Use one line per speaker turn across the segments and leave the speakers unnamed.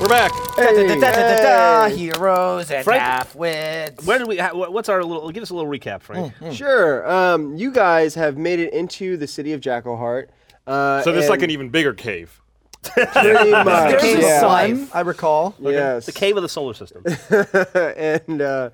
We're back.
Da-da-da-da-da-da, Heroes and
Frank-
halfwits.
Where did we? ha- What's our little? Give us a little recap, Frank.
Mm, Sure. Um, you guys have made it into the city of Jackalheart. Uh,
So this is like an
and
even bigger cave.
pretty much,
There's a
yeah.
sun, I recall.
Yes.
The cave of the solar system.
and uh,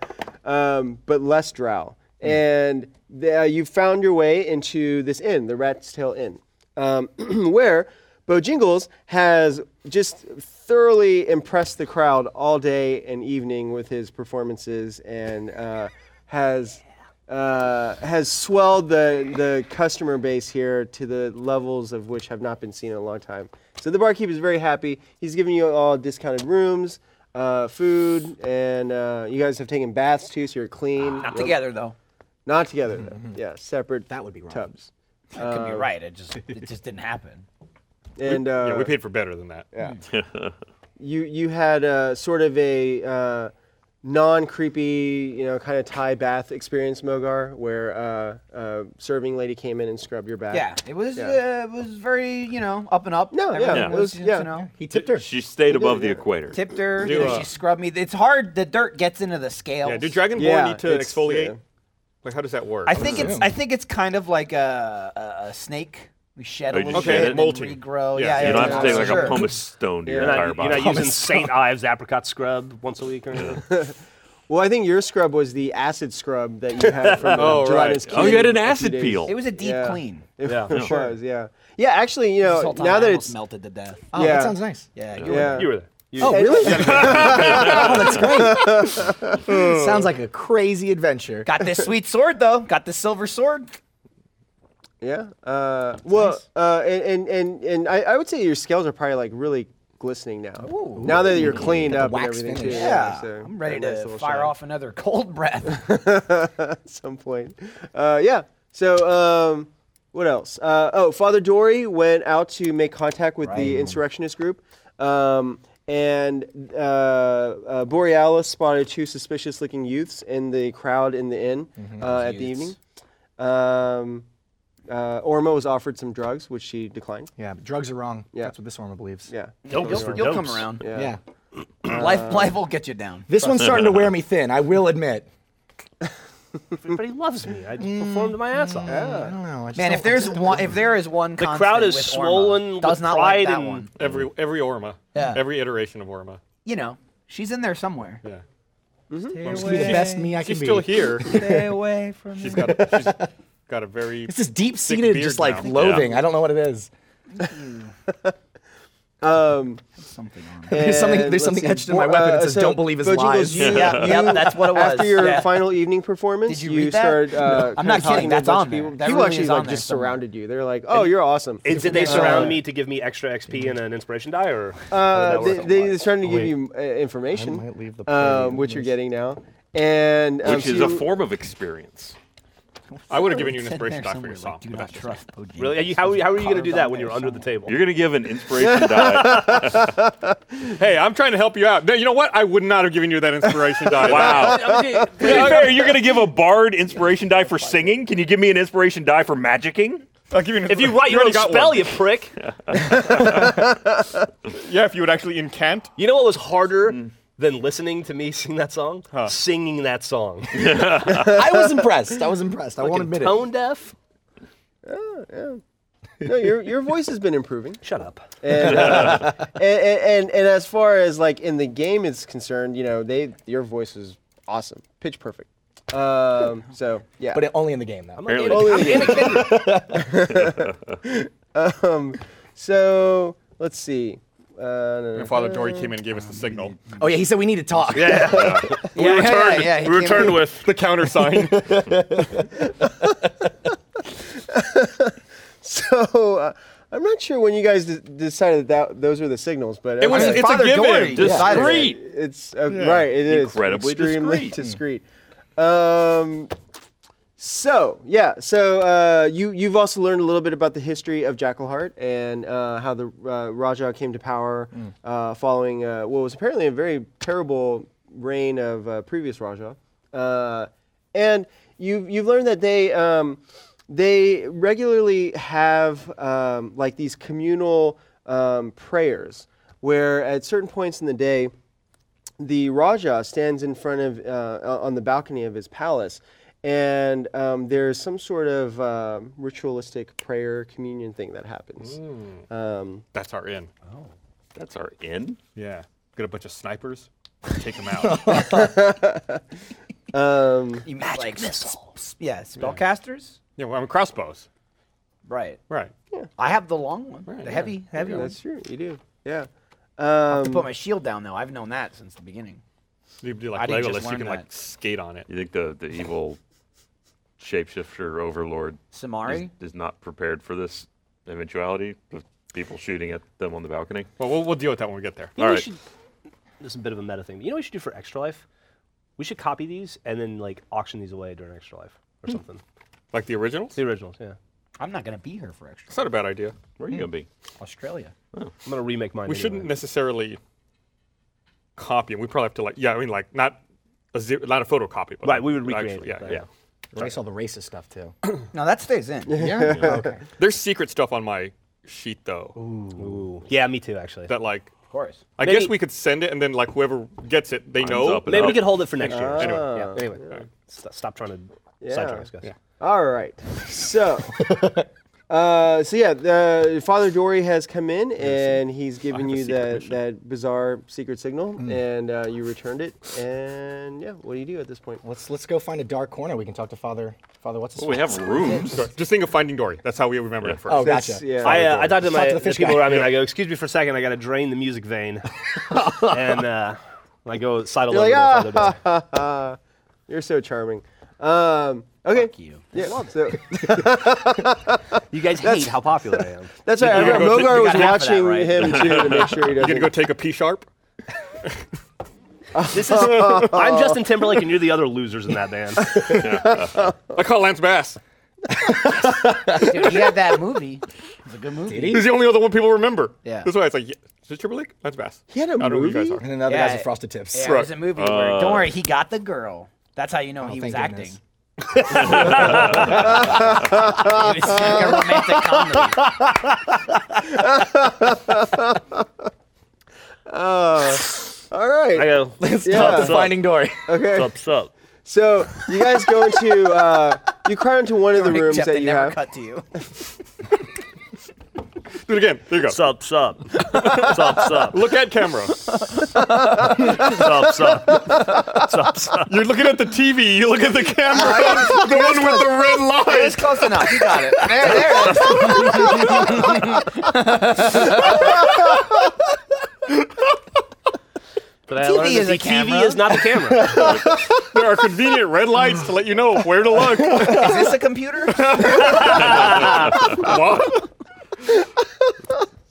um, but less drow. And the, uh, you found your way into this inn, the Rat's Tail Inn, um, where Bojingles has just thoroughly impressed the crowd all day and evening with his performances, and uh, has. Uh, has swelled the, the customer base here to the levels of which have not been seen in a long time. So the barkeep is very happy. He's giving you all discounted rooms, uh, food, and uh, you guys have taken baths too, so you're clean.
Not together though.
Not together, though. Yeah, separate.
That would be wrong.
Tubs.
I could be right. It just it just didn't happen.
And uh,
yeah, we paid for better than that. Yeah.
you you had uh, sort of a uh, non creepy, you know, kind of Thai bath experience, Mogar, where uh, uh, serving lady came in and scrubbed your back.
Yeah, it was
Yeah.
Uh, it was very you know up and up.
No, yeah,
Everything
it
was,
was-
you
yeah.
know, he
T- She stayed above the
yeah.
equator.
tipped her.
Do,
you know,
uh,
she scrubbed me. It's hard. The dirt gets into the scales.
do Dragonborn
Yeah,
need to
it's-
exfoliate?
yeah.
Like, how does that work?
I think it's I think it's kind of like a, a, a snake. We shed
Oh,
a
you
little
shed
bit
it?
and
Molting.
regrow.
Yeah,
Yeah,
so
yeah,
You don't have
yeah,
to take
for
like
sure.
a pumice stone to your
You're not,
entire
you're
body.
not using St. Ives apricot scrub once a week or anything.
Well, I think your scrub was the acid scrub that you had from the
Oh, right.
gelatinous
oh, you had
cube
an
a few
acid
days.
peel.
It was a deep
Yeah.
clean.
It
Yeah.
was, yeah. Yeah, actually, you
This
know,
whole time
now
I
that
almost
it's
melted to death.
Oh,
Yeah.
that sounds nice.
Yeah, you were-
yeah.
You were there. You-
Oh, really? Oh, that's great. sounds like a crazy adventure.
got this sweet sword though. Got this silver sword.
Yeah. Uh, well, uh, and and and, and I, I would say your scales are probably like really glistening now. Now that you're cleaned up and
wax
everything
finish.
too.
Yeah,
Yeah,
so
I'm ready
got a nice
to
little
fire
shine
off another cold breath.
at some point. Uh, yeah. So um, what else? Uh, oh, Father Dory went out to make contact with the insurrectionist group. Um, and uh, uh, Borealis spotted two suspicious-looking youths in the crowd in the inn uh, at the evening. Um, uh, Orma was offered some drugs, which she declined.
Yeah, but drugs are wrong.
Yeah.
That's what this Orma believes.
Yeah.
Dopes
you'll
for
you'll come
Oh, dopes.
around.
Yeah.
Yeah.
Life, life will get you down.
This one's starting to wear me thin, I will admit.
Everybody loves me. I
Mm.
just performed my ass off.
I don't know. I just
Man,
don't-
if there's one, if there is one,
The crowd is swollen
Does
with
not
pride
like that
and
one.
every every Orma.
Yeah.
Every iteration of Orma.
You know, she's in there somewhere.
Yeah.
Just be the best me I can
She's
be.
still here.
Stay away from me.
she's got a, she's got a very
This is deep seated,
beard
just like
now.
loathing. I don't know what it is.
Something on.
There's something-
And
there's
let's
something
see, Uh,
etched in my
Bo-
weapon that says, "Don't believe his
Bojangles,
lies."
you-
Yeah,
you-
yeah, that's what it was.
After your
Yeah.
final evening performance,
Did you read that?
started. Uh,
I'm not
kinda talking
kidding,
to a
that's
bunch
on
of
there.
People,
That
people
really
actually
is on
like
there
just
somewhere.
surrounded you. They're like, "Oh, you're awesome."
And did they surround me to give me extra XP and an inspiration die, or
Uh,
or
they,
did that work?
they, are trying to give you uh, information,
I might leave the party
um, which you're
loose.
getting now, and um,
which
so
is a
you-
form of experience.
I would have given you an
It's in
inspiration
there
die
somewhere,
for yourself.
Like, do not trust Bojangles.
really? Are you, how, how are you going to do
Carved
that
on
when you're
there
under the table?
You're gonna give an inspiration die.
hey, I'm trying to help you out. No, you know what? I would not have given you that inspiration die.
Wow.
I mean,
To be fair, you're gonna give a bard inspiration die for singing. Can you give me an inspiration die for magicking?
I'll give you an
if you write your own
already got
spell,
one.
you prick.
yeah, if you would actually incant.
You know what was harder than listening to me sing that song? Singing that song.
I was impressed. I was impressed. I won't admit it.
Tone deaf?
no, your your voice has been improving.
Shut up.
and, uh, and, and and and as far as like in the game is concerned, you know, they your voice is awesome, pitch perfect. Um, so yeah,
But it, only in the game, though.
I'm
Apparently.
Anakin- I'm Anakin.
so let's see. Uh, no, no, no.
And Father Dory came in and gave us the signal.
Oh, yeah, he said we need to talk.
we returned.
yeah, he
we
came
returned with the countersign.
So uh, I'm not sure when you guys de- decided that those were the signals, but
It was.
okay.
It's
Father
a given.
Dory decided
Discreet.
It's uh, right. It is
Incredibly
extremely discreet. Um, so yeah, so uh, you you've also learned a little bit about the history of Jackalheart and uh, how the uh, Raja came to power uh, following uh, what was apparently a very terrible reign of uh, previous Raja, uh, and you've you've learned that they. Um, they regularly have um, like these communal um, prayers where at certain points in the day, the Raja stands in front of uh, on the balcony of his palace, and um, there's some sort of um ritualistic prayer communion thing that happens. Um,
That's our in.
That's our inn.
Yeah. Get a bunch of snipers. Take them out.
You mean like missiles? Yeah, spellcasters.
yeah, well, I'm crossbows.
Right.
Right.
I have the long one, the heavy, heavy one.
that's true. You do. Yeah.
I have to
Um,
put my shield down though. I've known that since the beginning.
You do
I
like
didn't just
Legolas. You
learn
can like
that.
skate on it.
You think the, the evil shapeshifter overlord is,
Samari.
is not prepared for this eventuality of people shooting at them on the balcony?
Well, we'll, we'll deal with that when we get there.
You know
All
we
right.
should- this is a bit of a meta thing. But you know what we should do for Extra Life? We should copy these and then like auction these away during Extra Life or something.
Like the originals?
The originals, yeah.
I'm not gonna be here for extra
It's not a bad idea.
Where are you going to be?
Australia.
I'm gonna remake mine.
We
anyway.
shouldn't necessarily copy them. We probably have to like, yeah, I mean like not a zero, not a photocopy, but
Right,
like,
we would recreate
actually-
it,
yeah,
but-
yeah.
Erase all the racist stuff too.
No, that stays in.
yeah. Okay.
There's secret stuff on my sheet though
Ooh. Yeah, me too, actually.
that like
Of course.
I
Maybe-
guess we could send it and then like whoever gets it, they know.
up and
Maybe we
up.
could hold it for next year.
Anyway,
yeah. Anyway, st- stop trying to
Yeah.
sidetrack us, guys.
All right. So, uh, so yeah, the, Father Dory has come in and he's given
have a
you
secret
that,
mission.
that bizarre secret signal, and uh, you returned it. And yeah, what do you do at this point?
Let's let's go find a dark corner. We can talk to Father. Father, what's his?
Well, we have rooms.
Sorry, Just think of Finding Dory. That's how we remember it first.
Oh,
That's-
gotcha.
yeah.
I, uh, I talked to
Talk
my
to the
the
fish
people
guy.
around me. and I go, "Excuse me for a second. I got to drain the music vein," and uh, I go sidle
You're
over.
like,
to the
ah,
father.
ha, ha, you're so charming. Um, okay.
Fuck you.
Yeah, so
you guys hate how popular I am.
that's right. I
gotta
remember
go-
Mogar
you
was
gotta have that,
watching
right?
him too to make sure he
You're
doesn't.
gonna go take a P sharp?
This is I'm Justin Timberlake, and you're the other losers in that band.
I call Lance Bass.
Dude, he had that movie. It's a good movie.
Did he?
He's the only other one people remember.
Yeah.
That's why it's like, yeah, is it Timberlake? Lance Bass.
He had a
I don't know who you guys
movie?
And another
Yeah,
guy's with frosted tips.
Yeah, it
Right.
was a movie where don't worry, he got the girl. That's how you know he was
Uh. Oh, thank
acting.
goodness.
it was like a romantic comedy.
All right.
I go,
Let's
Yeah.
talk to
Sup?
Finding Dory.
okay.
"Sup, sup."
So you guys go into uh, you climb into one of the rooms
Except
that
they
you
never
have.
cut to you.
Do it again. There you go.
Sup, sup. sup, sup.
Look at camera.
Sup, sup. Sup, sup.
You're looking at the TV. You look at the camera. the one with the red line.
It's close enough. You got it. There, there it is.
But I
TV
learned that
is
the
a camera.
TV is not the camera.
There are convenient red lights to let you know where to look.
Is this a computer?
What?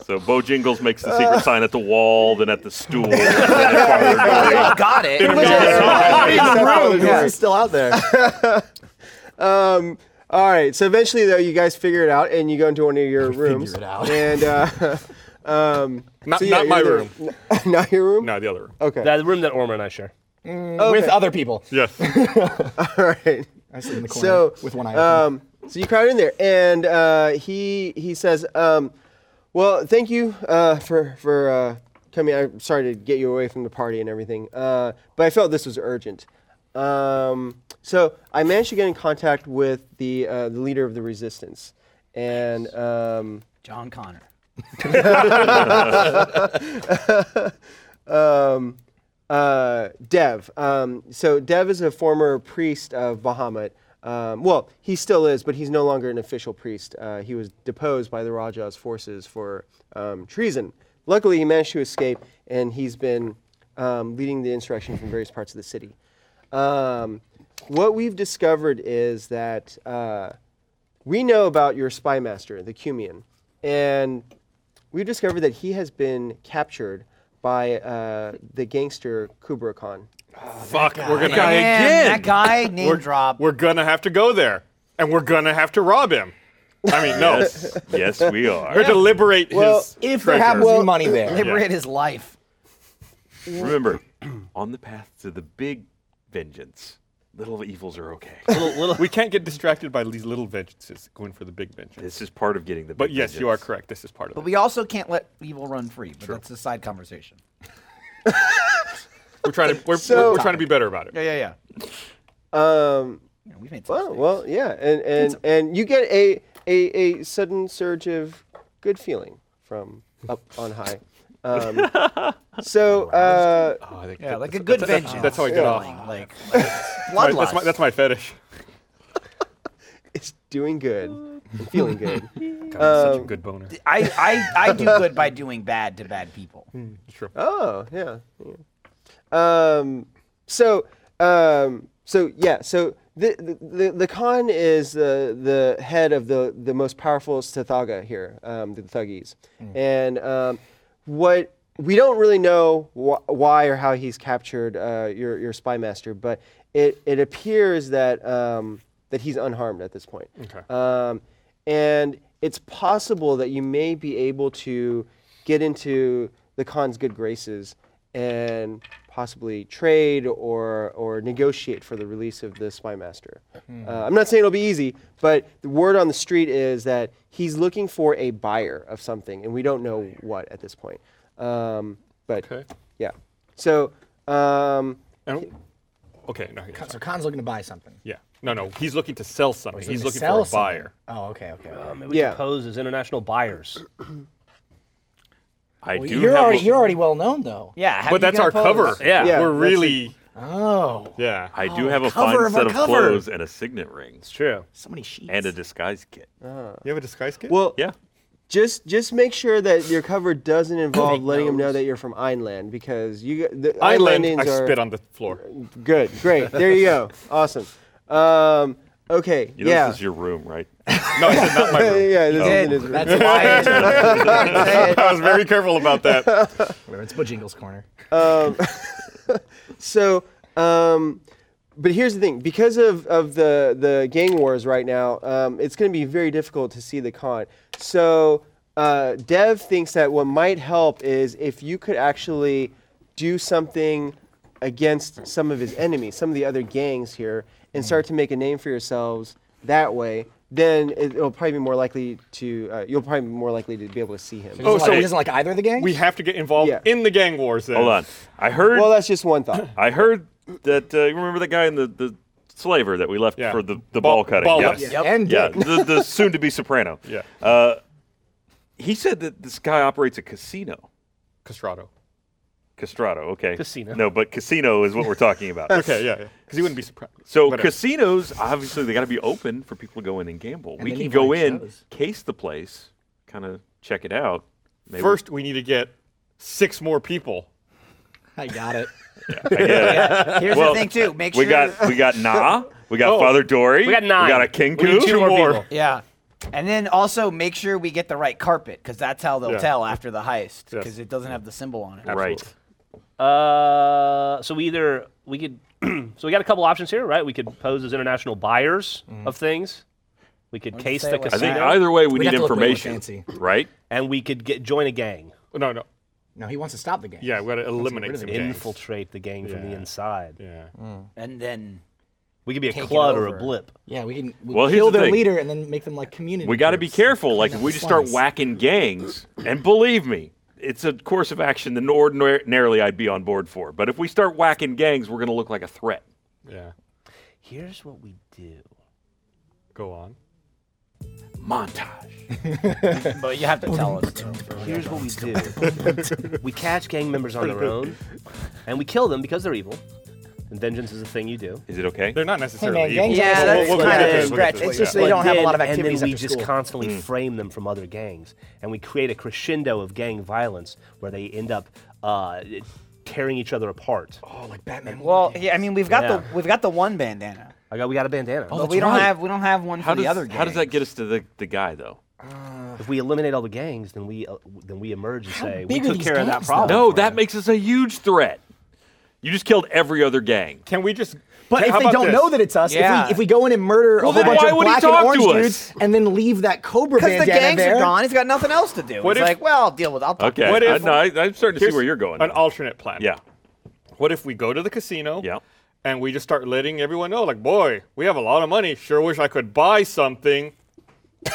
So Bo Jingles makes the secret sign at the wall, then at the stool. and then at Father Dory.
I got it.
was
Yeah.
just-
Yeah. He's still out there.
Um, All right. So eventually, though, you guys figure it out, and you go into one of your rooms.
it out.
And uh, um,
Not,
so yeah,
not my
you're
room.
in the- not your room.
No, the other room.
Okay.
that room that Orma and I share.
With other people.
Yes.
All right.
I sit in the corner
So
with one eye open.
Um, so you crowd in there, and uh, he he says, um, "Well, thank you uh, for for uh, coming. I'm sorry to get you away from the party and everything, uh, but I felt this was urgent. Um, so I managed to get in contact with the uh, the leader of the resistance, and." Um,
John Connor.
um, uh, Dev. Um, so Dev is a former priest of Bahamut. Um, well, he still is, but he's no longer an official priest. Uh, he was deposed by the Raja's forces for um, treason. Luckily, he managed to escape, and he's been um, leading the insurrection from various parts of the city. Um, what we've discovered is that uh, we know about your spy master, the Cumian, and we discovered that he has been captured by uh, the gangster Kubra Khan.
Fuck. We're gonna
Damn, that guy name
we're,
drop.
We're gonna have to go there, and we're gonna have to rob him. I mean, no.
Yes, yes, we
We're
are.
to liberate
Well,
his.
if
treasure.
there happens to
Well-
be money there,
Liberate his life.
Remember, on the path to the big vengeance, Little evils are okay.
Little, little,
We can't get distracted by these little vengeances going for the big vengeance.
this is part of getting the.
But
big
yes, you are
vengeance.
correct. This is part
But
of it.
we also can't let evil run free. But that's a side conversation.
We're trying to we're,
So-
we're, we're trying to be better about it.
Yeah, yeah, yeah.
Um,
You know, we've made some
well,
mistakes.
well, yeah, and and and you get a a a sudden surge of good feeling from up on high. Um, so uh,
Oh, I think
yeah,
that-
like a
that's-
good
that's-
vengeance.
That's how I get off.
feeling, Like,
My-
bloodlust.
that's, my, that's my fetish.
it's doing good, and feeling good.
God, that's such a good boner.
I, I, I do good by doing bad to bad people.
True.
Oh, yeah. yeah. Um, so, um, so yeah. So the the- the, the Khan is the the head of the the most powerful Tathaga here, um, the Thuggies, and um, what. We don't really know wh- why or how he's captured uh, your your spy master, but it, it appears that um, that he's unharmed at this point.
Okay.
Um, and it's possible that you may be able to get into the Khan's good graces and possibly trade or, or negotiate for the release of the spy master.
Hmm.
Uh, I'm not saying it'll be easy, but the word on the street is that he's looking for a buyer of something, and we don't know what at this point. Um, but
Okay.
yeah. So, um,
And- Oh. okay. No. Yeah.
So
sorry.
Khan's looking to buy something.
Yeah. No. No. He's looking to sell something.
He's
He's
looking
looking
to sell
for a
something.
buyer.
Oh, okay, okay. Well,
Um, we
Yeah.
can pose as international buyers.
I do.
you're
have
already
a-
you're already well known though.
Yeah, how
But
do you
that's
get
our
opposed?
cover.
Yeah.
Yeah,
We're
that's
really.
Oh,
Yeah.
I do have a
cover
fine
of
set
our
of
cover.
clothes and a signet ring
True.
so many sheets.
and a disguise kit.
Oh.
You have a disguise kit.
well,
Yeah.
Just just make sure that your cover doesn't involve
Big
letting them know
nose.
that you're from Einland because you g- the
Island.
Einlandians
I
are
spit on the floor.
good. Great. There you go. Awesome. Um, okay.
You know
yeah.
this is your Oh. room, right?
No, I said not my room.
yeah. This is in his room.
That's why
I was very careful about that.
Whatever, it's Bojangles' corner.
So, um, but here's the thing: because of, of the the gang wars right now, um, it's going to be very difficult to see the con. So, uh, Dev thinks that what might help is if you could actually do something against some of his enemies, some of the other gangs here, and start to make a name for yourselves that way. Then it, it'll probably be more likely to uh, you'll probably be more likely to be able to see him.
He doesn't
so
like, he
we-
doesn't like either of the gangs.
We have to get involved
Yeah.
in the gang wars. Then.
Hold on. I heard.
Well, that's just one thought.
I heard that. Uh, you remember the guy in the the slaver that we left
Yeah.
for the the ball,
Ball-
cutting?
ball
yes.
cutting.
Yeah.
and
Yeah.
Dick.
the, the soon to be soprano.
Yeah.
Uh, he said that this guy operates a casino.
Castrato.
Castrato. Okay.
Casino.
No, but casino is what we're talking about.
Okay. Yeah. Because he wouldn't be surprised.
So
Whatever.
casinos, obviously, they got to be open for people to go in and gamble. we
they
can
need
go
live
in,
shows.
case the place, kind of check it out. Maybe,
First, we need to get six more people.
I got it.
I guess.
Oh, Here's
Well,
the thing, too. Make
we
sure.
got we got Na, we got
Oh.
Father Dory,
We got nine.
we got a King
We need two more people.
Yeah. And then also make sure we get the right carpet because that's how they'll
Yeah.
tell after the heist
Yes.
because it doesn't have the symbol on it.
Right.
Uh, so we either we could so we got a couple options here, right? We could pose as international buyers
Mm-hmm.
of things. We could case
say
the
it like
I think
casino,
either way, we
We'd
need
have to look way more
information,
fancy.
right?
and we could get join a gang,
No. No.
No, he wants to stop the gang.
Yeah. We got to eliminate
rid
some
of it.
gangs.
infiltrate the gang from the
Yeah.
inside.
Yeah.
And then
We could be a
Take it
club or a
over.
blip.
Yeah, we can we
Well, here's
kill
the
their
thing.
leader and then make them like community.
We got to be
groups.
careful. Like
Clean
if
up
we
the
just start
slums.
whacking gangs, and believe me, it's a course of action that ordinarily I'd be on board for. But if we start whacking gangs, we're going to look like a threat.
Yeah.
Here's what we do.
Go on.
Montage.
but you have to tell us. though.
Here's what we do. we catch gang members on their own, and we kill them because they're evil. And vengeance is a thing you do.
Is it okay?
They're not necessarily
man,
evil.
gangs
Yeah,
We'll-
that's
we'll- we'll
kinda
get to this, we'll get
stretch.
to this
It's just
later.
they
But
don't have a lot of
then-
activities
And then we
after
just
school.
constantly frame them from other gangs, and we create a crescendo of gang violence where they end up uh, tearing each other apart.
Oh, like Batman.
Well, yeah, I mean, we've got the
Yeah.
we've got the one bandana,
I got, we got a bandana.
but we don't have we don't have one
How
for
does,
the other.
how does that
gangs.
get us to the, the guy, though?
If we eliminate all the gangs, then we uh, w- then we emerge and say we
big are
took
these
care of that
gangs, though?
problem.
No, that makes us a huge threat. You just killed every other gang.
Can we just?
But
How
if they
about
don't
this?
know that it's us, if,
Yeah.
we, if we go in and
Well,
murder a whole
then
bunch
why
of
would he
black
talk
and
to
orange
us?
dudes and then leave that Cobra
Because
bandana
the gangs
there,
are gone, he's got nothing else to do.
What
he's
if-
like, well, I'll deal with. I'll talk
Okay,
to
What
I,
if-
I, am starting to see
Here's
where you're going.
An
now.
alternate plan.
yeah,
What if we go to the casino?
Yeah.
and we just start letting everyone know, like, boy, we have a lot of money. Sure wish I could buy something.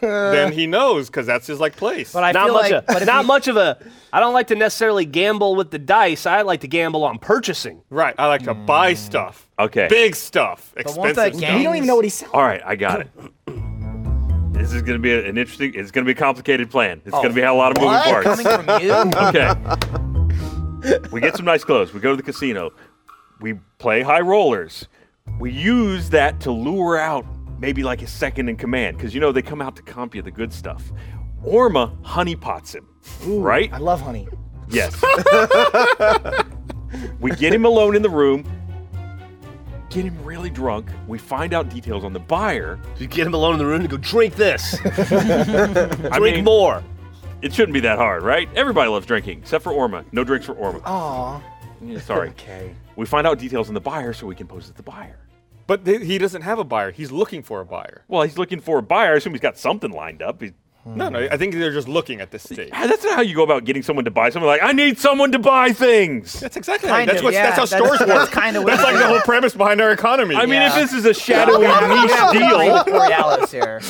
then he knows because that's his like place.
But I
not
feel
much
like,
of,
but if
not
you-
much of a I don't like to necessarily gamble with the dice. I like to gamble on purchasing.
right, I like to buy stuff.
Mm. Okay.
Big stuff,
won't
expensive
that
stuff.
gang-
We don't even know what he's saying.
All right, I got it. This is going to be an interesting. It's going to be a complicated plan. It's going to be a lot of moving
Oh,
What?
parts.
Coming from you?
okay. We get some nice clothes. We go to the casino. We play high rollers. We use that to lure out maybe like his second in command because you know they come out to comp you the good stuff. Orma honeypots him, right?
I love honey.
Yes. we get him alone in the room. Get him really drunk. We find out details on the buyer.
You get him alone in the room and go drink this,
I
drink
mean,
more.
It shouldn't be that hard, right? Everybody loves drinking, except for Orma. No drinks for Orma.
Aw.
Yeah, Sorry. okay. We find out details on the buyer so we can pose as the buyer.
But th- he doesn't have a buyer. He's looking for a buyer.
Well, he's looking for a buyer. I assume he's got something lined up. He's,
No, no, I think they're just looking at this stage.
Ah, that's not how you go about getting someone to buy something. Like, I need someone to buy things.
That's exactly
Kind
that's
of,
what
yeah,
that's how
that's-
stores
that's
work.
kinda what
that's
it
like
is.
the whole premise behind our economy.
I mean, if
Yeah.
this is a shadowy niche deal,
Borealis here.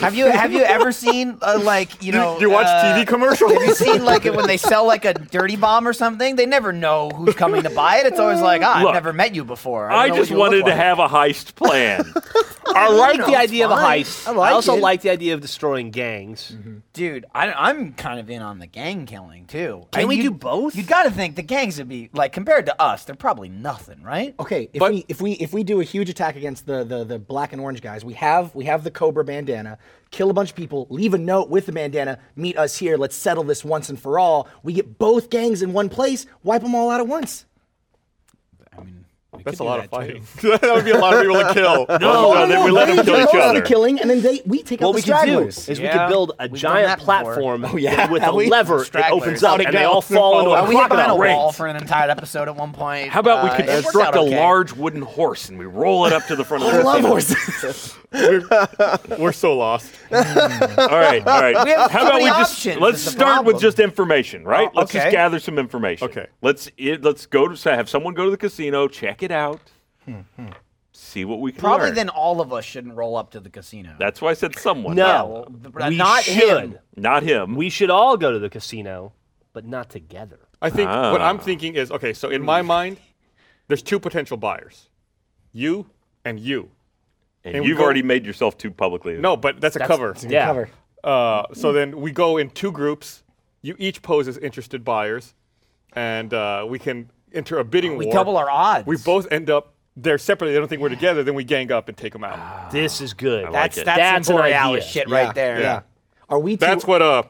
have you have you ever seen uh, like you
Do
know?
you, do you watch
uh,
TV commercials?
Have you seen like when they sell like a dirty bomb or something? They never know who's coming to buy it. It's always like, ah,
Look,
I've never met you before. don't
I
know
just
what you
wanted
look
to
like."
have a heist plan.
I like
know,
the
it's
idea of a
fine.
heist.
I like
also
it.
like the idea of destroying gangs.
Dude, I, I'm kind of in on the gang killing too.
Can we
you-
do both?
You gotta think the gangs would be like compared to us, they're probably nothing, right?
Okay, if
But-
we if we if we do a huge attack against the, the the black and orange guys, we have we have the Cobra bandana, kill a bunch of people, leave a note with the bandana, meet us here, let's settle this once and for all. We get both gangs in one place, wipe them all out at once.
that's a lot of fighting. that would be a lot of people to kill.
No, no, Oh, then we let
they
them kill
do
each
most of
other.
The killing, and then they we take out
What
the
we could do
stragglers.
is we could
Yeah.
build a
We've done
giant
that before.
platform
yeah,
with a
have we?
lever. It
Stragglers.
opens up
Shouting
and they
down.
all fall into
Uh,
a
we hit behind a
crocodile ring.
wall for an entire episode at one point.
How about we
Uh, it worked out
construct a
okay.
large wooden horse and we roll it up to the front of the
Love
casino?
horses.
We're so lost.
All right, all right.
We have
How
so
about
many
we
options
just let's
is the
start with
problem.
just information, right?
Oh,
Let's just
okay.
gather some information.
Okay.
Let's it, let's go to have someone go to the casino, check it out, see what we can
Probably
learn.
then all of us shouldn't roll up to the casino.
That's why I said someone.
Yeah,
No,
well, but
we
not
should.
him.
not him.
We should all go to the casino, but not together.
I think what I'm
Ah.
thinking is okay. So in my mind, there's two potential buyers, you and you.
and
and we
you've
go-
already made yourself too publicly.
No, but that's a cover.
Yeah.
Cover.
Uh, so then we go in two groups. You each pose as interested buyers, and uh, we can enter a bidding
We
war.
double our odds.
We both end up. They're separately. They don't think we're together. Then we gang up and take them out.
Ah.
This is good.
like
that's
it.
that's,
That's
some
an
Borealis
idea.
shit
Yeah,
right there.
Yeah. Are we? Two,
That's what a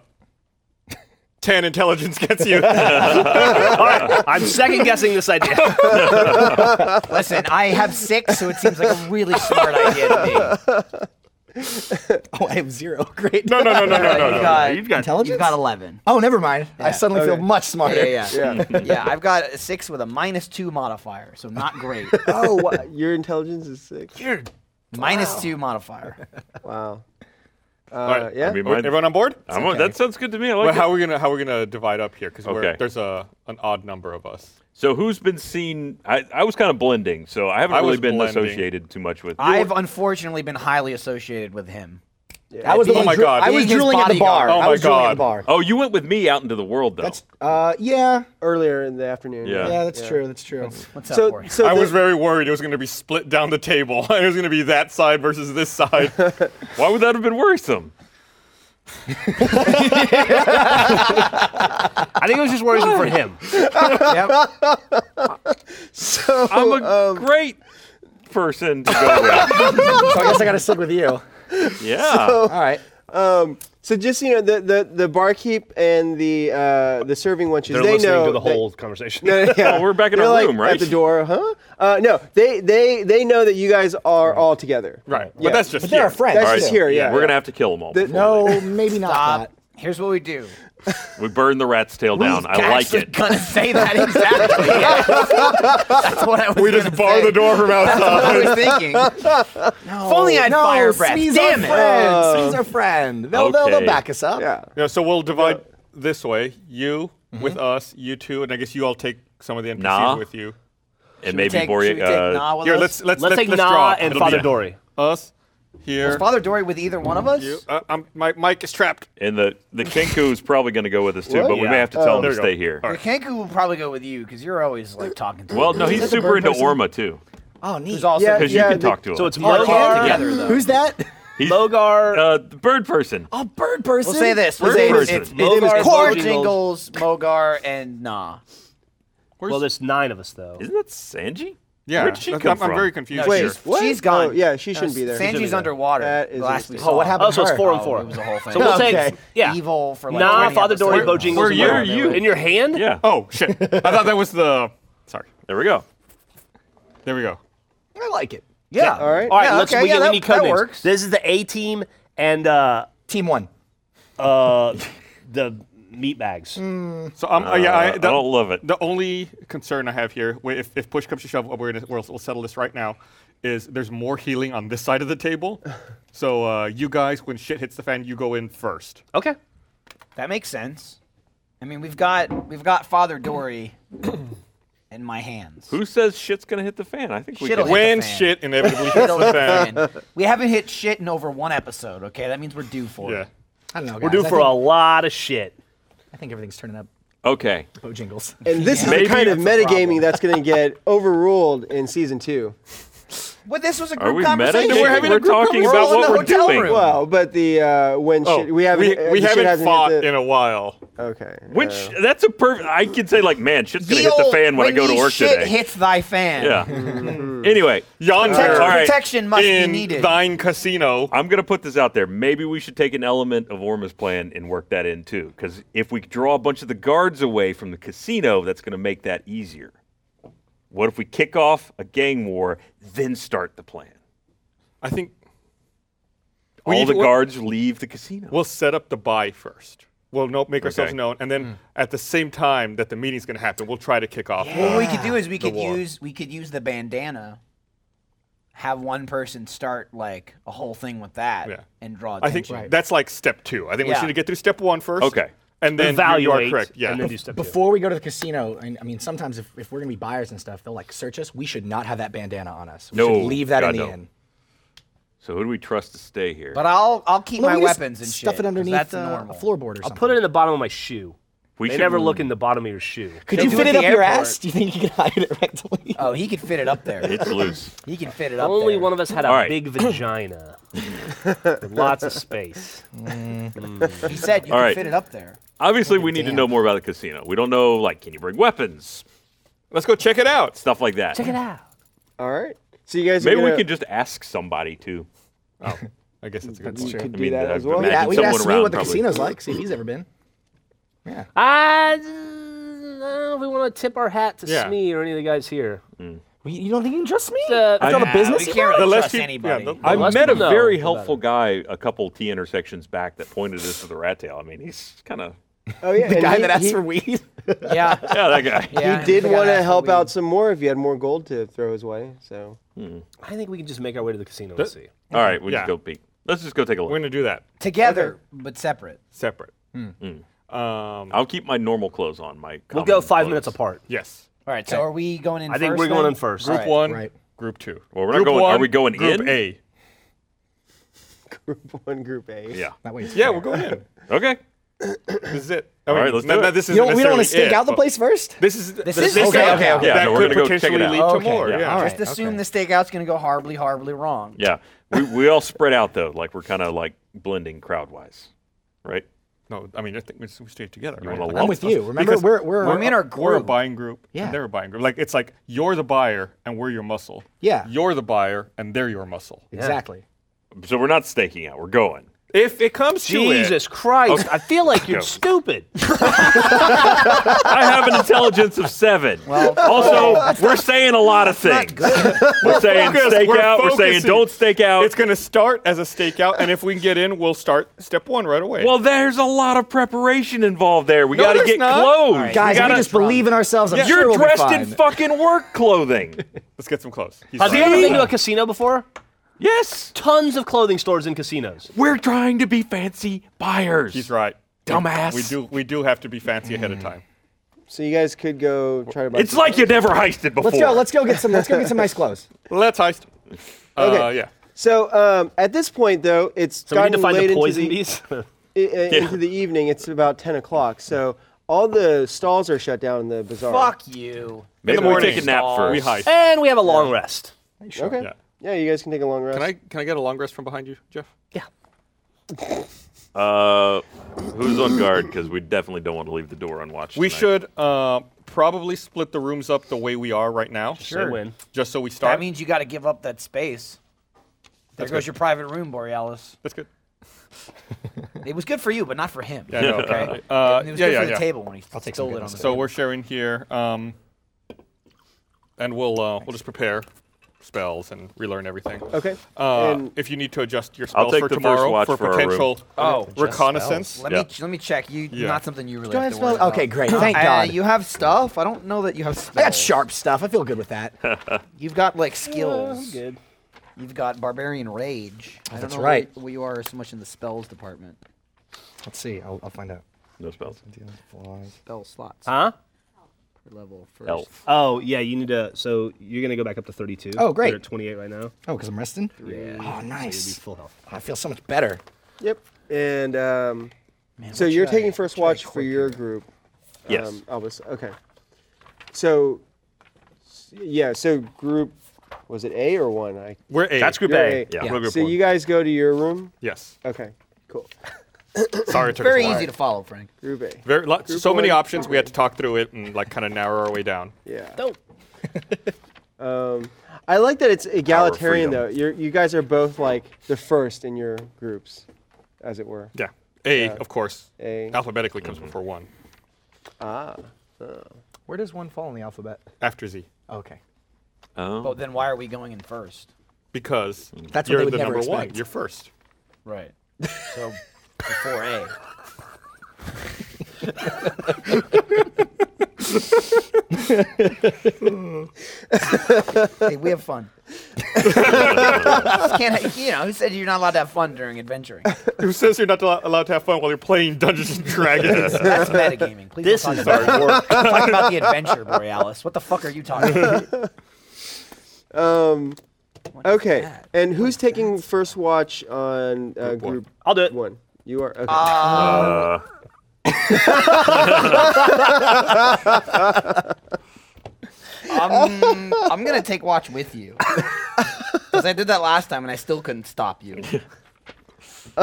ten intelligence gets you.
all right. I'm second guessing this idea.
Listen, I have six, so it seems like a really smart idea to me.
Oh, I have zero. Great.
no, no, no, no, no, no.
You've
no.
got, uh,
You've got
Intelligence.
you've got eleven.
Oh, never mind. I suddenly feel much smarter.
Yeah, yeah, yeah.
Yeah.
yeah, I've got a six with a minus two modifier, so not great.
oh, wha- your intelligence is six.
minus two modifier.
Wow. Uh,
right, I
Yeah.
I mean, mine-
Everyone on board?
I'm- That sounds good to me. I like
Well,
it.
how are we gonna how are we gonna divide up here? Because
Okay.
there's a an odd number of us.
So who's been seen? I, I was kind of blending, so I haven't
I
really
was
been
blending.
associated too much with.
I've unfortunately been highly associated with him.
I was. the
Oh
one
my
dru-
God.
I was
Being his
drooling at the bar.
bodyguard.
Oh
I
my
was drooling at the
God.
bar.
oh, you went with me out into the world though.
That's. Uh. Yeah.
Earlier in the afternoon.
Yeah.
Yeah. That's true. That's true.
What's up,
So,
Corey?
so
I
the-
was very worried it was gonna be split down the table. it was gonna be that side versus this side.
Why would that have been worrisome?
I think it was just worrisome for him.
Yep.
so
I'm a great person to go with.
So I guess I gotta stick with you.
yeah.
All right.
um, So just you know, the the, the barkeep and the uh, the serving wenches,
They're
they
listening
know
to the
they-
whole conversation.
No, no, yeah.
Oh, we're back in
They're
our
like
room, right?
At the door, huh? Uh, no, they they they know that you guys are all together.
right.
Yeah.
But that's just
But they're
here.
our friends.
That's
All
just
too.
here. Yeah.
We're
yeah.
gonna have to kill them all.
The-
before we leave.
No, maybe not.
Stop.
that.
Uh, Here's what we do.
we burn the rat's tail down. I like
actually
it.
gonna say that exactly. yes. That's what I was
We just
gonna
bar
say.
the door from outside.
I was thinking. if only I had
Oh, no,
fire breath.
Smee's
Damn
our
it.
friend. Smee's our friend. They'll, they'll,
Okay.
they'll back us up.
Yeah.
yeah, so we'll divide this way. You with us, you two, and I guess you all take some of the NPCs
Nah.
with you.
and maybe
take,
Borea-
should we take
uh,
Nah with
Here,
us?
let's let's
Let's
let's,
take
let's
Na
draw
and
It'll
Father
be-
Dory.
us here.
Father Dory with either one of us?
You, uh, I'm, my mic is trapped.
and the the Kenku is probably going to go with us too, but we
Yeah.
may have to tell
Oh, there
him to
you go.
stay here.
The Kanku will probably go with you because you're always like talking to
Well,
him.
no, he's
that the
super
bird
into
person?
Orma too,
Oh, neat.
Who's also
Yeah,
because
yeah,
you can
the-
talk to him.
So it's
Oh,
Mogar.
Ken?
together, though.
Who's that?
He's,
Mogar.
uh, the bird person.
Oh, bird person.
We'll say this. We'll
Bird
say
person.
it's, it's,
Mogar,
it's Core
Mogar,
Jingles, Mogar, and Nah.
well, there's nine of us though.
Isn't that Sanji?
Yeah,
Where did she
I'm-
come
I'm,
from?
I'm very confused.
Wait,
here.
she's-
what?
she's gone.
Oh, yeah, she shouldn't be there.
should be
Sanji's
there.
underwater.
That is
last we
interesting.
saw.
Oh, what happened
Oh,
to
so it's
her?
four and four.
it was a whole thing.
So we'll
Okay.
take yeah.
Evil for like
nah,
20
Father Dory,
episodes.
Bojingles.
where
and
you're
Mogar.
you.
in your hand?
Yeah.
Oh shit! I thought that was the. Sorry.
There we go.
There we go.
Oh,
I like it.
Yeah.
All right.
All right,
Yeah,
let's
okay,
we,
yeah,
get,
that-
we need code
that
names.
works.
This is the A team and uh,
Team one.
uh, the meat bags.
Mm.
So um, uh, yeah,
Uh,
I,
I
the-
don't love it.
The only concern I have here, wh- if, if push comes to shove, we're gonna, we'll, we'll settle this right now. Is there's more healing on this side of the table? So uh, you guys, when shit hits the fan, you go in first.
Okay.
That makes sense. I mean, we've got we've got Father Dory in my hands.
Who says shit's going to hit the fan? I think we
Shit'll
can.
hit
When
the fan.
shit inevitably hits
It'll
the fan.
hit the fan. we haven't hit shit in over one episode. Okay, that means we're due for
Yeah.
it.
I don't know.
We're due for a
all.
lot of shit.
I think everything's turning up.
Okay.
Bojingles.
And this is the
Maybe
kind of
that's a
metagaming that's going to get overruled in season two.
But this was a group
Are we
conversation.
meditating?
We're having a group
talking
conversation.
about
We're all
what
in
we're
the hotel
doing.
room.
Well, but the uh, when
Oh,
shit, we haven't
we,
uh,
we
the shit
haven't
hasn't
fought
hit the,
in a while.
okay.
Which that's a perfect. I can say like, man, shit's gonna hit the
old-
fan when I go
ye
to work
shit
today.
hits thy fan.
Yeah. anyway,
Yonder
Protect-
All right.
Protection must be
in
needed.
thine casino.
I'm gonna put this out there. Maybe we should take an element of Orma's plan and work that in too, because if we draw a bunch of the guards away from the casino, that's gonna make that easier. What if we kick off a gang war, then start the plan?
I think We
All
need
the
to- we'll-
guards leave the casino.
we'll set up the buy first. We'll no, make ourselves
Okay.
known, and
Hmm.
then at the same time that the meeting's going to happen, we'll try to kick off.
What we could do is we could
war.
use we could use the bandana. Have one person start like a whole thing with that
Yeah.
and draw
I think
attention.
that's like step two. I think
Yeah.
we should get through step one first.
Okay.
And then you-
Evaluate.
you are correct. Yeah.
And then do step two.
Before we go to the casino, and I mean, sometimes if, if we're gonna be buyers and stuff, they'll like search us. We should not have that bandana on us. We
No,
should leave that
God,
in the
no.
inn.
so who do we trust to stay here?
But I'll I'll keep
No,
my
we just
weapons and
stuff
shit,
it
'cause
underneath
That's
uh,
normal.
a floorboard or something.
I'll put it in the bottom of my shoe.
we
they never
Mm.
look in the bottom of your shoe.
Could
They'll
you
do
fit
it at
it up
the
your
airport.
ass? Do you think you could hide it rectally?
Uh,
Oh, he could fit it up there.
It's loose.
he can fit it up.
Only
there.
one of us had a
All right.
big vagina. With lots of space.
He said you
All
can
right.
fit it up there.
Obviously, we need to know more about the casino. We don't know, like, can you bring weapons?
Let's go check it out.
Stuff like that.
Check it out.
All right. So you guys.
Maybe
are
we
gonna,
can just ask somebody, too.
I guess that's a good
You
point.
could do
mean,
that
I
as well.
imagine
Yeah, we could
someone
ask Smear
around
what the
probably-
casino's like. See if he's ever been.
I, I don't know if Uh, we want to tip our hat to
Yeah.
Smee or any of the guys here.
We- You don't think you can trust me?
Uh,
After all the
Nah,
business
we
you
can't
run?
really
less
trust
peop- yeah,
anybody.
the-
I
Well, let's
met a
know
very
about
helpful guy a couple T intersections back that pointed us to the rat tail. I mean, he's kind of
Oh yeah.
The
and
guy
he,
that asked
he,
for weed.
yeah.
yeah, that guy.
yeah.
He did
figure out
want
how
to help
we-
out some more if he had more gold to throw his way. So
I think we can just make our way to the casino and see.
All right, we
Yeah.
just go peek. Let's just go take a
We're going
look.
to do that
together but separate.
separate.
Hmm.
Um,
I'll keep my normal clothes on. My
We'll go
common
five
clothes.
minutes apart.
yes.
All right. So are we going in?
I think
first,
we're going
then?
in first.
Group
right.
one,
Right.
group two.
Well, we're not
group
going- are
One,
we going
group
in?
A.
group one, group A.
Yeah.
That way it's
Yeah,
fair.
we're going in.
Okay.
This is it.
All right, let's
no,
do
no,
it.
This
You don't,
isn't
we don't want to
necessarily
stink
it,
out the
but
place first.
This is this,
is-
is
okay,
it.
okay, okay.
Yeah,
That
no, we're
could
gonna go check it
potentially
out.
lead to
Okay.
more.
Yeah.
Yeah.
All right.
Just assume the stakeout's going to go horribly, horribly wrong.
Yeah. We we all spread out though. Like we're kind of like blending crowd wise, right?
No, I mean, I think we, we stayed together.
You
right?
wanna
Like,
lump
I'm with you. Remember,
because
we're we're,
we're in our
We're a
group.
buying group.
Yeah.
And they're a buying group. Like it's like you're the buyer and we're your muscle.
Yeah.
You're the buyer and they're your muscle.
exactly.
So we're not staking out. We're going.
If it comes to it,
Jesus Christ. I feel like you're
Go.
stupid.
I have an intelligence of seven. also, we're saying a lot of things. We're saying
focused,
stake
we're
out. We're saying
focusing.
don't stake out.
it's going to start as a stakeout, and if we can get in, we'll start step one right away.
Well, there's a lot of preparation involved there. We
No,
got to
there's
get
not.
clothes.
right.
We
Guys,
gotta-
we just believe in ourselves. I'm sure
you're
we'll
dressed
be
in
fine.
fucking work clothing.
let's get some clothes. He's
Have you
right.
ever been to a casino before?
yes,
Tons of clothing stores and casinos.
we're trying to be fancy buyers.
He's right.
Dumbass.
We do. We do have to be fancy ahead of time.
So you guys could go try to buy.
It's
some-
like you never heisted before.
Let's go. Let's go get some. Let's go get some nice clothes.
Let's heist.
Okay.
Uh, yeah.
So um, at this point, though, it's
So we need
gotten
to find
late
the
into
poison
the e-,
bees.
i- i- into the evening. It's about ten o'clock. So all the stalls are shut down in the bazaar.
Fuck you.
Maybe
In the
we take a
morning.
nap first.
We heist.
and we have a long rest.
Okay.
Yeah.
Yeah. you guys can take a long rest.
Can I can I get a long rest from behind you, Jeff?
Yeah.
Uh, who's on guard? Because we definitely don't want to leave the door unwatched.
We
tonight.
should uh, probably split the rooms up the way we are right now.
Sure. win.
Just so we start.
That means you got to give up that space. There goes your private room, Borealis.
That's good.
It was good for you, but not for him.
Yeah, no,
okay.
Uh,
it was
yeah,
good
yeah,
for the
yeah.
table when he
take some
stole it on
goodness.
the
So we're sharing here, um, and we'll uh, we'll just prepare spells and relearn everything.
Okay.
Uh,
And-
if you need to adjust your
I'll
spells
take
for
the first
tomorrow
watch
for
for our room.
potential
Oh,
reconnaissance,
Let me let me check. You
Yeah.
not something you really.
Do I
have
have
to worry
spell-
about.
okay, great. Thank
Uh,
God.
You have stuff. I don't know that you have. Spells.
I got sharp stuff. I feel good with that.
You've got like skills.
Good.
You've got barbarian rage. I don't
that's
know
right.
Where, where you are so much in the spells department.
Let's see. I'll, I'll find out.
No spells.
Spell slots
Huh?
per level
Uh,
first.
Elf.
um,
Oh yeah, you need to. So you're gonna go back up to 32.
Oh, great.
You're at 28 right now.
Oh, because I'm resting.
Yeah.
Oh, nice.
Full health.
I feel so much better.
Yep. And um, so you're taking first watch for your group.
Yes.
Um, Albus. Okay. So s- yeah. So group was it A or one? I
we're eight.
That's group
you're
A.
A.
Yeah.
Yeah.
we're group
So
one.
you guys go to your room.
Yes.
Okay. Cool.
Sorry, it took us
Very
a while.
easy to follow, Frank.
Group A.
Very lot,
Group
so many
one.
options. We had to talk through it and like kind of narrow our way down.
Yeah. Um,
Dope.
I like that it's egalitarian
freedom.
though. You're, you guys are both like the first in your groups, as it were.
Yeah. A, of course,
A.
alphabetically comes before one,
Where does one fall in the alphabet?
after Z,
Okay.
Oh.
But then why are we going in first?
because
That's what
you're
they would
the
never
number one.
expect.
You're first.
Right. So before A. hey, we have fun. Can't ha- you know? Who said you're not allowed to have fun during adventuring?
Who says you're not allo- allowed to have fun while you're playing Dungeons and Dragons?
That's metagaming. Please
This
don't
is
talk about, work. talk about the adventure, Borealis. What the fuck are you talking about?
Okay.
that?
And who's taking first watch on uh,
one.
group
I'll do it.
one? You are. Okay.
Uh,
I'm, I'm gonna take watch with you because I did that last time and I still couldn't stop you.
I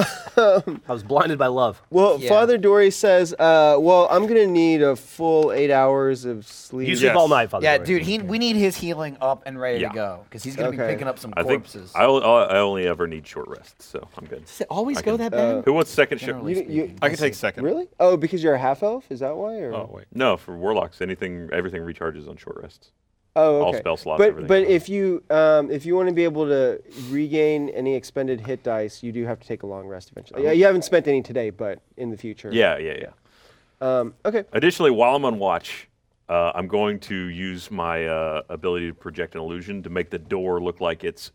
was blinded by love.
well,
yeah.
Father Dory says, uh, "Well, I'm gonna need a full eight hours of sleep."
You sleep
Yes.
all night, Father.
Yeah,
Dory.
dude, he we need his healing up and ready
Yeah.
to go because he's gonna
Okay.
be picking up some
I think
corpses.
I, o- I only ever need short rests, so I'm good.
Does it always
I
go
can- uh,
that bad?
Who wants second shift?
Generally.
You, you,
I can take second.
really? Oh, because you're a half elf? Is that why? Or?
Oh wait.
No, for warlocks, anything, everything recharges on short rests.
Oh, okay.
all spell slots,
But
everything.
but if you um, if you want to be able to regain any expended hit dice, you do have to take a long rest eventually. Yeah, you haven't spent any today, but in the future.
Uh-huh. Yeah, yeah, yeah.
Um, okay.
Additionally, while I'm on watch, uh, I'm going to use my uh, ability to project an illusion to make the door look like it's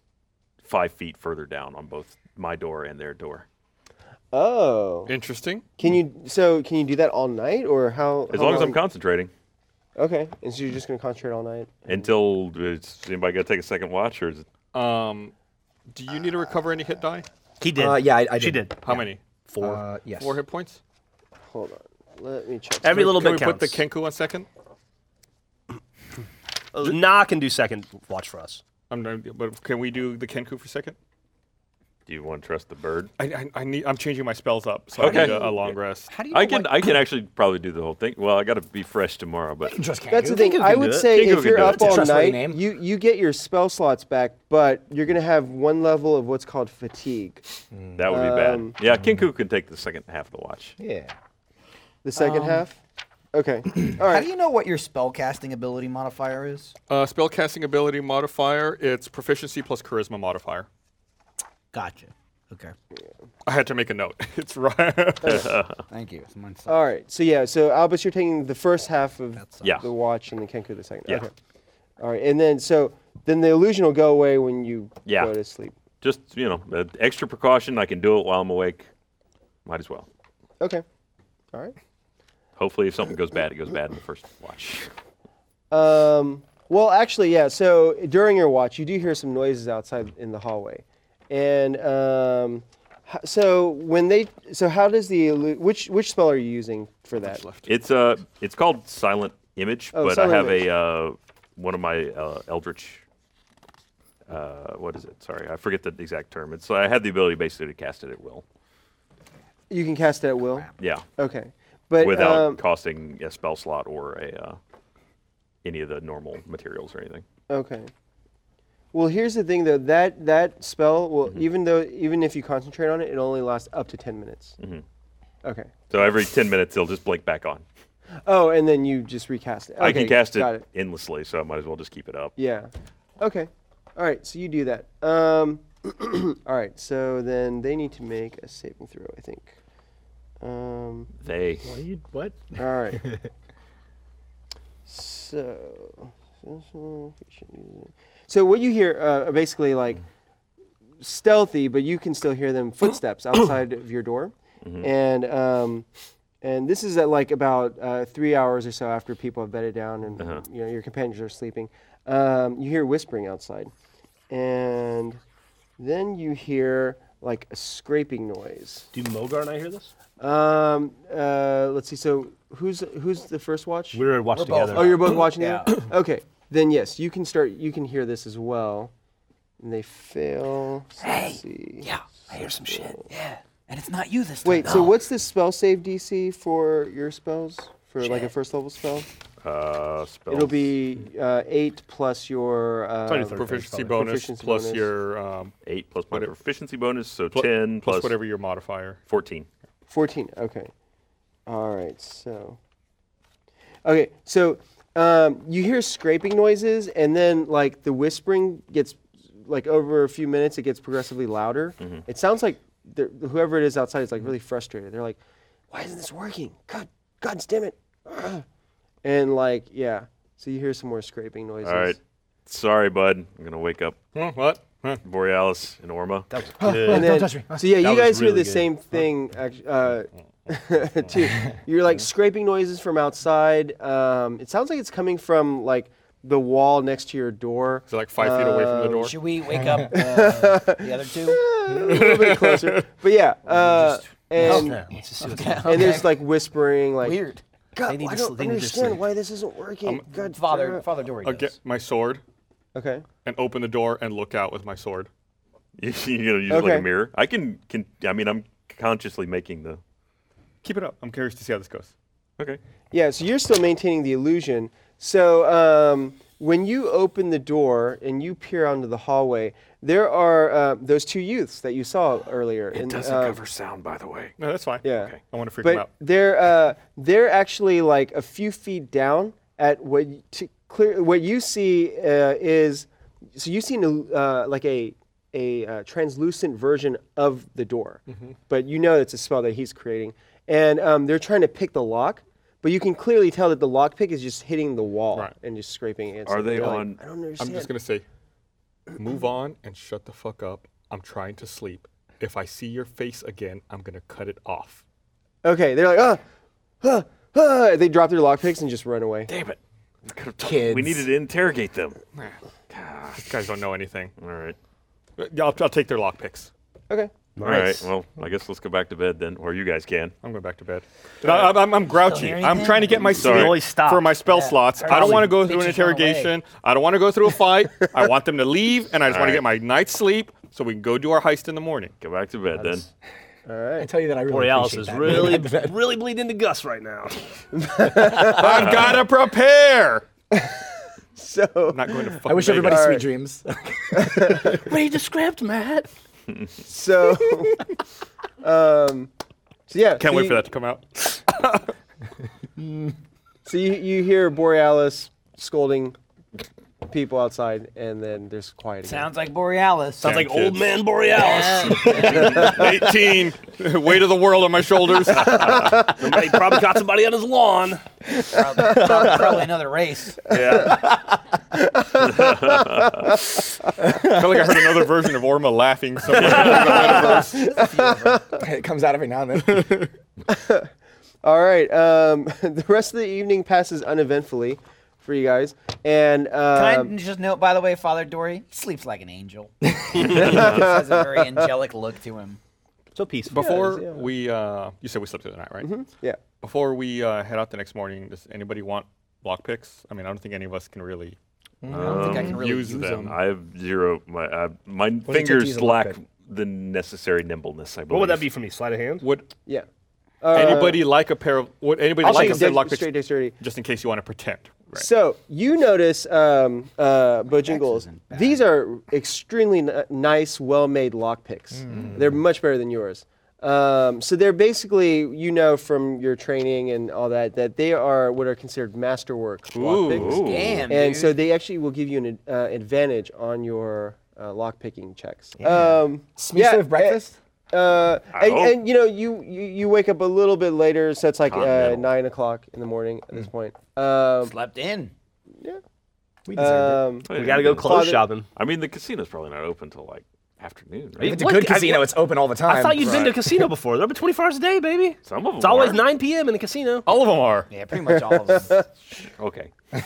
five feet further down on both my door and their door.
Oh.
Interesting.
Can you so can you do that all night or how?
As
how
long as I'm
Oh.
long-
concentrating.
Okay. And so you're just gonna concentrate all night.
Until it's, anybody got to take a second watch, or is it
Um, do you need to recover any hit die?
He did.
Uh, yeah, I- I
She
did.
did.
How many?
Four.
Uh, yes.
Four hit points.
Hold on. Let me check.
Every little
Can
bit
we put
counts.
the Kenku on second?
nah can do second watch for us.
I'm, not- but can we do the Kenku for second?
do you want to trust the bird?
I, I, I need. I'm changing my spells up, so
Okay.
I need a, a long rest.
How do you? Know
I can
what-
I can actually probably do the whole thing. Well, I got to be fresh tomorrow, but
Just can't
That's
do
the thing.
Kingu
I
can
would
do it.
say
Kingu
if
can
you're
do it.
up
It's a
all
trustworthy
night,
name.
you you get your spell slots back, but you're gonna have one level of what's called fatigue.
that would be
Um,
bad. Yeah, Kinku can take the second half of the watch.
yeah.
The second half. Okay. All
How do
right.
you know what your spellcasting ability modifier is?
Uh, spellcasting ability modifier. It's proficiency plus charisma modifier.
Gotcha. Okay.
I had to make a note. It's right.
Thank you. Someone said-
All right. So yeah. So Albus, you're taking the first half of
Yeah.
the watch, and then Kenku the second.
Yeah.
Okay. All right. And then so then the illusion will go away when you
Yeah.
go to sleep.
Just you know, uh, extra precaution. I can do it while I'm awake. Might as well.
Okay. All right.
Hopefully, if something goes bad, it goes bad in the first watch.
Um, well, actually, yeah. So during your watch, you do hear some noises outside in the hallway, and um, h- so when they, so how does the illu- which which spell are you using for that?
It's uh, it's called Silent Image,
Oh,
but
Silent
I have
Image.
a uh, one of my uh, Eldritch. Uh, what is it? Sorry, I forget the exact term. It's I have the ability basically to cast it at will.
You can cast it at will.
Yeah,
Okay, but
without
um,
costing a spell slot or a uh, any of the normal materials or anything.
Okay. Well, here's the thing though. That that spell will
Mm-hmm.
even though even if you concentrate on it, it only lasts up to ten minutes.
Mm-hmm.
Okay.
So every ten minutes, it'll just blink back on.
Oh, and then you just recast it.
I can
Okay,
cast it,
Got it.
endlessly, so I might as well just keep it up.
Yeah. Okay. All right. So you do that. Um, all right. So then they need to make a saving throw, I think. Um,
They
What? do you- what?
all right. so. So what you hear uh, are basically like stealthy, but you can still hear them footsteps outside of your door, and um, and this is at like about uh, three hours or so after people have bedded down and you know your companions are sleeping. Um, you hear whispering outside, and then you hear like a scraping noise.
Do Mogar and I hear this?
Um, uh, let's see. So who's who's the first watch?
We were watched together.
oh, you're both watching.
Yeah.
together? Okay. Then yes, you can start. You can hear this as well. And they fail. So let's see.
Yeah, I hear some shit. Yeah, and it's not you this time.
Wait. So what's the spell save DC for your spells? For like a first level spell,
uh, spell.
it'll be uh, eight plus your.
on your
Um,
third
Proficiency
Proficiency
bonus
bonus.
plus your um,
eight plus my
Whatever.
proficiency bonus, so
pl-
ten
plus
plus
whatever your modifier.
fourteen.
Fourteen. Okay. All right. So. Okay. So um, you hear scraping noises, and then like the whispering gets like over a few minutes, it gets progressively louder.
Mm-hmm.
It sounds like they're- whoever it is outside is like really frustrated. They're like, "Why isn't this working? God, God damn it!" Ugh." And like, yeah. So you hear some more scraping noises.
All right, sorry, bud. I'm gonna wake up
Huh, Hmm, what? Huh.
Borealis and Orma.
And
Don't
then,
touch me. Oh.
so yeah,
That
you
was
guys hear
really
the
good.
same thing act- uh, too. You're like scraping noises from outside. Um, it sounds like it's coming from like the wall next to your door.
Is it like five feet away from
Uh,
the
Um,
door?
Should we wake up uh, the other two?
a little bit closer, but yeah. Uh, and
Let's just do it.
and there's like whispering, like
Weird.
God,
They need
I
to
don't
sl- they need to
understand
sleep."
why this isn't working. God,
Father,
damn
Father Dory.
I'll
Does.
get my sword
it." Okay.
and open the door and look out with my sword.
you know, use it like
Okay.
a mirror. I can, can. I mean, I'm consciously making the.
Keep it up. I'm curious to see how this goes.
Okay.
Yeah, so you're still maintaining the illusion. So um, when you open the door and you peer onto the hallway, there are uh, those two youths that you saw earlier. It
Doesn't
uh,
cover sound, by the way.
No, that's fine.
Yeah.
Okay. I want to freak him
but
out.
they're uh, they're actually like a few feet down at what y- to clear what you see uh, is so you see an, il- uh, like a a uh, translucent version of the door,
Mm-hmm.
but you know it's a spell that he's creating, and um, they're trying to pick the lock, but you can clearly tell that the lock pick is just hitting the wall
Right.
and just scraping against.
Are
it.
they
You're like,
on-
I don't understand.
I'm just gonna say, move on and shut the fuck up. I'm trying to sleep. If I see your face again, I'm gonna cut it off.
Okay, they're like ah, ah, ah. They drop their lock picks and just run away.
Damn it. We could have
Kids.
We needed to interrogate them.
These guys don't know anything.
All right.
Uh, I'll, I'll take their lockpicks.
Okay.
Nice.
All right. Well, I guess let's go back to bed then, or you guys can.
I'm going back to bed. No, I'm, I'm, I'm grouchy.
hearing
I'm
them?
trying to get my
Sorry.
sleep
Always
stop.
for my spell slots. I don't want to go through an
Bitches run away.
interrogation. I don't want to go through a fight. I want them to leave, and I just want to get my night's sleep so we can go do our heist in the morning.
Go back to bed then.
I tell you that I really
Borealis
appreciate
is
that.
really, really bleeding into Gus right now.
I've got to prepare.
So
I'm not going to fucking
I wish
Vegas.
everybody sweet
right.
dreams.
Read the script, Matt.
So, um, so yeah. so
Can't wait
you,
for that to come out.
So you, you hear Borealis scolding people outside, and then there's quiet again.
Sounds like Borealis.
Sounds like old man Borealis.
18. Weight of the world on my shoulders.
Somebody probably got somebody on his lawn.
probably, probably another race.
Yeah.
I feel like I heard another version of Orma laughing somewhere.
it comes out every now and then.
All right. Um, the rest of the evening passes uneventfully for you guys, and
Can
um,
I just note, by the way, Father Dory he sleeps like an angel. he has a very angelic look to him.
So peaceful.
Before we, uh, you said we slept through the night, right?
yeah.
Before we uh, head out the next morning, does anybody want lock picks? I mean, I don't think any of us can really
I don't think I can really use,
use them.
I have zero. My uh, my
take to use
fingers
a lock
lack
pick?
the necessary nimbleness. I believe.
What would that be for me? Sleight of hand?
Would
Yeah.
anybody like a pair of? Would anybody
I'll
like
take
a pair of
dex-
lock picks?
straight dexterity.
Just in case you want to pretend. Right.
So you notice, um, uh, Bojangles,
isn't bad.
these are extremely n- nice, well-made lockpicks.
Mm.
They're much better than yours. Um, so they're basically, you know, from your training and all that, that they are what are considered masterwork lockpicks.
Damn,
And
dude.
so they actually will give you an ad- uh, advantage on your uh, lockpicking checks. Um,
Smee
yeah,
serve breakfast?
Uh, and,
hope.
and you know, you, you you wake up a little bit later, so it's like uh,
Continental. Mm.
nine o'clock in the morning at this point. Um,
Slept in.
we deserved it.
um,
We gotta go clothes shopping.
I mean, the casino's probably not open till like afternoon.
If
Right?
it's a
What?
good
I-
casino, it's open all the time.
I thought you'd been to a casino before. They're open 24 hours a day, baby.
Some of them.
It's always
are.
9 p.m. in the casino.
All of them are.
Yeah, pretty much all of them.
Okay.
All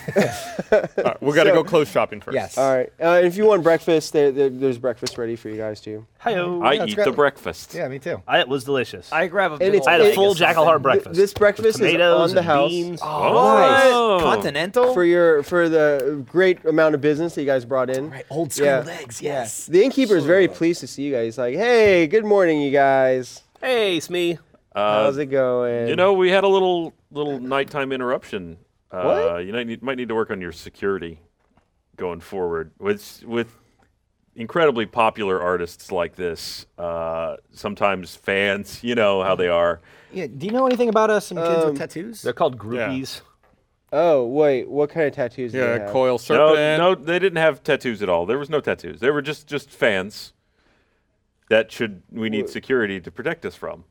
right, we got to go clothes shopping first.
Yes.
All right. Uh, if you want breakfast, there, there, there's breakfast ready for you guys too.
Hi-yo.
I
that's
eat
great.
the breakfast.
Yeah, me too.
I- It was delicious. I,
I grab a big
And it's-
had
old
a
bag
it's-
full
of
Jack o' Heart
something.
breakfast.
this
with
breakfast is
tomatoes
on the
and
house.
Beans.
Oh,
Continental.
For your for the great amount of business that you guys brought in.
Right, old
Yeah.
scrambled eggs. Yes.
The innkeeper is very pleased to see you guys. He's like, hey, good morning, you guys.
Hey, Smee. Uh,
How's it going?
You know, we had a little little nighttime interruption. Uh, you might need, might need to work on your security going forward. With with incredibly popular artists like this, uh, sometimes fans, you know how they are.
Yeah. Do you know anything about uh, some kids with tattoos?
They're called groupies.
Oh wait, what kind of tattoos do they
Yeah,
have?
coil
No,
serpent.
no, they didn't have tattoos at all. There was no tattoos. They were just just fans. That should we need security to protect us from.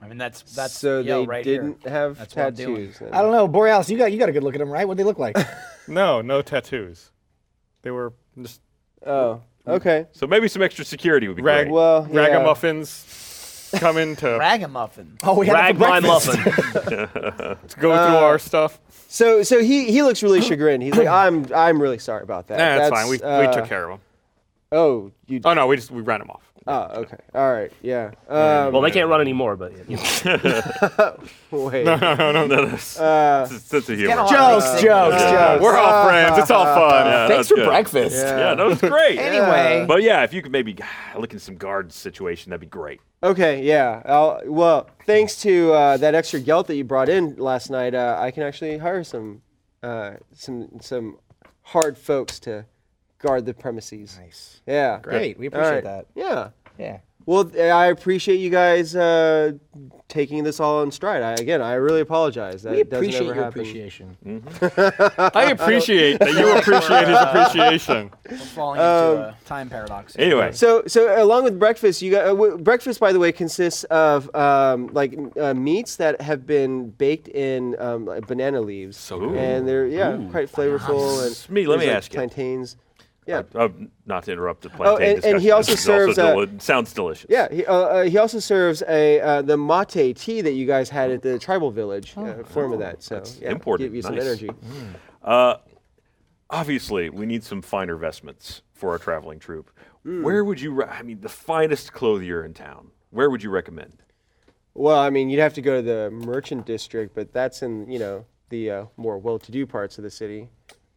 I mean, that's that's
so
yo,
they
right here.
didn't have
That's what I'm doing.
tattoos. then.
I don't know, Borealis. You got you got a good look at them, right? What they look like?
No, no tattoos. They were just
Oh, okay.
So maybe some extra security would be
rag,
great.
Well, yeah.
ragamuffins coming to,
Ragamuffin.
Oh, we had it
Rag
for
my
breakfast.
muffin.
to go through our stuff.
So so he he looks really chagrined. He's like, I'm I'm really sorry about that.
Nah, that's, Eh, fine. We, we
uh,
took care of them.
Oh, you.
Oh no, we just we ran them off.
Oh, okay. All right. Yeah. Um,
Well, they can't run anymore, but
wait.
no, no, that's,
Uh,
that's, that's a humor.
Get on.
Jokes, jokes,
Yeah.
jokes.
We're all friends. It's all fun.
Yeah,
Yeah.
that's
Thanks for
good.
breakfast.
Yeah, that was great.
Anyway,
But yeah, if you could maybe ah, look in some guard situation, that'd be great.
Okay, yeah. I'll, well, thanks to uh, that extra gelt that you brought in last night, uh, I can actually hire some uh, some some hard folks to guard the premises.
Nice.
Yeah.
Great. We
All right.
appreciate that.
Yeah.
Yeah.
Well, th- I appreciate you guys uh, taking this all in stride. I, again, I really apologize. That
We
doesn't
appreciate
ever
your
happen.
appreciation.
I appreciate that you appreciate his appreciation.
we're falling into a time paradox. here.
Anyway,
So, so uh, along with breakfast, you got uh, w- breakfast. By the way, consists of um, like n- uh, meats that have been baked in um, like banana leaves, so
good.
and they're yeah quite flavorful. And
Smee, let
there's,
me
like,
ask you.
plantains. Yeah,
uh, not to interrupt the plantain
Oh, and-
discussion.
and he also
this is
serves, uh,
deli- sounds delicious.
yeah. He, uh, uh, he also serves a uh, the mate tea that you guys had at the tribal village. uh, form of that. So yeah,
Oh, imported.
give you some
Nice.
energy.
Obviously, we need some finer vestments for our traveling troupe. Where would you? Re- I mean, the finest clothier in town. Where would you recommend?
Well, I mean, you'd have to go to the merchant district, but that's in you know the uh, more well-to-do parts of the city.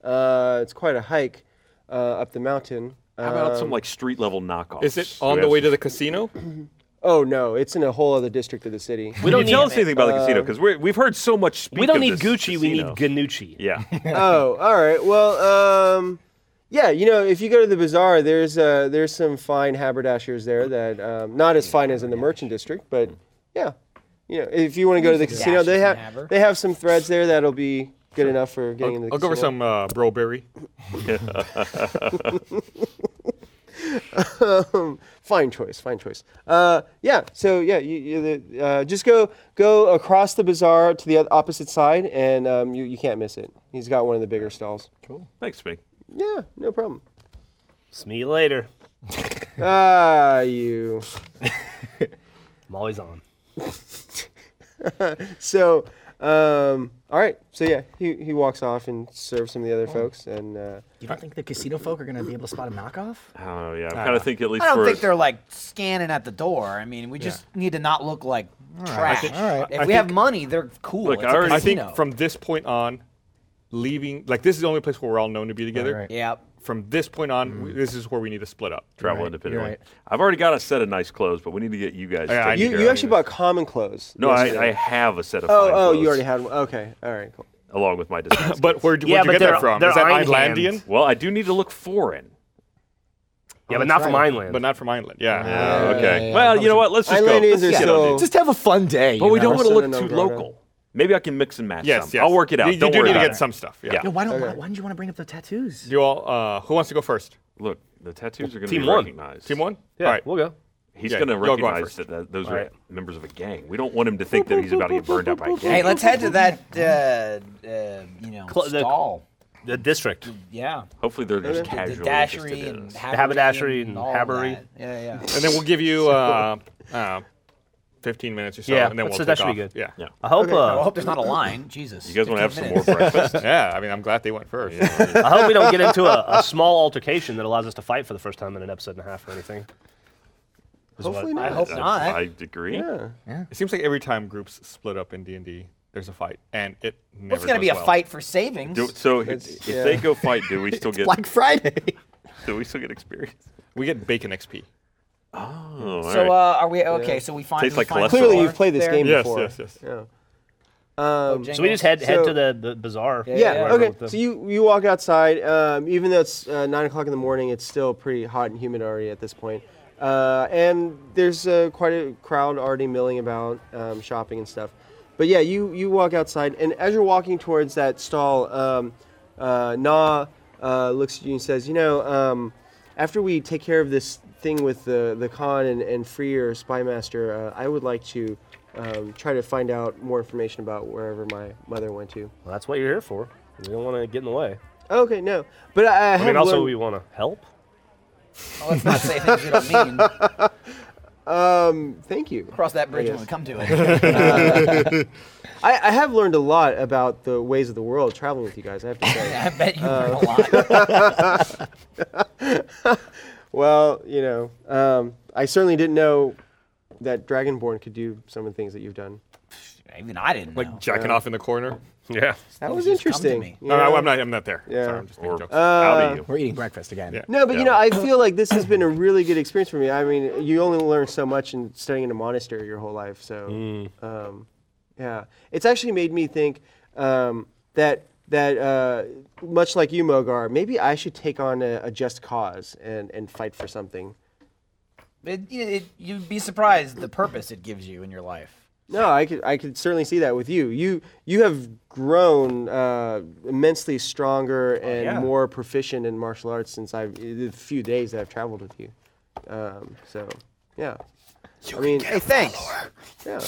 Uh, it's quite a hike uh, up the mountain. Uh,
How about some like street level knockoffs?
Is it
Do we
on the
have
way
some-
to the casino?
oh no, it's in a whole other district of the city.
We don't tell us anything about the casino because we've heard so much. Speak
we don't
of
need
this
Gucci. We need
casino.
Ganucci.
yeah.
oh, all right. Well, um, yeah, you know, if you go to the bazaar, there's uh, there's some fine haberdashers there that um, not as fine as in the merchant district, but yeah, you know, if you want to go to the casino, they
dashes and
have
haber.
they have some threads there that'll be good enough for getting in the
I'll go
casino.
for some uh, Broberry.
Um, fine choice, fine choice. Uh, yeah, so yeah, you, you, the- uh, just go go across the bazaar to the oth- opposite side, and um, you, you can't miss it. He's got one of the bigger stalls.
Thanks, me.
Yeah, no problem.
See you later.
Ah, you.
I'm always on.
so, um, all right. So yeah, he, he walks off and serves some of the
Oh.
other folks, and uh,
You don't think the casino folk are gonna be able to spot a knockoff?
I don't know. Yeah, I'm kind of thinking at least
I don't
for
think they're like scanning at the door. I mean, we just need to not look like trash.
All right.
If
I
we have
think-
money, they're cool.
Look,
it's
I
a
already-
I
casino.
think from this point on, leaving like this is the only place where we're all known to be together.
right.
yeah.
From this point on, we- this is where we need to split up.
travel
You're right,
independently.
you're right.
I've already got a set of nice clothes, but we need to get you guys.
Yeah, I
taken
need
care
you, you
of.
actually bought common clothes.
No, I,
yesterday.
I have a set of.
oh
fine
oh,
clothes
you already had one. Okay, all right, cool.
Along with my disguise.
But where do
Yeah,
where'd you
but
get
they're-
that from?
they're
Is that
Iron
Icelandian?
Hands.
well, I do need to look foreign.
Yeah, but not from
right.
Ireland.
But not from Ireland. Yeah.
okay. well, you know what? Let's just go.
Islandians are
Let's get on
so
it.
Just have a fun day.
But we
you know?
don't want
Persona
to look too
non grata.
local. Maybe I can mix and match
Yes,
some.
yes.
I'll work it out.
You, you
don't
do
worry
need to
about
get
it.
some stuff. Yeah.
Yeah.
Yo, why don't why, why don't you want to bring up the tattoos?
Do you all? Uh, who wants to go first?
Look, the tattoos are going to
Team
be
one.
recognized.
Team one.
yeah,
All right.
we'll go.
He's
Yeah,
going to
y'all go out
recognize that,
first.
that those
All
are
right.
members of a gang. We don't want him to think that he's about to get burned out by a gang.
Hey, let's head to that, uh, uh, you know,
Cl- the-
stall.
The district.
yeah.
Hopefully, they're just
The-
casually
the dashery
interested in
and
us.
haberdashery and
all
habbery.
that. Yeah, yeah.
And then we'll give you uh, uh, 15 minutes or so.
Yeah,
And then
that's-
we'll
that
take
should
off.
be good.
Yeah.
Yeah.
I hope.
I
Uh,
hope there's not a line. Jesus.
You guys want to have some
15
more
minutes.
breakfast?
Yeah. I mean, I'm glad they went first.
I hope we don't get into a, a small altercation that allows us to fight for the first time in an episode and a half or anything. Is what-
Hopefully not.
I hope not.
I, I agree.
Yeah.
It seems like every time groups split up in D and D, there's a fight, and it never.
It's going to
goes
be a
well.
fight for savings.
Do, so if,
It's-
if
yeah.
they go fight, do we still get
Black Friday.
do we still get experience?
We get bacon XP.
Oh, all
so,
right.
uh, are we okay? So we find.
Tastes
we
like
find
cholesterol.
Clearly,
Or
you've played this
there.
game
Yes,
before.
yes, yes.
Yeah. Um,
So we just head head
So-
to the, the bazaar.
yeah.
Yeah,
wherever
Okay.
with the-
So you you walk outside. Um, even though it's uh, nine o'clock in the morning, it's still pretty hot and humid already at this point. Uh, and there's uh, quite a crowd already milling about, um, shopping and stuff. But yeah, you you walk outside, and as you're walking towards that stall, um, uh, Na uh, looks at you and says, "You know, um, after we take care of this thing with the the Khan and, and free your spy master, uh, I would like to." Um, try to find out more information about wherever my mother went to.
Well, that's what you're here for. We don't want to get in the way.
Okay, no, but I, I,
I
have
mean, also
learned-
we want to help.
Well, let's not say things we don't mean.
Thank you.
Cross that bridge when we
Yes.
come to it.
I, I have learned a lot about the ways of the world traveling with you guys. I have to say.
I bet you learn a lot.
well, you know, um, I certainly didn't know that Dragonborn could do some of the things that you've done.
Even I didn't.
Like
know.
jacking off in the corner.
Yeah.
That
Things
was
just come to
interesting.
me.
you
No,
know?
no, I'm not. I'm not there.
Yeah.
Sorry, I'm just making
or
jokes.
out of you.
We're eating breakfast again.
Yeah.
No, but you
Yeah.
know, I feel like this has been a really good experience for me. I mean, you only learn so much in studying in a monastery your whole life. So, um, yeah, it's actually made me think um, that that uh, much like you, Mogar, maybe I should take on a, a just cause and and fight for something.
It, it, it, you'd be surprised the purpose it gives you in your life.
No, I could I could certainly see that with you. You you have grown uh, immensely stronger
Oh,
and
yeah.
more proficient in martial arts since I've the few days that I've traveled with you. Um, so yeah, I mean,
Hey, thanks.
yeah.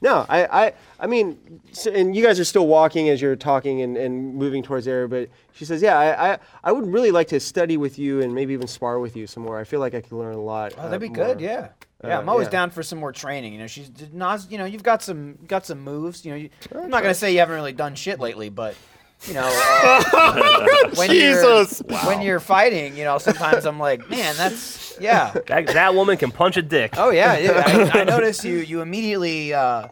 No, I, I, I mean, so, and you guys are still walking as you're talking and, and moving towards the area, but she says, yeah, I, I, I would really like to study with you and maybe even spar with you some more. I feel like I could learn a lot.
Oh, that'd be good. Yeah. Yeah,
Uh,
I'm always
yeah.
down for some more training. You know, she's Nas. You know, you've got some got some moves. You know, you, I'm not gonna say you haven't really done shit lately, but you know, uh, when
Jesus.
you're when you're fighting, you know, sometimes I'm like, man, that's yeah.
That, that woman can punch a dick.
Oh yeah, yeah. I, I notice you. You immediately uh,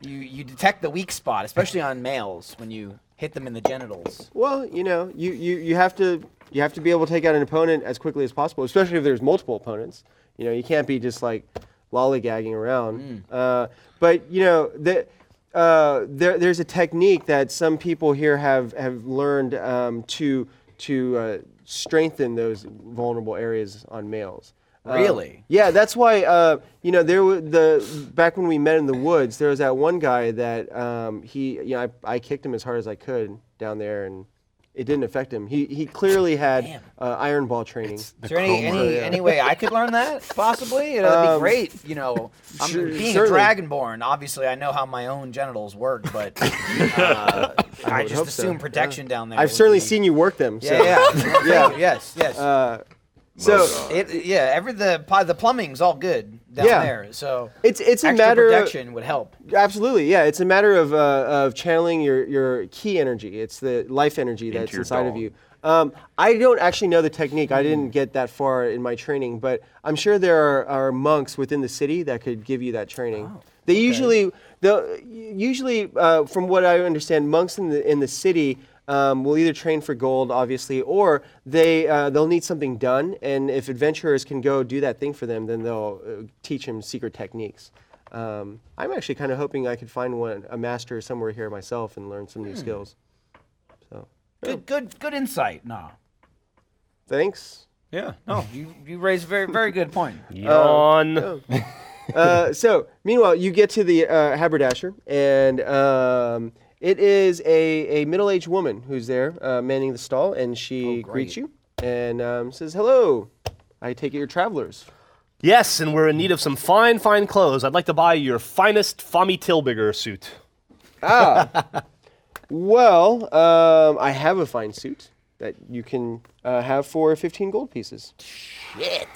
you you detect the weak spot, especially on males when you hit them in the genitals.
Well, you know, you, you, you have to you have to be able to take out an opponent as quickly as possible, especially if there's multiple opponents. You know, you can't be just like lollygagging around. Uh, but you know, the, uh, there, there's a technique that some people here have have learned um, to to uh, strengthen those vulnerable areas on males. Um,
Really?
yeah, that's why uh, you know there were the back when we met in the woods, there was that one guy that um, he you know I, I kicked him as hard as I could down there, and it didn't affect him. He he clearly had
Damn.
uh, iron ball training.
Is there any any, any way I could learn that possibly? It'd be great. You know, I'm
Um, sure-
being a
certainly.
dragonborn. Obviously, I know how my own genitals work, but uh, I,
would
just
hope so,
assume
yeah.
protection down there.
I've
would
certainly
be-
seen you work them. So.
Yeah, yeah,
Yeah. Uh,
yes, yes.
So
it, yeah, every the pi- the plumbing's all good. down
Yeah.
there. So
It's- it's a
extra
matter of-
protection would help.
Absolutely, yeah. It's a matter of, uh, of channeling your, your key energy. It's the life energy that's
your
inside of
dong.
you. Um, I don't actually know the technique. I didn't get that far in my training, but I'm sure there are, are monks within the city that could give you that training. they usually, the usually, uh, from what I understand, monks in the in the city um, will either train for gold, obviously, or they uh, they'll need something done. And if adventurers can go do that thing for them, then they'll uh, teach them secret techniques. Um, I'm actually kind of hoping I could find one, a master somewhere here myself, and learn some new skills. So,
Good, good, good insight. No.
thanks.
Yeah. No. You you raise a very very good point.
Yawn.
oh, Uh, so, meanwhile, you get to the uh, haberdasher, and um, it is a, a middle aged woman who's there uh, manning the stall, and she greets you and um, says, "Hello, I take it you're travelers."
Yes, and we're in need of some fine, fine clothes. I'd like to buy your finest Fami Tilbiger suit.
Well, um, I have a fine suit that you can uh, have for 15 gold pieces.
Shit.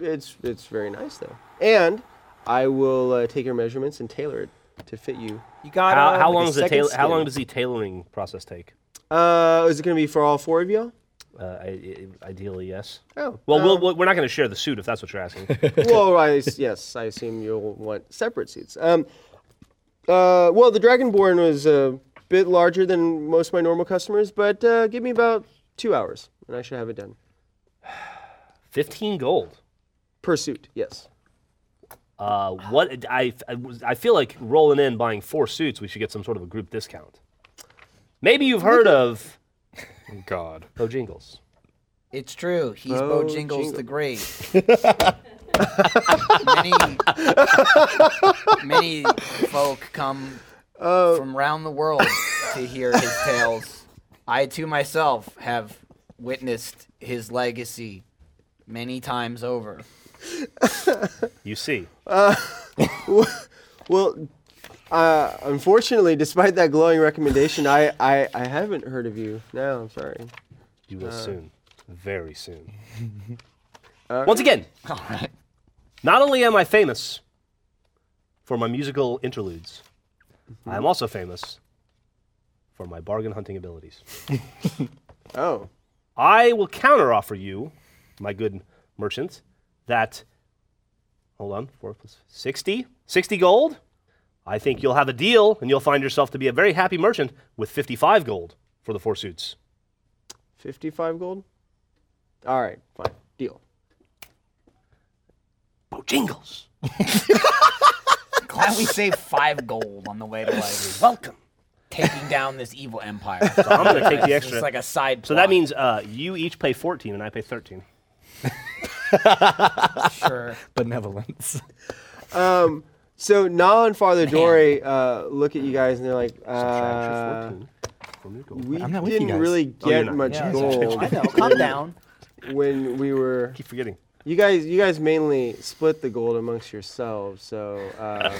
It's it's very nice though, and I will uh, take your measurements and tailor it to fit you.
You got
How,
uh,
how long
a
is the
second
tail- How
skin.
long does the tailoring process take?
Uh, is it going to be for all four of y'all?
Uh, I- I- ideally, yes.
Oh,
Well,
um,
we'll, we'll we're not going to share the suit if that's what you're asking.
well, I, yes, I assume you'll want separate seats. Um, uh, well, the Dragonborn was a bit larger than most of my normal customers, but uh, give me about two hours, and I should have it done.
Fifteen gold.
Per suit, yes.
Uh, what I, I was- I feel like rolling in buying four suits, we should get some sort of a group discount. Maybe you've heard of
God.
Bojangles.
It's true. He's
Bo
Oh,
Bo Jingles
Jingle-
the Great. many, many folk come
Oh.
from round the world to hear his tales. I too myself have witnessed his legacy many times over.
You see,
Well, uh, unfortunately, despite that glowing recommendation, I, I, I haven't heard of you. No, I'm sorry.
you
Uh,
will soon, very soon. Once again,
Uh, All right.
Not only am I famous for my musical interludes, I
Mm-hmm.
am also famous for my bargain hunting abilities.
Oh,
I will counteroffer you, my good merchant, that hold on, four plus 60, 60 gold. I think you'll have a deal and you'll find yourself to be a very happy merchant with 55 gold for the four suits.
55 gold? All right, fine. Deal.
Bojingles,
Glad we saved five gold on the way to like
welcome.
taking down this evil empire.
I'm going to take the
It's
extra.
just like a side.
so that means uh, you each pay 14 and I pay 13.
sure.
Benevolence.
Um, So Na and Father Dory uh, look at you guys and they're like, uh,
Subtraction 14 from your gold.
we
I'm not with you
didn't
guys.
really get
not.
much
Oh, Yeah,
gold
I know. Calm down.
when we were.
keep forgetting.
You guys, you guys mainly split the gold amongst yourselves. So uh,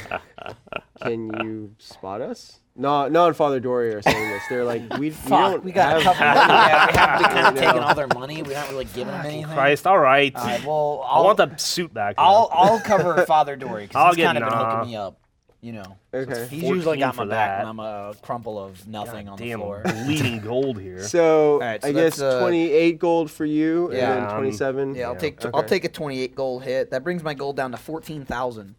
can you spot us? Na, Na and Father Dory are saying this. They're like, we, we
Fuck,
don't
we got a
have.
couple. yeah, we haven't kind of
No.
taken all their money. We're not really giving them anything.
Christ, all right.
All right, well,
I
I'll,
want the suit back.
I'll,
though.
I'll cover Father Dory
I'll
because he's
get
kind of been
nah.
hooking me up. You know,
Okay.
he's
14
usually got my
for
back when
that.
I'm a crumple of nothing on the
Damn,
floor.
bleeding gold here.
So,
right, so
I
that's,
guess
uh,
28 gold for you,
Yeah,
and then
um,
27.
Yeah, I'll take
Okay.
I'll take a 28 gold hit. That brings my gold down to 14,000.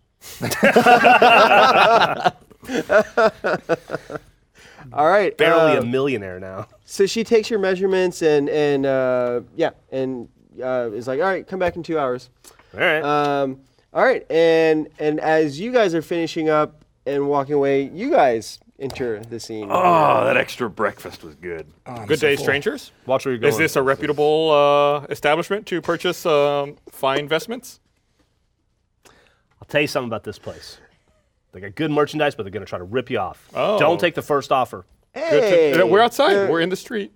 All right.
Barely
uh,
a millionaire now.
So she takes your measurements and and uh, yeah, and uh, is like, all right, come back in two hours.
All right.
Um, all right, and and as you guys are finishing up and walking away, you guys enter the scene.
Oh, that extra breakfast was good.
Good day, strangers.
Watch where you're going.
Is this a reputable uh, establishment to purchase um, fine investments?
I'll tell you something about this place. They got good merchandise, but they're going to try to rip you off.
Oh.
Don't take the first offer.
Good to-
Hey,
No, we're outside.
uh,
We're in the street.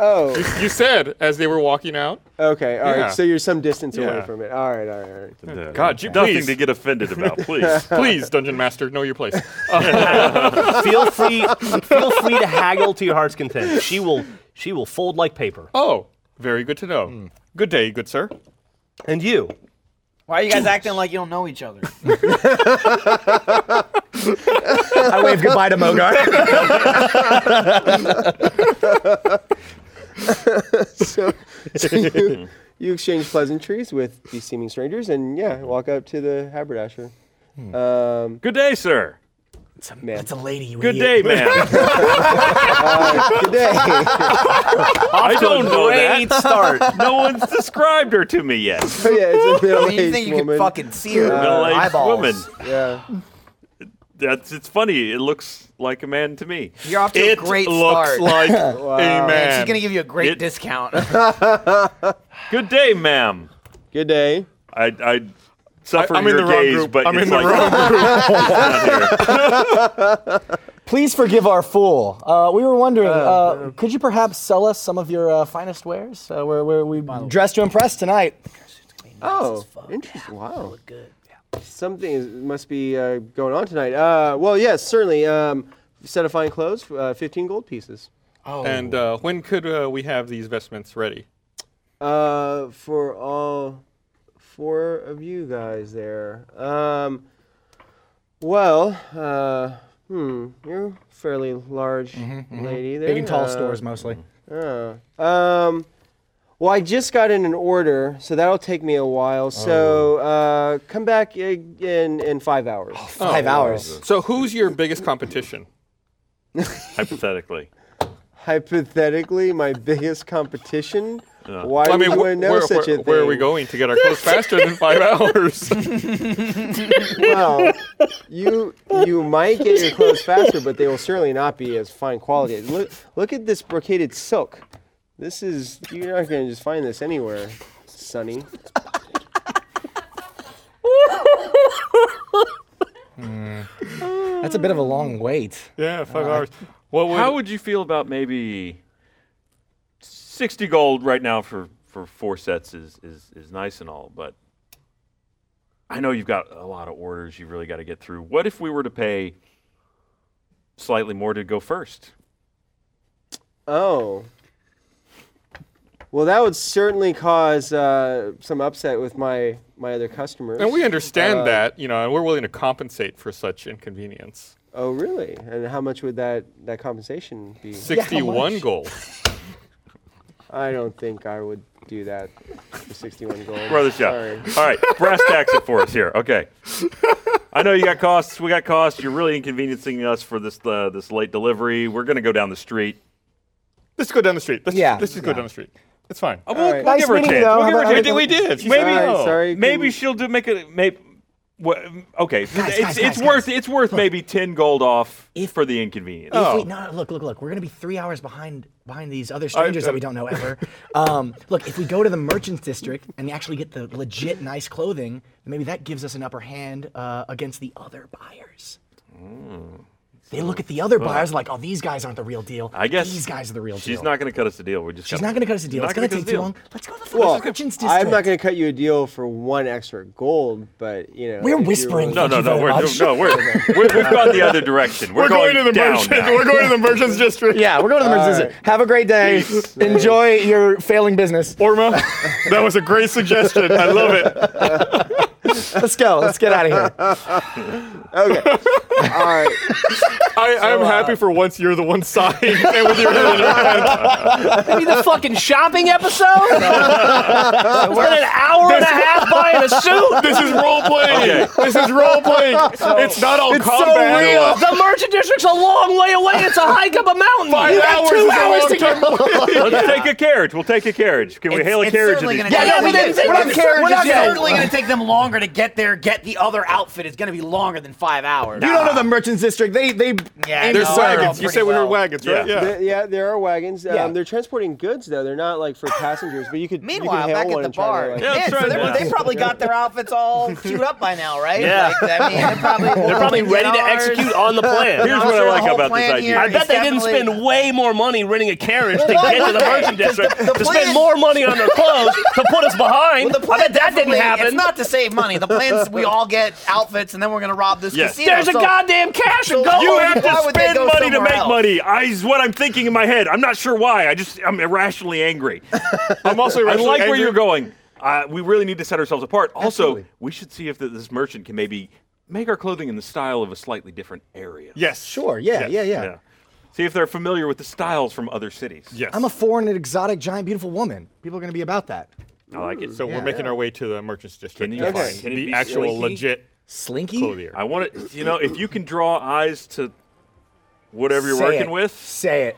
oh,
You said as they were walking out.
okay, all right.
Yeah.
So you're some distance away
Yeah.
from it. All right, all right, all right.
Uh,
God, you-
nothing
please.
to get offended about, please.
Please, Dungeon Master, know your place.
feel free, feel free to haggle to your heart's content. She will, she will fold like paper.
Hmm.
Oh, very good to know. Good day, good sir.
And you.
Why are you guys acting like you don't know each other?
I wave goodbye to Mogar.
so, so you, you exchange pleasantries with these seeming strangers, and yeah, walk up to the haberdasher. Um,
Good day, sir.
It's
Man.
a, it's a lady. You
Good day,
idiot.
ma'am.
good day.
I don't know
Great
that.
start.
No one's described her to me yet.
Oh, yeah, it's a
I mean, you
middle-aged
think you
woman.
can fucking see her
uh,
Middle-aged
eyeballs?
woman.
yeah.
That's it's funny. It looks like a man to me.
You're off to
It
a great
looks
start.
like
Uh,
a
And
man.
she's gonna give you a great
It-
discount.
Good day, ma'am.
Good day.
I I suffer
I- I'm in
your
the wrong
gaze,
group.
but
I'm
it's
in the
like
wrong group.
Please forgive our fool. Uh, we were
Oh,
wondering, uh, could you perhaps sell us some of your uh, finest wares? Uh, we're, we're, we dressed to impress tonight.
Oh, interesting. Wow. Something is, must be uh, going on tonight. Uh, well, yes, certainly. Um, set of fine clothes, uh, 15 gold pieces.
And uh, when could uh, we have these vestments ready?
Uh, for all four of you guys there. Um, well, uh, hmm, you're a fairly large lady there.
Mm-hmm, Big and tall
Uh,
stores mostly.
Uh, um, well, I just got in an order, so that'll take me a while. So
Oh.
uh, come back i- in in five hours.
Five
Oh,
hours.
So who's your biggest competition?
hypothetically.
Hypothetically, my biggest competition. Why
Well,
would
wh-
I know
where,
such
where-
a thing?
where are we going to get our clothes faster than five hours?
Well, you you might get your clothes faster, but they will certainly not be as fine quality. Look look at this brocaded silk. This is you're not gonna just find this anywhere, Sonny.
That's a bit of a long wait.
yeah, five
Uh,
hours. What would,
How would you feel about maybe sixty gold right now for, for four sets is, is, is nice and all, but I know you've got a lot of orders you really gotta get through. What if we were to pay slightly more to go first?
Oh. Well, that would certainly cause uh, some upset with my my other customers.
and we
Uh,
understand that, you know, and we're willing to compensate for such inconvenience.
oh, really? And how much would that that compensation be?
Sixty-one gold.
I don't think I would do that for 61 gold.
Brother Shop.
Sorry.
All right, brass tacks it for us here. Okay. I know you got costs. We got costs. You're really inconveniencing us for this uh, this late delivery. We're gonna go down the street.
Let's go down the street. Let's,
Yeah,
Let's just go
yeah.
down the street. It's fine.
Oh, we'll,
right.
we'll
Nice
give her a
meeting you,
chance.
though.
We'll give her
Have a-
a chance.
we did. She's
Maybe-
fine.
Sorry, sorry.
Maybe
couldn't-
she'll do make a maybe. okay, it's,
guys,
it's
guys,
worth
guys.
it's worth maybe ten gold off
If-
for the inconvenience. Oh.
If we, no, no, look, look, look. We're gonna be three hours behind behind these other strangers that we don't know ever. um, look, if we go to the merchants district and actually get the legit nice clothing, then maybe that gives us an upper hand uh, against the other buyers.
Mm.
They look at the other buyers like, oh, these guys aren't the real deal.
I guess
these guys are the real
she's
deal.
not going to cut us a deal. We just
She's
gotta-
not gonna cut us a deal.
not
It's gonna,
gonna
take
cut
too
us a
long.
deal.
Let's go to the fucking
Well,
merchants district.
I'm not going to cut you a deal for one extra gold, but you know.
We're
if you
whispering.
were-
No,
Thank
no, no.
you very
We're, no,
much.
no, we're, we're we've gone the other direction. We're, down now.
going to the merchants district.
yeah, we're going to the merchants district. Have a great day. Enjoy your failing business.
Orma, that was a great suggestion. I love it.
Let's go. Let's get out of here.
All right.
I, I'm
uh,
happy for once you're the one sighing and with your head in your hand.
Maybe the fucking shopping episode? We're an hour and a half buying a suit.
This is role playing.
Okay.
This is role playing. it's not all combat.
The merchant district's a long way away. It's a hike up a mountain.
Five
You got
hours
two
is a
hours
long
to get
time.
Let's take a carriage. We'll take a carriage. Can we hail a
it's
carriage?
certainly
at
gonna
these-
take-
Yeah, no, we
it's-
didn't think
we're
of
not-
carriages
We're not
yet.
certainly going to take them longer to get there. Get the other outfit. It's going to be longer than five hours.
You don't know the merchants district. They they
Yeah,
There's
no, I know
wagons. You
pretty
said we heard
well.
wagons, right?
Yeah.
Th- yeah, there are wagons. Um,
Yeah.
They're transporting goods though. They're not like for passengers, but you could. you
Meanwhile,
could hail
back at
one
the
and try to,
bar,
like-
Yeah,
man,
that's
so
right,
they're-
yeah.
they probably got their outfits all queued up by now, right?
Yeah.
Like, I mean, they're probably,
They're probably ready to execute on the plan.
Here's
I'm
what
sure
I
the
like
whole
about this
plan
idea.
here
I
I
is
bet they didn't
definitely-
spend way more money renting a carriage to
why
get to
would
the
they?
merchant
'Cause the-
district
the
to
plan-
spend more money on their clothes to put us behind.
The plan
I bet that didn't
definitely-
happen.
It's not to save money. The plan's we all get outfits and then we're gonna rob this
Yes.
casino.
There's a
so-
goddamn cash and gold.
You
Why
have to
would they
spend
go
money to
somewhere
make
else?
money. I, is what I'm thinking in my head. I'm not sure why. I just I'm irrationally angry.
I'm also
I
irrationally
like where
angry.
you're going. Uh, we really need to set ourselves apart. Also,
Absolutely.
we should see if th- this merchant can maybe make our clothing in the style of a slightly different area.
Yes.
Sure. Yeah, yeah, yeah.
Yeah. See if they're familiar with the styles from other cities.
Yes.
I'm a foreign and exotic, giant, beautiful woman. People are going to be about that.
I like it.
so we're making our way to the merchants district
Can you
to
find-
find
can it
the
be
actual
slinky?
legit
Slinky.
clothier.
I want it. You know, if you can draw eyes to whatever you're
Say
working
it.
with,
Say it.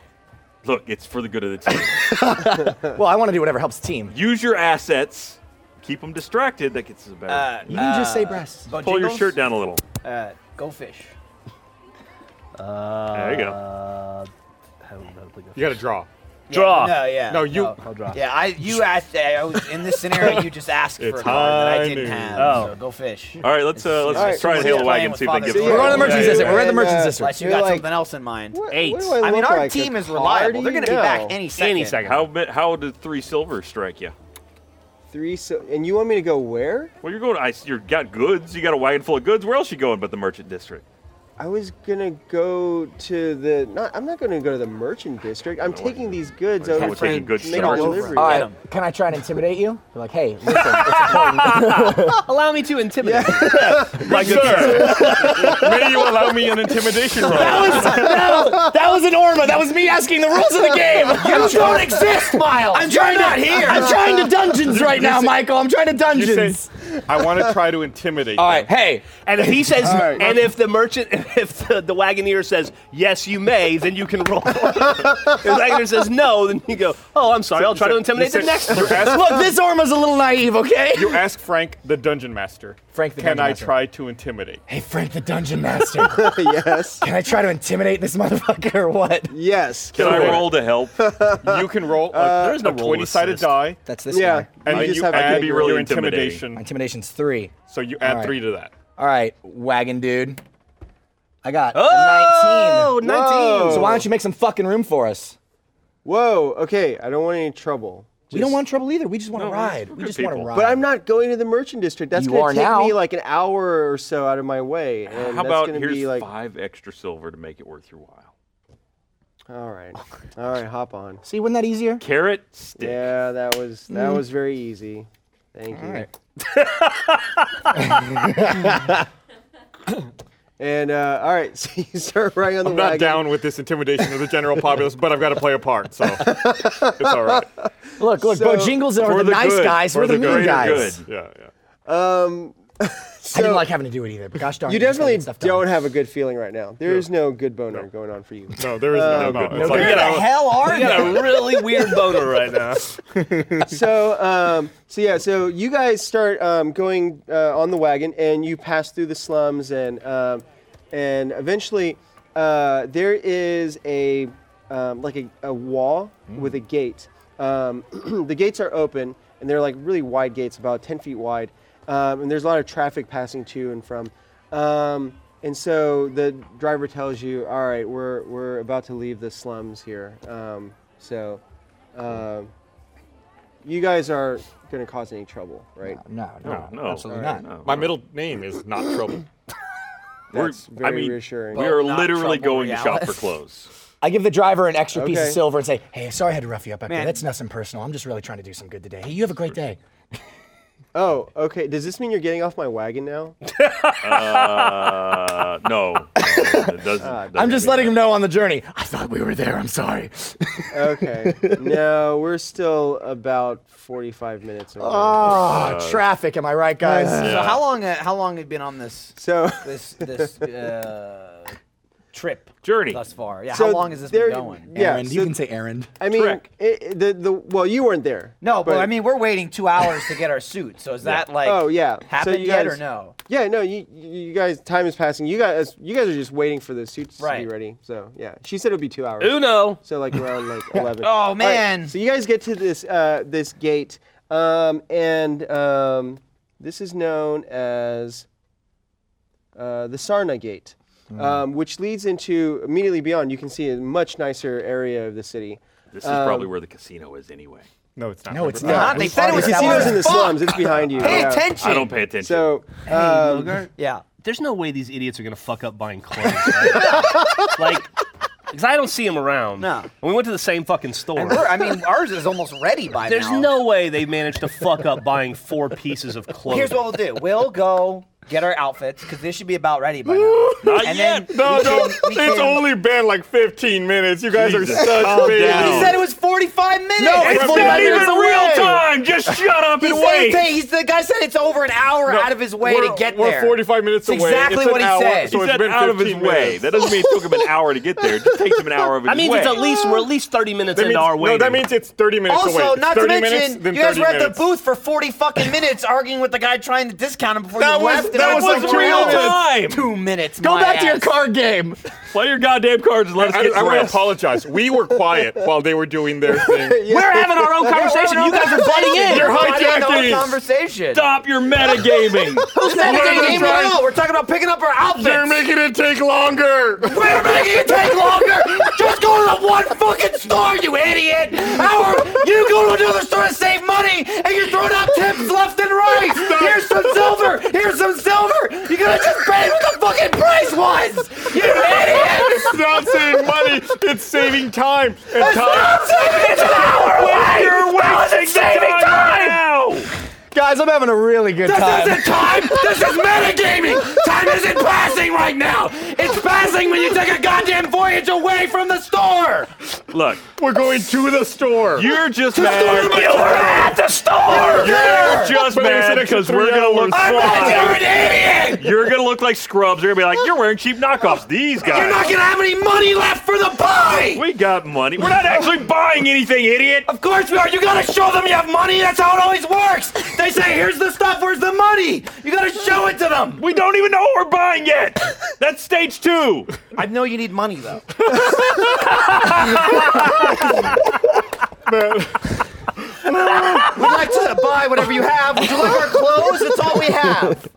look, it's for the good of the team.
Well, I want to do whatever helps the team.
Use your assets. Keep them distracted. That gets us better.
Uh,
You can just say breasts.
Bo
Pull your
Jingles?
shirt down a little.
Uh, go fish.
there you go.
Uh, I don't know how to play
you got to draw.
Draw.
No, yeah.
No, you.
I'll draw.
Yeah, I you asked. I was, in this scenario, you just asked for
It's
a card that I
high
didn't
noon.
have.
Oh.
So go fish.
All right, let's uh, let's
All right,
try and
someone's
hail a
playing
wagon and
with
see if they
Father
give
Zeus.
us-
We're on the
Yeah,
merchants
yeah,
district. We're
yeah.
in the merchants
And, uh,
district.
Unless you
You're
got
like-
something else in mind.
What-
Eight.
what do I
I mean,
look
our
like?
team is
A
reliable.
party?
They're going to be
No.
back any second.
Any second.
How mi- how did three silver strike you?
Three. So, and you want me to go where?
Well, you're going. I you got goods. You got a wagon full of goods. Where else you going but the merchant district?
I was gonna go to the. Not, I'm not gonna go to the merchant district. I'm taking these goods
Like,
over
we're
to
taking goods to
make
the
a
merchant.
delivery.
All
Get 'em.
right. Can I try and intimidate you? You're like, hey, listen, it's important.
Allow me to intimidate. you.
My good sir, may you allow me an intimidation roll?
That was an Orma. That was me asking the rules of the game. You don't exist, Miles. I'm trying to, here. I'm trying to dungeons right now, Michael. I'm trying to
You
dungeons.
say, I want to try to intimidate.
All right, hey.
And if he says,
right.
and if the merchant, if the, the wagoneer says, yes, you may, then you can roll. if the wagoneer says no, then you go, oh, I'm sorry, I'll try to intimidate the
say-
next
you
one.
ask-
Look, this Orma's a little naive, okay?
You ask Frank, the dungeon master.
Frank the
Can
dungeon
I
master.
try to intimidate?
hey, Frank the Dungeon Master. Can
yes.
I try to intimidate this motherfucker or what?
Yes.
Can I roll to help?
You can roll a,
there's no
a
roll
20 sided
assist.
die,
That's this
Yeah.
guy.
and
you
then
just
you
have to
add
take
be
your-
really
your
intimidating.
intimidation.
Intimidations three.
So you add
Alright.
three to that.
All right, wagon dude. I got
Oh,
a 19.
19.
Whoa.
So why don't you make some fucking room for us?
Whoa. Okay. I don't want any trouble.
we don't want trouble either. We just want to
No, we're-
ride.
we're
We
good
just want to
people.
ride.
But I'm not going to the merchant district. That's
You
gonna
are
take
now.
me like an hour or so out of my way. And
How
that's
about
gonna
here's
be like
five extra silver to make it worth your while?
all right. All right, hop on.
See, wasn't that easier?
Carrot stick.
Yeah, that was that was very easy. Thank you. And uh, all right, so you start riding on the
I'm
wagon.
not down with this intimidation of the general populace, but I've got to play a part, so it's all right.
Look, look,
So-
Bo Jingles are
For
the,
the
nice
good,
guys.
for
We're the,
the
mean
greater
guys.
good.
Yeah, yeah.
I
So-
didn't like having to do it either, but gosh darn
You
it, just gotta
definitely
get stuff done.
don't have a good feeling right now. There is no good boner going on for you.
No, there is no, no,
good
It's
one.
like,
No
Where the
Oh, you know,
hell are
You
they?
got a really weird boner right now.
so um, so yeah, so you guys start um, going uh, on the wagon, and you pass through the slums, and um, and eventually uh, there is a um, like a, a wall with a gate. Um, the gates are open, and they're like really wide gates, about ten feet wide, um, and there's a lot of traffic passing to and from. Um, and so the driver tells you, "All right, we're we're about to leave the slums here." Um, so. Um, you guys are gonna cause any trouble, right?
No,
No,
no,
Oh, no,
absolutely
no,
not.
no.
my middle name is not trouble.
We're-
That's very
I mean,
reassuring.
We are
Well, not
literally
trouble,
going to shop for
Realis.
clothes.
I give the driver an extra piece of
Okay.
silver and say, "Hey, sorry I had to rough you up. Up there.
Man.
That's nothing personal. I'm just really trying to do some good today. Hey, you have a great day."
Oh, okay. Does this mean you're getting off my wagon now?
Uh, no, no, it doesn't.
I'm just letting him know on the journey. I thought we were there. I'm sorry.
Okay. no, we're still about 45 minutes away.
Ah.
Oh, traffic. Am I right, guys?
So
Uh-huh.
how long? Uh, how long have you been on this
so,
this this uh, trip
Journey.
thus far? Yeah.
so
how long has this been
there-
going?
Yeah,
Errand.
so-
you can say errand.
I mean,
Trek.
it, it- the the well, you weren't there.
No, but, I mean, we're waiting two hours to get our suit. So is that like?
Oh yeah.
Happened
so you
yet
guys,
or no?
Yeah, no. You you you guys, time is passing. You guys, you guys are just waiting for the suits to
Right.
be ready. So yeah, she said it would be two hours.
Uno.
So like around like eleven.
Oh man.
So you guys get to this uh, this gate, um, and um, this is known as uh, the Sarna Gate,
Hmm.
um, which leads into immediately beyond. You can see a much nicer area of the city.
This is probably where the casino is anyway.
No, it's not.
No, it's
Remember-
not.
They said it
The
was
That
casino's
was-
in the
Fuck!
slums. It's behind you.
Pay
yeah.
attention.
I don't pay attention.
So, um,
Yeah.
There's no way these idiots are going to fuck up buying clothes. right? like, Because I don't see him around.
No.
And we went to the same fucking store.
We're- I mean, ours is almost ready by
There's
now.
no way they managed to fuck up buying four pieces of clothing.
Here's what we'll do. We'll go get our outfits because this should be about ready by now.
Not
And
yet.
then
No,
we
no,
can- we
it's
can-
only been like 15 minutes. You guys
Jesus. Calm
are such
down.
babies.
He said it was 45 minutes.
No,
It's
It's
not
45
even
minutes
real
away.
time. Just shut up
He
and
said
wait.
it's, he's the guy said it's over an hour out of his way
we're,
to get
we're
there.
45 minutes
It's
away.
exactly
It's an
what he
hour,
said.
So
he
it's
said
been
out of
15
his
minutes.
way. That doesn't mean it took him an hour to get there. It just takes him an hour of his
That means
way.
it's at least we're at least 30 minutes
That
into
means,
our waiting.
no, that means it's 30 minutes away.
Also,
It's
not to
30
mention,
minutes, then
you guys
30
were at
minutes.
the booth for 40 fucking minutes arguing with the guy trying to discount him before
That
you
was-
left. and
that
I
was
like,
like
"Two
real
minutes."
time.
Two minutes.
Go
my
back to your
ass.
card game.
Play your goddamn cards and let us
I,
get
I want to
dressed.
apologize. We were quiet while they were doing their thing.
we're having our own conversation. you guys are butting in.
You're
Why do you have
hijacking.
no conversation.
Stop your metagaming.
Who's that
We're
game
gonna
at
try-
all? We're talking about picking up our outfits.
They're making it take longer.
We're making it take longer. Just go to the one fucking store, you idiot. Our, you go to another store to save money, and you're throwing out tips left and right. Here's some silver. Here's some silver. You could have just paid what the fucking price was. You idiot.
It's not saving money. It's saving time. And
It's
time.
not saving. It's an hour away.
You're wasting
saving
time,
time.
now.
Guys, I'm having a really good time.
This isn't time. This is metagaming. Time isn't passing right now. It's passing when you take a goddamn voyage away from the store.
Look,
We're going to the store.
you're just mad.
You were at the store.
You're just
But
mad
it was an extra
because we're
three
gonna look
hours.
fly.
an idiot.
You're gonna look like scrubs. You're gonna be like, you're wearing cheap knockoffs. These guys.
gonna have any money left for the pie.
we got money. We're not actually buying anything, idiot.
Of course we are. You gotta show them you have money. That's how it always works. They say, "Here's the stuff. Where's the money?" You gotta show it to them.
We don't even know what we're buying yet. That's stage two.
I know you need money though. We'd like to buy whatever you have. Would you like our clothes? That's all we have.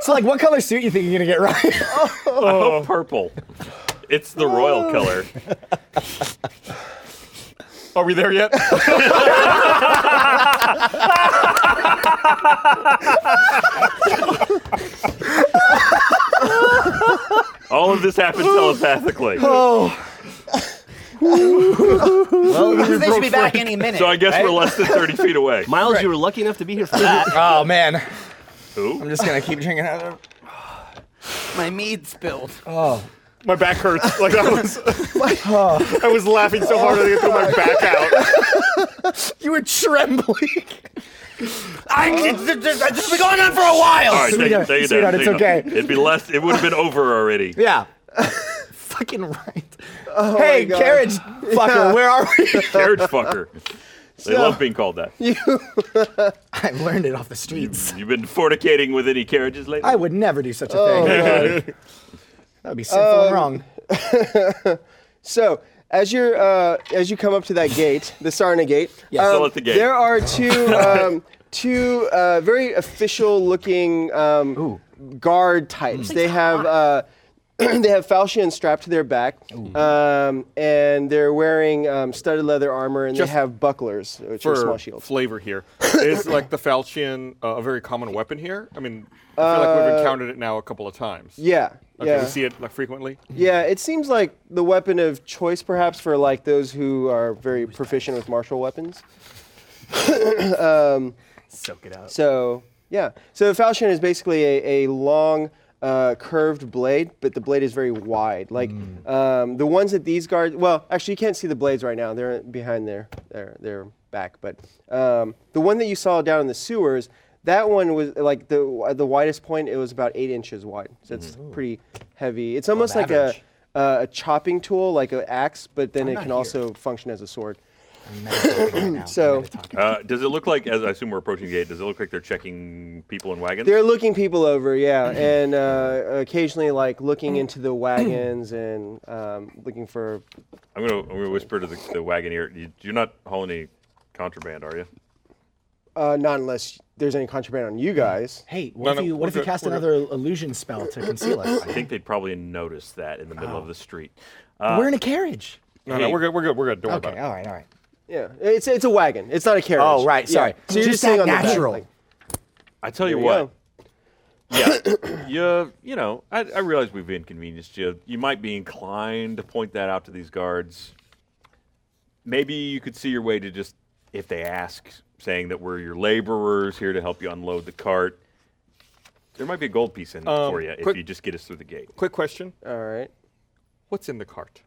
So, like, what color suit you think you're gonna get right?
Oh, purple. It's the
Oh.
royal color.
Are we there yet?
All of this happens telepathically.
Oh.
they should be back any minute.
So I guess we're less than 30 feet away.
Miles, you were lucky enough to be here for that.
oh man, I'm
Ooh.
just gonna keep drinking. out of-
My mead spilled.
my back hurts. Like I was, I was laughing so hard I could throw my back out.
You were trembling.
I, this has been going on for a while.
All right, take,
Sweetheart,
it, take it down.
sweetheart,
take
it's
it down.
okay.
It'd be less. It would have been over already.
Yeah. Oh Fucking right. hey,
God.
carriage fucker, where are we?
Carriage fucker. They love being called that.
I learned it off the streets.
You've been fornicating with any carriages lately?
I would never do such a
Oh,
thing. That would be sinful
Um,
and wrong.
So as you're uh, as you come up to that gate, the Sarna gate, um,
Still at the gate.
there are two um, two uh, very official looking um, guard
Hmm.
types. They have uh, they have falchions strapped to their back, um, and they're wearing um, studded leather armor, and
Just
they have bucklers, uh, which are small
For
shields.
flavor here, is like the falchion uh, a very common weapon here? I mean, I feel like we've encountered it now a couple of times.
Yeah,
Okay,
yeah,
we see it like frequently.
yeah. It seems like the weapon of choice, perhaps, for like those who are very proficient with martial weapons.
Soak it up.
So yeah, so a falchion is basically a, a long uh, curved blade, but the blade is very wide. Like um, the ones that these guards, well, actually you can't see the blades right now; they're behind their their their back. But um, the one that you saw down in the sewers, that one was like the the widest point. It was about eight inches wide, so it's pretty heavy. It's almost like a
average.
uh, a chopping tool, like an axe, but then it can also function as a sword. So
Uh, does it look like, as I assume we're approaching the gate, does it look like they're checking people in wagons?
They're looking people over, yeah, and uh, occasionally like looking into the wagons and um, looking for.
I'm gonna, I'm gonna whisper to the, the wagoneer. You, you're not hauling any contraband, are you?
Uh, not unless there's any contraband on you guys.
Hey,
No,
what
no,
if you what
we're
if you
good,
cast
we're
another illusion spell to conceal us?
I think they'd probably notice that in the
Oh.
middle of the street.
Uh,
we're in a carriage.
No, no, we're good. We're good. We're good. Don't worry
Okay,
about
all right, all right.
Yeah, it's it's a wagon. It's not a carriage.
Oh, right, sorry.
Yeah. So you're just,
Just
sitting on
act
the back,
natural.
like-
I tell you
There you
what. Yeah, you, you know, I, I realize we've inconvenienced you. You might be inclined to point that out to these guards. Maybe you could see your way to just, if they ask, saying that we're your laborers here to help you unload the cart. There might be a gold piece in it for you if
quick-
you just get us through the gate.
Quick question:
All right.
What's in the cart?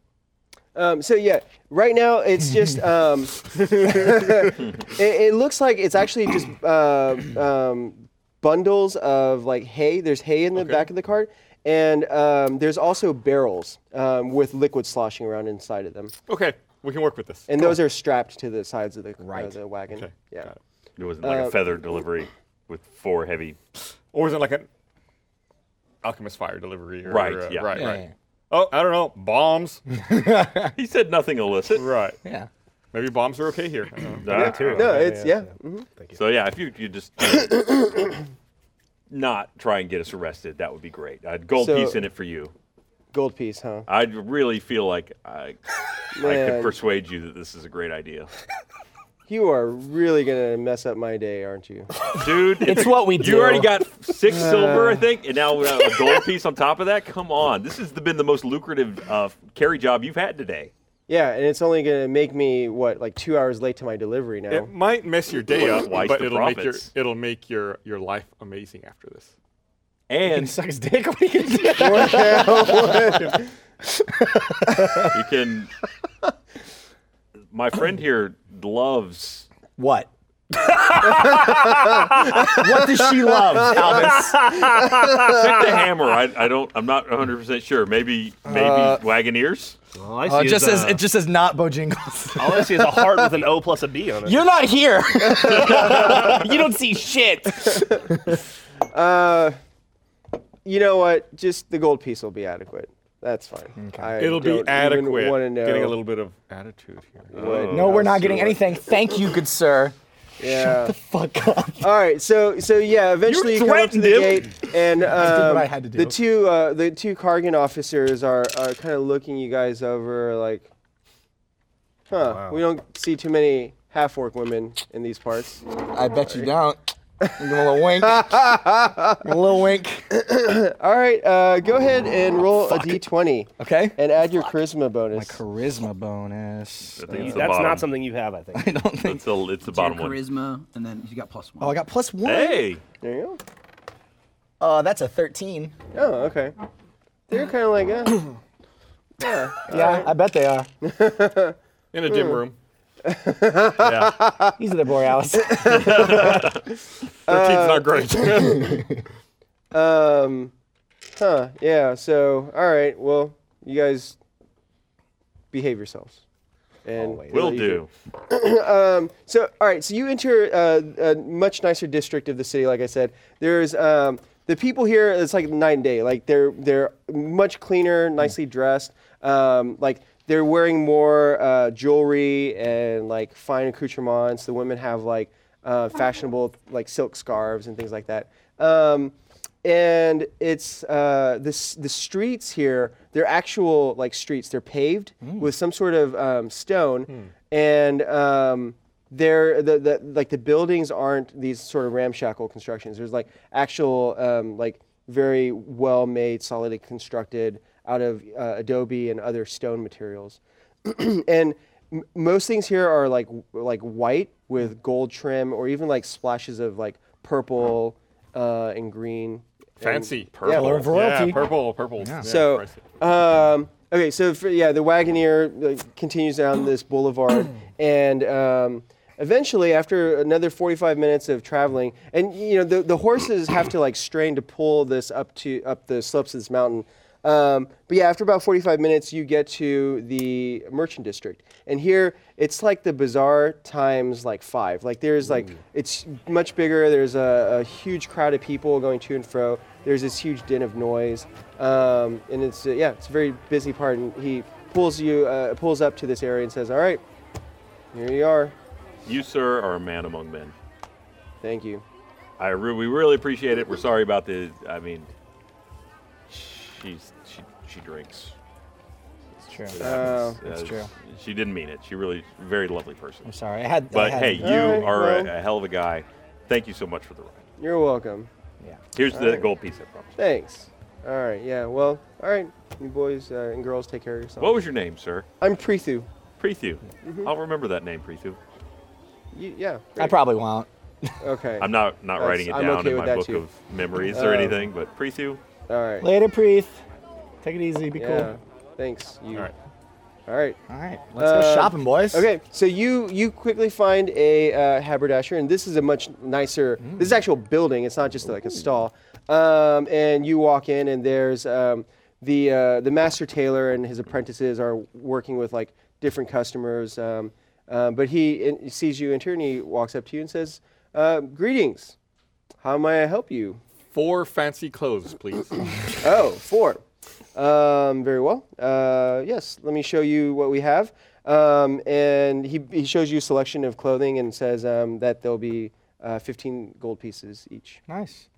Um, so yeah, right now it's just um, it, it looks like it's actually just uh, um, bundles of like hay. There's hay in the back of the cart, and um, there's also barrels um, with liquid sloshing around inside of them,
Okay, we can work with this.
and those are strapped to the sides of the,
Right.
uh, the wagon.
Okay,
Yeah.
got it.
It wasn't like a feather delivery with four heavy.
Or is it like an alchemist fire delivery? Or,
Right,
uh,
yeah.
Right.
Yeah,
Right. Oh, I don't know. Bombs.
He said nothing illicit.
right.
Yeah.
Maybe bombs are okay here. I don't know.
Ah.
No, it's yeah. Mm-hmm.
So yeah, if you you just uh, not try and get us arrested, that would be great. I'd gold
So-
piece in it for you.
Gold piece, huh?
I really feel like I, I
Man.
could persuade you that this is a great idea,
You are really gonna mess up my day, aren't you?
dude.
It's what we
You already
do.
got six silver, I think, and now uh, a gold piece on top of that. Come on, this has been the most lucrative uh, carry job you've had today.
Yeah, and it's only gonna make me what like two hours late to my delivery now.
It might mess your day up,
Twice
but
the
it'll make your
profits.
it'll make your your life amazing after this.
And
Suck his dick. What are you gonna do?
you can. My friend here loves
What? what does she love, Albus?
Pick the hammer. I, I don't. I'm not 100 percent sure. Maybe maybe Wagoneers.
All I see
Oh, it
is
just says
a-
it just says not Bojangles.
all I see is a heart with an O plus a B on it.
You're not here. you don't see shit.
You know what? Just the gold piece will be adequate. That's fine.
Mm,
I
It'll be
don't even
adequate.
wanna know
Getting a little bit of attitude here.
what
No, we're
else
not
you
getting
want.
anything. Thank you, good sir.
Yeah.
Fuck up.
All right. So so yeah. Eventually, you come up to the
threatened
gate, and um,
I had to
the
do.
two uh, the two Cargan officers are are kind of looking you guys over, like, huh? We don't see too many half orc women in these parts.
I bet you don't. Give him a little wink. Give him a little wink.
All right. Uh, go ahead and roll a d20
Okay.
and add your charisma bonus.
Charisma bonus.
I think it's the
That's
bottom.
not something you have, I think.
It's the, it's the bottom
your
one.
charisma, and then you got plus one.
Oh, I got plus one.
Hey,
there you go.
Uh, that's a 13.
Oh, okay. They're kind of like, uh, yeah.
Yeah, I bet they are.
In a gym room.
These are the Borealis.
13's not great.
Um, huh? Yeah. So, all right. Well, you guys behave yourselves. And
will
you
do.
So, all right. So you enter uh, a much nicer district of the city. Like I said, there's um, the people here. It's like night and day. Like they're they're much cleaner,
Hmm.
nicely dressed. Um, like they're wearing more uh, jewelry and like fine accoutrements. The women have like uh, fashionable like silk scarves and things like that. Um, and it's uh, this the streets here. They're actual like streets. They're paved with some sort of um, stone, and um, they're the, the like the buildings aren't these sort of ramshackle constructions. There's like actual um, like very well made, solidly constructed out of uh, adobe and other stone materials and m- most things here are like w- like white with gold trim or even like splashes of like purple uh, and green and-
Fancy.
Purple.
Color of royalty.
Yeah, purple, purple. Yeah.
so
pricey.
um, okay so for, yeah the wagoneer uh, continues down this boulevard and um, eventually after another 45 minutes of traveling and you know the, the horses have to like strain to pull this up to up the slopes of this mountain um, but yeah after about 45 minutes you get to the merchant district and here it's like the bazaar times like five like there's like
Mm.
it's much bigger there's a, a huge crowd of people going to and fro there's this huge din of noise, um, and it's uh, yeah, it's a very busy part. And he pulls you uh, pulls up to this area and says, "All right, here you are.
You sir are a man among men.
Thank you."
I re- we really appreciate it. We're sorry about the. I mean, she's she she drinks.
It's true.
Uh,
That's
true.
She didn't mean it. She really very lovely person.
I'm sorry. I had. I
But
had-
hey, you
Alright,
are
well.
a, a hell of a guy. Thank you so much for the ride.
you're welcome.
Yeah.
Here's the gold piece, I promise.
Thanks. All right. Yeah. Well. All right. You boys uh, and girls, take care of yourself.
What was your name, sir?
I'm Prithu.
Prethu.
Mm-hmm.
I'll remember that name, Prethu.
You, yeah.
I
great.
probably won't.
Okay.
I'm not not
That's-
writing it
I'm
down
okay
in
with
my
that
book
too.
of memories or
Um,
anything, but Prethu.
All right.
Later, Preeth. Take it easy. Be
Yeah.
cool.
Thanks. You.
All right.
All right.
All right. Let's
Uh,
go shopping, boys.
Okay, so you you quickly find a uh, haberdasher, and this is a much nicer. This is actual building. It's not just like a stall. Um, and you walk in, and there's um, the uh, the master tailor and his apprentices are working with like different customers. Um, um, but he in, sees you enter, and he walks up to you and says, uh, "Greetings. How may I help you?"
Four fancy clothes, please.
Oh, four. Um, very well. Uh, yes, let me show you what we have. Um, and he, he shows you a selection of clothing and says um, that there'll be uh, 15 gold pieces each.
Nice.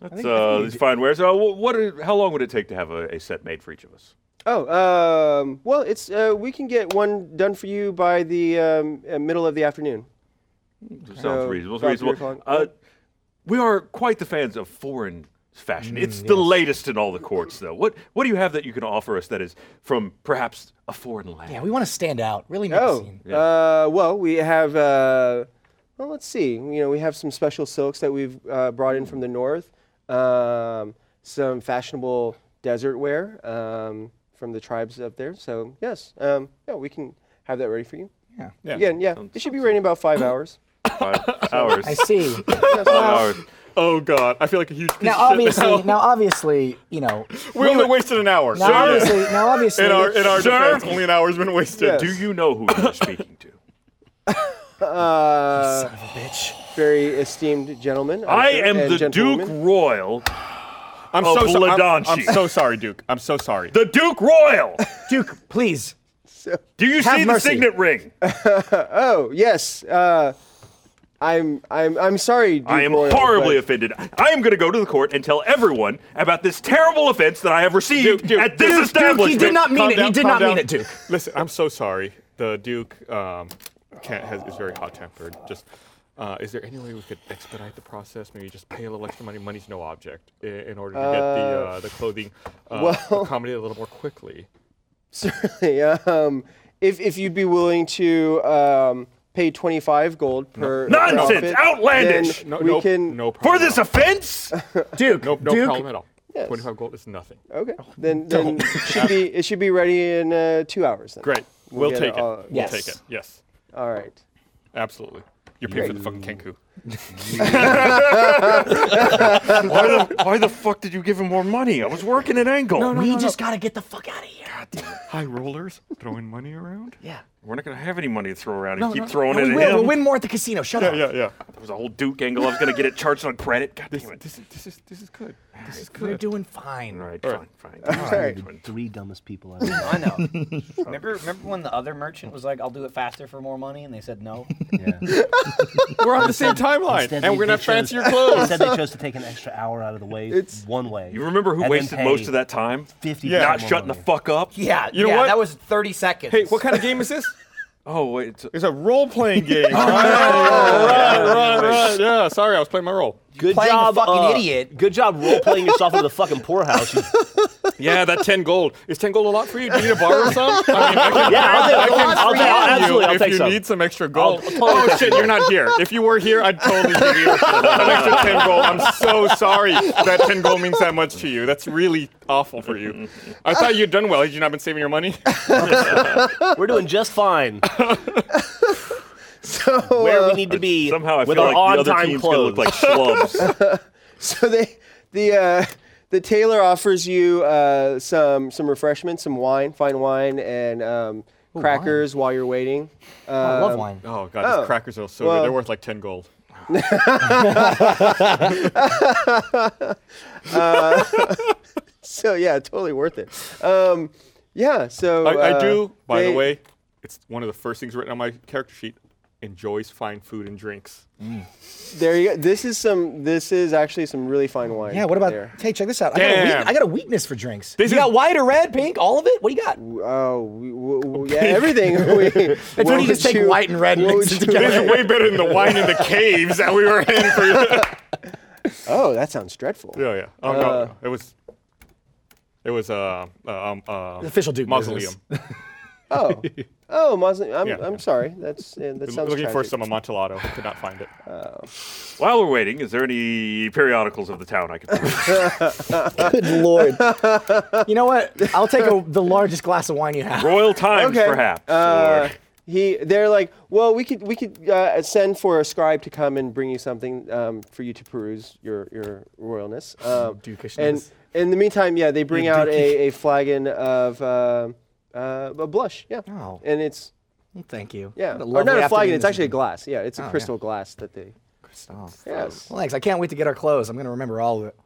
That's uh, these fine wares. Uh, wh- what? Are, how long would it take to have a, a set made for each of us?
Oh, um, well, it's uh, we can get one done for you by the um, uh, middle of the afternoon. So,
Sounds reasonable.
about
Sounds
three
reasonable.
o'clock.
Uh, we are quite the fans of foreign fashion.
Mm,
it's the latest in all the courts, though. What What do you have that you can offer us that is from perhaps a foreign land?
Yeah, we want to stand out. Really make a
Oh,
scene.
uh, well, we have. Uh, well, let's see. You know, we have some special silks that we've uh, brought in from the north. Um, some fashionable desert wear um, from the tribes up there. So yes, um, yeah, we can have that ready for you.
Yeah.
Again, yeah, it should be ready in about five hours.
Five hours.
I see.
Five hours.
oh God, I feel like a huge. Piece
now,
of shit
obviously, now, obviously, you know.
we only wasted an hour.
Now,
so
obviously, now, obviously,
in our in our
Sir?
defense, only an hour's been wasted.
Yes.
Do you know who you're speaking to?
Uh,
bitch.
very esteemed gentlemen. I'm
I
sure,
am
and
the Duke
gentlewomen.
Royal.
I'm
Of
so sorry. I'm,
Ladanchi.
I'm so sorry, Duke. I'm so sorry.
The Duke Royal.
Duke, please.
Do you
Have
see
mercy.
the signet ring?
Oh yes. Uh, I'm I'm I'm sorry. Duke
I am
Royal,
horribly
but-
offended. I am going to go to the court and tell everyone about this terrible offense that I have received
Duke, Duke,
at this
Duke, Duke,
establishment.
he did not mean
Calm
it. he
down,
did
calm
not mean
down.
it, Duke.
Listen, I'm so sorry. The Duke um, can't, has, is very hot tempered. Just, uh, is there any way we could expedite the process? Maybe just pay a little extra money. Money's no object i- in, in order to get the uh, the clothing uh,
well-
accommodated a little more quickly.
Certainly. Um, if, if you'd be willing to um, pay 25 gold per
Nonsense!
outfit,
Outlandish!
then
No,
we
no,
can
no problem.
For this
at all.
offense?
Duke,
no, no
Duke.
problem at all.
Yes.
Twenty-five gold is nothing.
okay. Then then it should be it should be ready in uh, two hours. Then.
Great,
We'll
we'll,
get
take it.
it uh, all-
we'll
Yes.
take it. Yes,
All right.
absolutely. You're paying for the fucking Kenku.
why, the, why the fuck did you give him more money? I was working at Angle.
we just gotta get the fuck out of here.
High rollers throwing money around.
Yeah.
We're not going to have any money to throw around and keep
no,
throwing
no,
it
we
at
will.
him.
We'll win more at the casino. Shut up.
Yeah, yeah.
There was a whole Duke angle. I was going to get it charged on credit. God
This,
damn it.
this, is- this is this is good. This is
We're
good.
doing fine.
All right,
All right.
fine, fine.
All right.
Three dumbest people I've ever.
I know. remember, remember when the other merchant was like, "I'll do it faster for more money," and they said no.
Yeah.
We're on the same timeline,
Instead,
and
they-
we're gonna
they
have fancier
chose-
clothes.
Instead, they chose to take an extra hour out of the way
It's-
one way.
You remember who
and then
wasted
pay
most of that time?
50
Yeah.
Not
more
shutting the
money.
fuck up?
Yeah,
You know
yeah,
what?
that was 30 seconds.
Hey, what kind of game is this?
Oh, wait. it's-
It's a role-playing game. All right, right, right. Yeah, sorry, I was playing my role.
Good
playing a
job,
fucking
uh,
idiot.
Good job role playing yourself into the fucking poorhouse. You
Yeah, that ten gold. Is ten gold a lot for you? Do you need to borrow some? I mean, I can,
Yeah, I'll take- I'll
I can
take- I'll
loan you
absolutely, I'll
if
take
you
some.
need some extra gold.
I'll totally
oh shit, you're not here. If you were here, I'd totally give you an extra ten gold. I'm so sorry that ten gold means that much to you. That's really awful for you. I thought you'd done well. Had you not been saving your money?
We're doing just fine.
So
Where we
uh,
need to be
Somehow I
with
feel
our
like the
on-time
other team's going to
clothes.
look like schlubs.
so they the uh, the tailor offers you uh, some some refreshments, some wine, fine wine, and um, crackers while you're waiting. Um,
I Uh, love wine.
Oh god, these crackers are so
well-
good. They're worth like ten gold.
So yeah, totally worth it. Um, yeah. So
I, I
uh,
do, by
they-
the way. It's one of the first things written on my character sheet. enjoys fine food and drinks.
There you go. This is some. This is actually some really fine wine.
Yeah, what about?
there.
Hey, check this out. I got, a weak,
Damn.
I got a weakness for drinks.
This
you
is-
got white or red, pink, all of it? What do you got?
Oh, we, we, we, yeah, everything. We, That's
when you just take white and red and mix it together.
This is way better than the wine in the caves that we were in for. yeah,
Oh, that sounds dreadful.
yeah. Oh no, no, it was. It was uh, uh, um, uh,
Official Duke
mausoleum.
business.
Oh, oh, Muslim. I'm,
Yeah.
I'm sorry. That's yeah, that sounds.
Looking for
tragic.
some amontillado, could not find it.
While we're waiting, is there any periodicals of the town I can?
Good lord. you know what? I'll take a, the largest glass of wine you have.
Royal Times,
Okay.
perhaps.
Uh,
or-
he, they're like, well, we could, we could uh, send for a scribe to come and bring you something um, for you to peruse your your royalness. Um, and
Dukishness.
in the meantime, yeah, they bring
Your
out
dukish-
a, a flagon of uh, uh, a blush. Yeah.
Oh.
And it's
Thank you.
yeah,
What
or
lovely
not a
afternoon
flagon. It's
this
actually a glass. Yeah, it's a
yeah.
crystal glass that they.
is. Oh.
Yes.
Well, thanks. I can't wait to get our clothes. I'm going to remember all of it.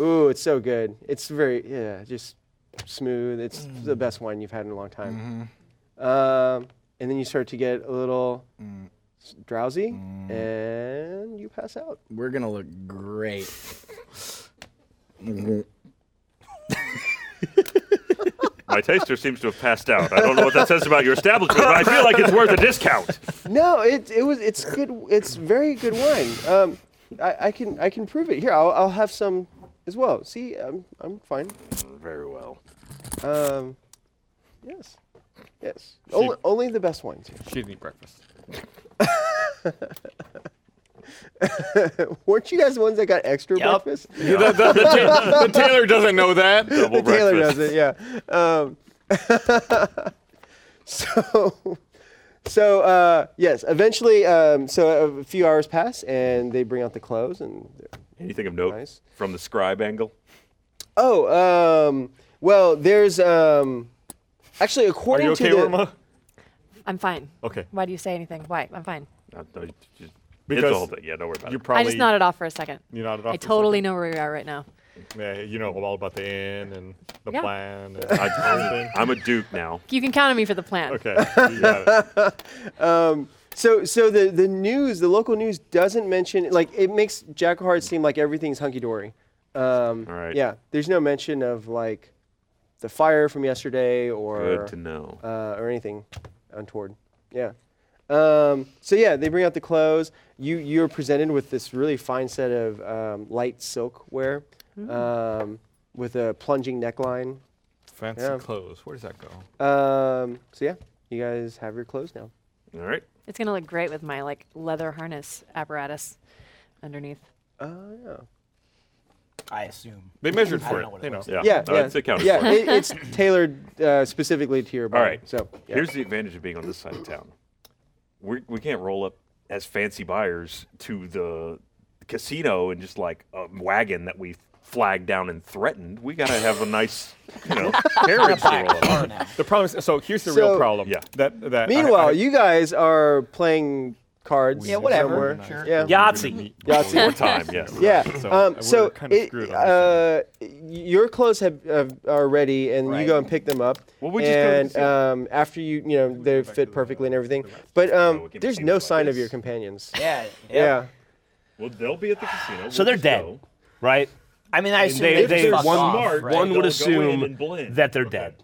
Ooh, it's so good. It's very yeah, just smooth. It's the best wine you've had in a long time. Um, and then you start to get a little s- drowsy, and you pass out.
We're going to look great.
My taster seems to have passed out. I don't know what that says about your establishment, but I feel like it's worth a discount.
No, it it was it's good. It's very good wine. Um, I, I can I can prove it here. I'll I'll have some as well. See, I'm I'm fine.
Very well.
Um, yes, yes. Only, only the best wines.
She didn't eat breakfast.
Here. Weren't you guys the ones that got extra
Yup.
breakfast?
the, the, the, ta- the tailor doesn't know that.
Double
Taylor does
breakfast.
it, yeah. Um, so, so uh, yes, eventually, um, so a few hours pass, and they bring out the clothes, and they're-
Anything of note
Nice.
from the scribe angle?
oh, um, well, there's um, actually
Are
according
you okay,
to the
Irma?
I'm fine.
Okay.
Why do you say anything? Why? I'm fine.
Uh, no, you- you- it's
Because
the whole thing. Yeah, don't worry about
You
it.
probably
I just nodded off for a second.
You nodded off
I
for a
totally know where we are right now.
Yeah, you know all about the inn and the
Yeah.
plan and
I,
everything.
I'm a duke now.
You can count on me for the plan.
Okay, you got it.
So, so the, the news, the local news doesn't mention like it makes Jack Hart seem like everything's hunky dory. Um,
All right.
Yeah, there's no mention of like the fire from yesterday or
Good to know.
uh, or anything untoward. Yeah. Um, so yeah, they bring out the clothes. You you're presented with this really fine set of um, light silk wear um, with a plunging neckline.
Fancy
Yeah.
clothes. Where does that go?
Um, so yeah, you guys have your clothes now.
All right.
It's gonna look great with my like leather harness apparatus underneath.
I assume.
They measured
don't
for it.
know what it
you know.
Yeah.
Yeah,
no,
yeah,
It's accounted
yeah.
for.
it- it's tailored uh, specifically to your body.
Um,
All right.
So yeah.
here's the advantage of being on this side of town. We're, we can't roll up as fancy buyers to the casino and just like a wagon that we flagged down and threatened. We gotta have a nice, you know, carriage to roll up.
The problem is, so here's the real
So-
problem.
Yeah.
That that. I-
Meanwhile,
I-
you guys are playing cards.
Yeah, whatever.
somewhere.
Sure.
Yeah.
Yahtzee.
One more time, yes.
Yeah.
So,
um,
we're
so
kinda
it-
screwed on
uh, your clothes have, have are ready, and you go and pick them up.
Well, we just go
and
and see.
um, after you, you know, they fit perfectly and everything. But
Oh,
um,
we can
there's
think
no
about
sign of
this.
your companions.
Yeah.
Yeah.
Well, they'll be at the casino.
So they're dead, right?
I mean, I assume
They,
they,
they,
fucked
one,
off,
smart,
right?
one would
They'll go in
assume
and blend.
that they're dead.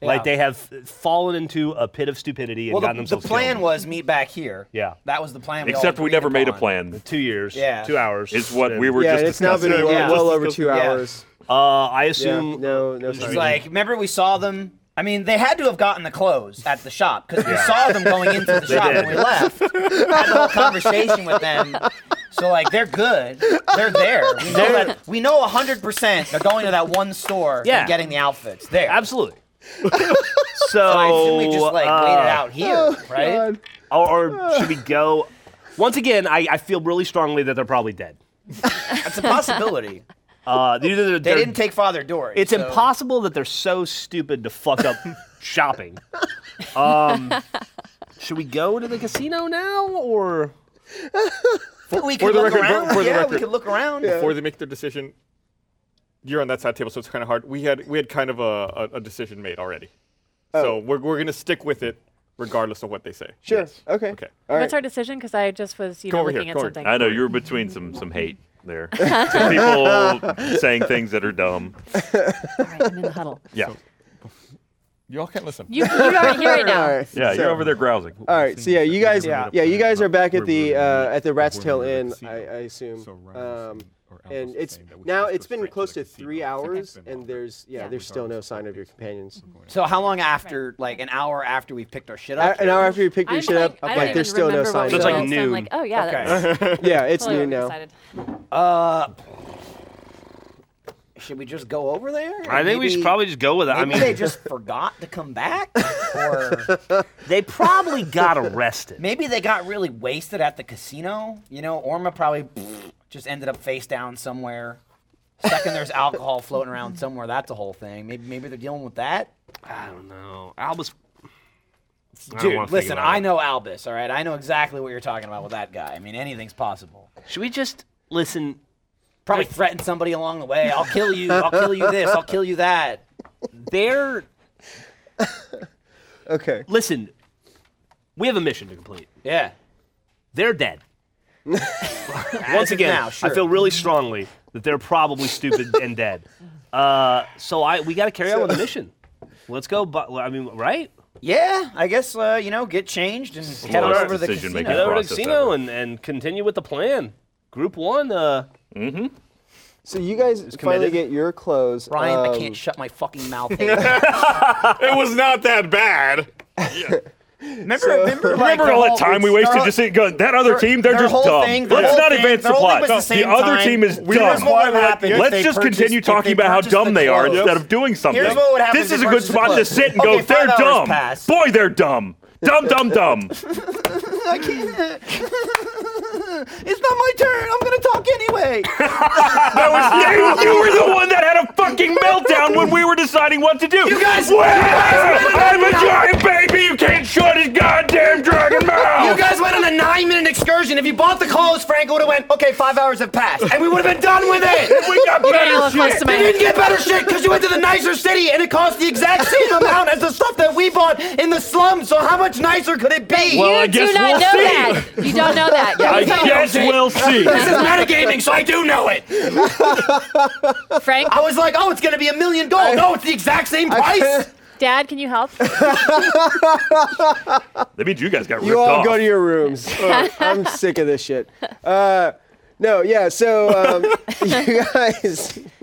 Like they have fallen into a pit of stupidity and
Well,
gotten
the, the
themselves
plan
killed.
was meet back here.
Yeah.
That was the plan. all
Except we
agreed
never made a
upon.
plan.
two years,
Yeah.
two hours.
Is what
and-
we were
yeah,
just
and it's now
discussing.
been well,
Yeah.
well over two
Yeah.
hours.
Uh, I
Yeah.
assume
No, no
It's
sign.
like, remember we saw them. I mean, they had to have gotten the clothes at the shop because we saw them going into the shop when we left. Had the whole conversation with them. So like, they're good. They're there. We know that. We know hundred percent they're going to that one store
Yeah.
and getting the outfits there.
absolutely. so,
So I assume we just like
uh,
laid it out here, right?
God.
Or, or should we go? Once again, I, I feel really strongly that they're probably dead.
That's a possibility.
Uh, they're, they're,
They didn't take Father Dory.
It's
so-
impossible that they're so stupid to fuck up shopping. Um, should we go to the casino now, or
We could
the
look
record,
around.
for the
yeah, we
record.
could look around.
before they make their decision. You're on that side table, so it's kind of hard. We had we had kind of a, a, a decision made already, so we're, we're gonna stick with it regardless of what they say.
Oh. Sure.
Yes.
Okay.
Okay.
All right.
What's our decision? Because I just was, you
Come
know,
over here,
looking at
come over.
something.
I know you're between some some hate there. some people saying things that are dumb.
All right, I'm in the huddle.
Yeah.
You all can't listen.
You, you already hear it
All
now.
right.
yeah,
So-
you're over there grousing.
All right, so yeah, you guys,
Yeah.
yeah, you guys are back at the
We're-
uh, at the
we're
Rat's
moving
Tail
to the
Inn, I,
casino.
I assume.
So Ryan was
Um,
saying- or Alf
and
was
it's
saying that we should
now
just
it's
go
been
straight
close to
the
three
casino.
hours,
It's been
and
longer.
there's yeah,
Yeah.
there's still no sign of your
Mm-hmm.
companions.
So how long after? Like an hour after we picked our shit up?
An hour after you pick
I'm
your shit
like,
up,
I don't
like
even
there's still no
remember what
sign.
we
it's like
did, so I'm
noon.
like, oh yeah, that
Okay.
was
yeah, it's
totally
new now.
overexcited.
Should we just go over there?
I think we should
Maybe-
probably just go with it. I
Maybe they
mean,
just forgot to come back, or
they probably got arrested.
maybe they got really wasted at the casino. You know, Orma probably just ended up face down somewhere. Second, there's alcohol floating around somewhere. That's a whole thing. Maybe maybe they're dealing with that.
I don't know. Albus. I don't wanna
Dude,
think
listen,
about
I
it.
know Albus. All right, I know exactly what you're talking about with that guy. I mean, anything's possible.
Should we just listen?
Probably threaten somebody along the way. I'll kill you. I'll kill you this. I'll kill you that.
They're
Okay,
listen. We have a mission to complete.
Yeah.
They're dead.
As
Once
of
again,
now, sure.
I feel really strongly that they're probably stupid and dead. Uh, so I we got to carry on with the mission. Let's go. But I mean, right?
Yeah, I guess uh, you know, get changed and head on
Slowest
over to the casino.
decision-making
Head over to the
Process
casino
ever.
and, and continue with the plan. Group one. Uh,
so you guys finally
committed.
get your clothes.
Brian, I
um,
can't shut my fucking mouth.
It was not that bad.
remember, remember, like,
Remember
the
all
whole-
that time we wasted
their-
just saying, "God, that other team, they're
their
just
whole
dumb.
thing- their
Let's
whole
not
thing-
advance the
their whole thing
plot.
was the
the
same
other
time.
team is
We
dumb.
just wanted to happen if
Let's
they
just
purchased-
continue
if they
talking about how
purchased
dumb
the
they are
clothes.
instead of doing something.
Here's what would happen
this
if
is
they
a good
purchased the
spot to
clothes.
sit and go,
Okay, five
"They're
hours
dumb.
passed.
Boy, they're dumb. Dumb, dumb, dumb."
It's not my turn. I'm gonna talk anyway.
That was you. You were the one that had a fucking meltdown when we were deciding what to do. You
guys-
Well, I'm a giant baby. You can't shut his goddamn dragon mouth.
you guys went on a nine-minute excursion. If you bought the clothes, Frank would have went. Okay, five hours have passed, and we would have been done with it.
we got better
look close
shit.
to my
You didn't get better shit because you went to the nicer city, and it cost the exact same amount as the stuff that we bought in the slums. So how much nicer could it be?
Well, I
You do
guess
not
we'll
know
see.
that. You don't know that. Yeah,
I
we don't.
guess we'll see.
this is metagaming, so I do know it.
Frank,
I was like, oh, it's gonna be a million gold. no, it's the exact same price.
Dad, can you help?
That means you guys got ripped
You all
off.
go to your rooms. Ugh, I'm sick of this shit. Uh, no, yeah. So um, you guys,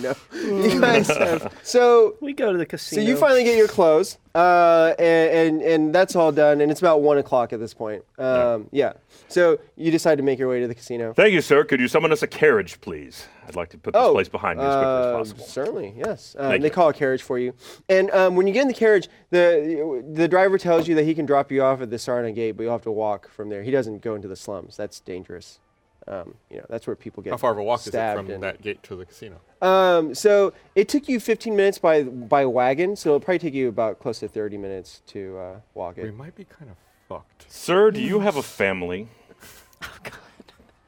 no, you guys have. So
we go to the
So
casino.
you finally get your clothes, uh, and, and and that's all done, and it's about one o'clock at this point. Um, yeah. So you decide to make your way to the casino.
Thank you, sir. Could you summon us a carriage, please? I'd like to put this place behind me as quickly
Oh, uh,
as possible.
Certainly, yes. Um,
Thank
they
you.
call a carriage for you, and um, when you get in the carriage, the the driver tells you that he can drop you off at the Sarna Gate, but you'll have to walk from there. He doesn't go into the slums; that's dangerous. Um, you know, that's where people get
How far of a walk is it
stabbed
from
and-
that gate to the casino?
Um, so it took you 15 minutes by by wagon, so it'll probably take you about close to 30 minutes to uh, walk
We
it.
might be kind of fucked.
Sir, do you have a family?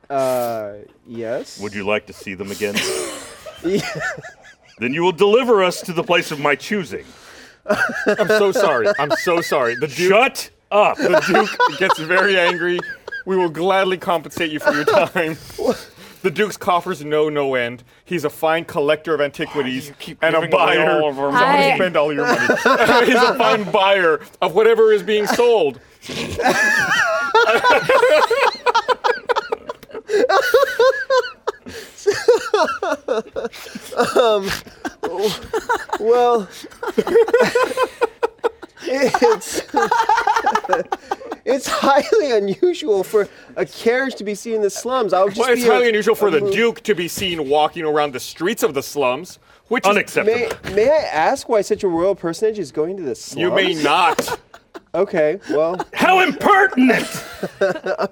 Uh, yes.
Would you like to see them again? then you will deliver us to the place of my choosing.
I'm so sorry. I'm so sorry. The Duke,
Shut up.
the Duke gets very angry. We will gladly compensate you for your time. The Duke's coffers know no end. He's a fine collector of antiquities and a
giving away
buyer.
all of our
So how do you
money?
spend all your money. He's a fine buyer of whatever is being sold.
Well, it's it's highly unusual for a carriage to be seen in the slums. I would just
Well,
be
it's
a- Mm-hmm.
highly unusual for
a
the
mo-
Duke to be seen walking around the streets of the slums, which is
Unacceptable.
May, may I ask why such a royal personage is going to the slums?
you may not.
Okay, well,
How impertinent!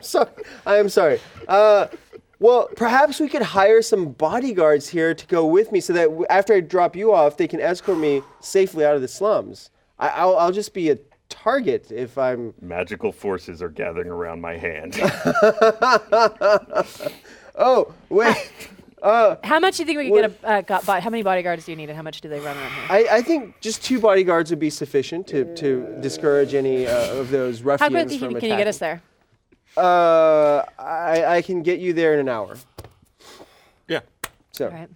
sorry. I am sorry. Uh, well, perhaps we could hire some bodyguards here to go with me, so that w- after I drop you off, they can escort me safely out of the slums. I, I'll, I'll just be a target if I'm.
Magical forces are gathering around my hand.
Oh wait.
How much do you think we could get a uh, got, bo- How many bodyguards do you need, and how much do they run around here?
I, I think just two bodyguards would be sufficient to, to discourage any uh, of those
How
ruffians
quickly
from
can,
attacking.
can you get us there?
Uh, I, I can get you there in an hour.
Yeah,
So
All right,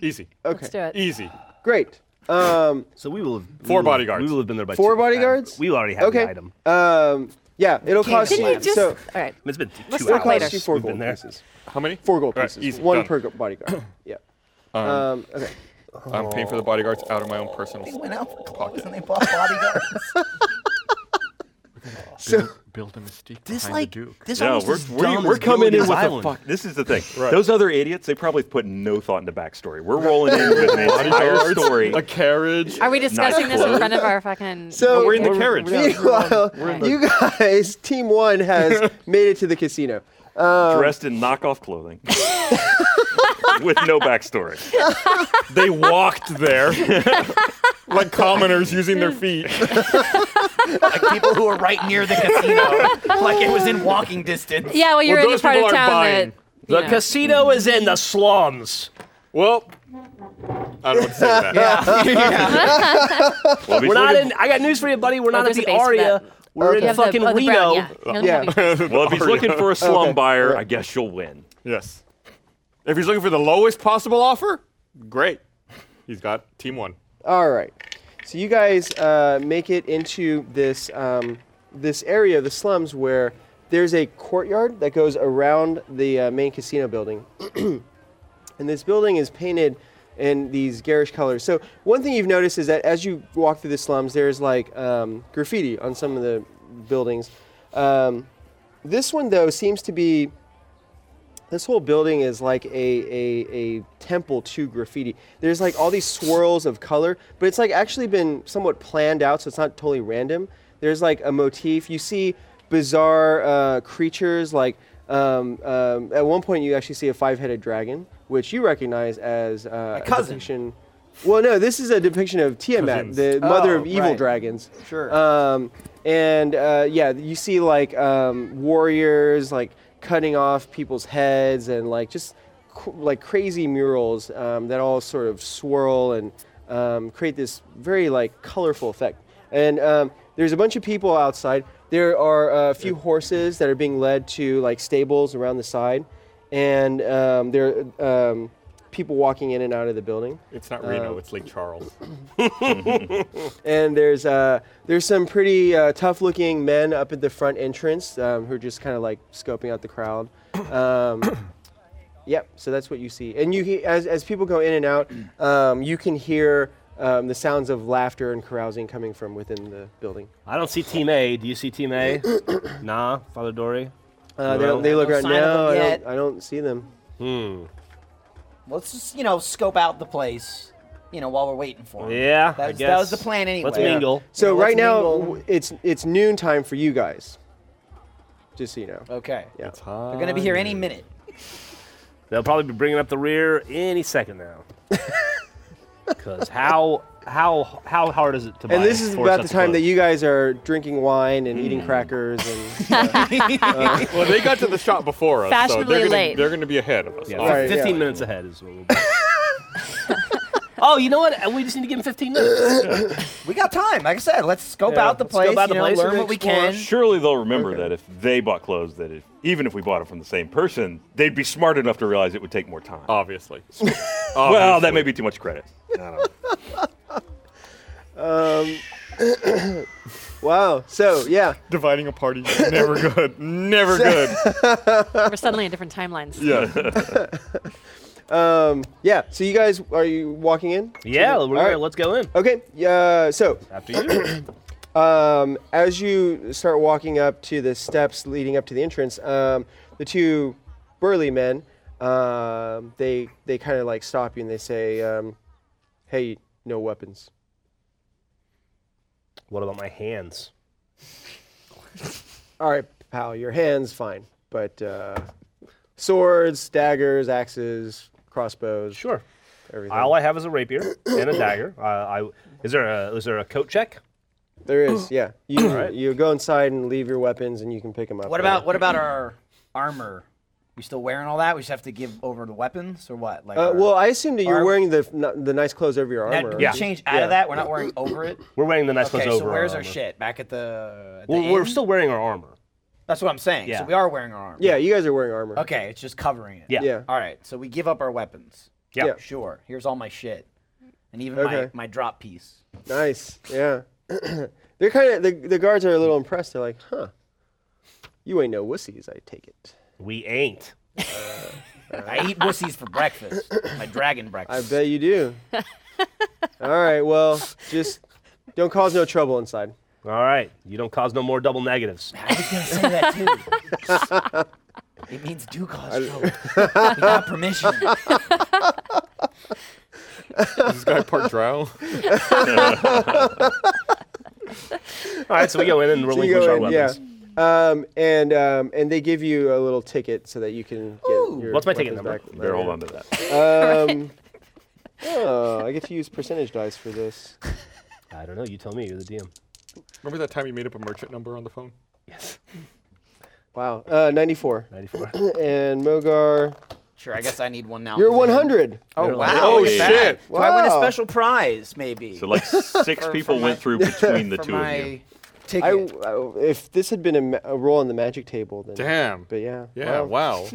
easy,
okay,
let's do it.
easy.
great. Um,
So we will have
Four
we will-
bodyguards.
We will have been there by
Four
two- uh,
bodyguards?
we already have
okay.
the item.
Um, yeah, it'll cost
Didn't
you.
you just?
so
all right.
It's been t-
Let's
two
talk
it'll
hours.
later.
cost you four
We've been
gold
there.
pieces.
How many?
Four gold
All right,
pieces.
easy,
One
done.
per go- bodyguard. yeah. Um, okay.
I'm paying for the bodyguards out of my own personal.
They went out for clothes and they bought bodyguards.
So
Build a mystique
This
behind
like
the Duke.
this
No,
almost
we're,
as
we're,
dumb
we're
as
coming in
Gilligan's
with the
Island.
fuck. This is the thing. Those other idiots, they probably put no thought into backstory. We're rolling in with an entire story.
a carriage.
Are we discussing this in
clothes.
front of our fucking?
So- But we're in
the carriage.
meanwhile,
Right.
you guys, Team One has made it to the casino.
dressed in knockoff clothing with no backstory.
They walked there like commoners using their feet.
like people who are right near the casino. like it was in walking distance.
Yeah, well, you're
Well,
in
those
the part
people
of
aren't
town that.
buying.
you
The
know.
casino is in the slums.
Well, I don't want to say that.
Well,
We're not in. I got news for you, buddy. We're not
there's
at
a
the
base for
Aria.
that.
We're
You
in
have the-
fucking
oh, the
Reno.
brown, yeah. You know, the
Yeah.
heavy-
well, if he's looking for a slum buyer, I guess you'll win.
Yes. If he's looking for the lowest possible offer, great. He's got team one.
All right. So you guys uh, make it into this um, this area of the slums where there's a courtyard that goes around the uh, main casino building, and this building is painted in these garish colors. So one thing you've noticed is that as you walk through the slums, there's like um, graffiti on some of the buildings. Um, this one though seems to be this whole building is like a, a, a temple to graffiti. There's like all these swirls of color, but it's like actually been somewhat planned out, so it's not totally random. There's like a motif. You see bizarre uh, creatures. Like um, um, at one point, you actually see a five-headed dragon, which you recognize as uh, a
cousin.
depiction. Well, no, this is a depiction of Tiamat,
Cousins.
the mother
Oh,
of evil
right.
dragons.
Sure.
Um, and uh, yeah, you see like um, warriors like cutting off people's heads and like just c- like crazy murals um, that all sort of swirl and um, create this very like colorful effect. And um, there's a bunch of people outside. There are uh, a few horses that are being led to like stables around the side, and um, there are um, people walking in and out of the building.
It's not
Uh,
Reno, it's Lake Charles.
and there's uh, there's some pretty uh, tough-looking men up at the front entrance um, who are just kind of like scoping out the crowd. Um, yep. So that's what you see, and you he- as as people go in and out, um, you can hear um, the sounds of laughter and carousing coming from within the building.
I don't see Team A. Do you see Team A? nah, Father Dory.
Uh, they, don't, they look
No
right
sign of them
now. I
yet.
don't, I don't see them.
Let's just, you know, scope out the place, you know, while we're waiting for him.
Yeah,
That
I
was,
guess.
that was the plan anyway.
Let's mingle.
So
let's
right now
mingle.
w- it's it's noon time for you guys. Just so you know.
Okay.
Yeah.
They're going to be here any minute.
They'll probably be bringing up the rear any second now. Because how how how hard is it to buy?
And this is
four
about the
sets of
time that
clothes?
you guys are drinking wine and
Mm.
eating crackers and. uh,
well, they got to the shop before us, so
Fashionably
they're gonna,
late.
they're gonna be ahead of us.
Yeah,
obviously.
Right, yeah.
15 minutes ahead is what we'll be. oh, you know what? We just need to give him 15 minutes.
We got time. Like I said, let's scope
Yeah,
out the
let's scope
place,
out the
you know,
place
learn
and
what we
explore.
can.
Surely they'll remember that if they bought clothes, that if, even if we bought it from the same person, they'd be smart enough to realize it would take more time.
Obviously. Um,
well, that may be too much credit.
Wow. So yeah.
dividing a party. Never good. Never good.
We're suddenly in different timelines.
Yeah.
Um, yeah. So you guys are you walking in?
yeah, we're,
All right. Uh,
let's go in.
Okay. Yeah. So
After you.
um, as you start walking up to the steps leading up to the entrance, um, the two burly men, um, they they kind of like stop you and they say, um, "Hey, no weapons."
what about my hands?
All right, pal. Your hands fine, but uh, swords, daggers, axes, crossbows,
Sure.
everything.
All I have is a rapier and a dagger. Uh, I is there a is there a coat check?
There is. Yeah. You you go inside and leave your weapons and you can pick them up.
What
later.
about what about our armor? We still wearing all that? We just have to give over the weapons or what? Like,
Uh,
our-
well, I assume that you're
Arm-
wearing the n- the nice clothes over your
Now,
armor.
do we
Yeah.
change out
Yeah.
of that? We're not wearing over it.
We're wearing the nice
okay,
clothes
so
over.
where's our
armor.
shit? Back at the. At the
Well, we're
inn?
still wearing our armor.
That's what I'm saying.
Yeah.
So we are wearing our armor.
Yeah, you guys are wearing armor.
Okay, it's just covering it.
Yeah.
Yeah.
All right, so we give up our weapons.
Yeah.
Yeah.
Sure. Here's all my shit, and even
Okay.
my my drop piece.
Nice. Yeah. They're kind of the, the guards are a little impressed. They're like, "Huh, you ain't no wussies." I take it.
We ain't.
I eat wussies for breakfast. My dragon
I
breakfast.
bet you do. All right. Well, just don't cause no trouble inside.
All right. You don't cause no more double negatives.
I was gonna say that too. it means do cause trouble. you got permission.
Is this guy part drow?
All right. So we go in and
So you go
relinquish our
in,
weapons.
Yeah. Um, and um, and they give you a little ticket so that you can get your
What's my ticket
weapons
number?
Back
Better hold on to that.
Um, oh, I get to use percentage dice for this.
I don't know. You tell me. You're the DM.
Remember that time you made up a merchant number on the phone?
Wow, uh, 94.
94.
And Mogar,
Sure, I guess I need one now.
you're
'cause I-
100.
Oh wow!
Oh,
look at that.
shit.
Do I win a
Wow.
special prize? Maybe.
So like six
For-
people
for
went
my-
through between the
for
two
my
of you.
ticket.
I, I- if this had been a, ma- a roll on the magic table, then.
Damn.
But yeah.
Yeah.
wow.
Wow.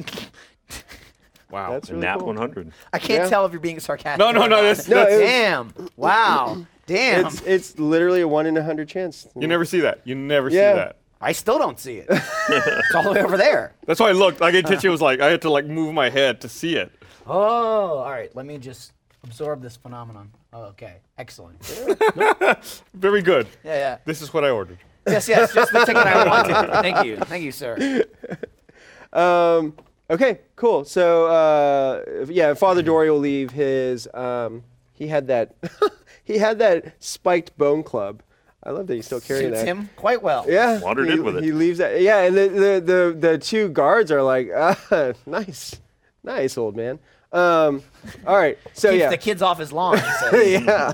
wow.
That's really
Nat
cool.
100.
I can't
Yeah.
tell if you're being sarcastic.
No, no,
or
no,
not.
that's-
No, that's-
damn. Wow. Damn.
It's, it's literally a 1 in a 100 chance.
you never see that. You never
Yeah.
see that.
I still don't see it. it's all the way over there.
That's why I looked. Like
Uh.
it was like I had to like move my head to see it.
Oh, all right. Let me just absorb this phenomenon. Oh, okay. Excellent.
Very good.
Yeah, yeah.
This is what I ordered.
yes, yes. Just the ticket I wanted. Thank you. Thank you, sir.
Um, okay, cool. So, uh, if- yeah, Father Dory will leave his. Um, he had that. he had that spiked bone club. I love that he's still carrying
Suits
that.
him quite well.
Yeah.
Wandered
he,
in with it.
He leaves that. Yeah, and the the the, the two guards are like, uh, nice, nice old man. Um, all right.
Keeps
So Oh, yeah.
the kids off his lawn. he says.
yeah.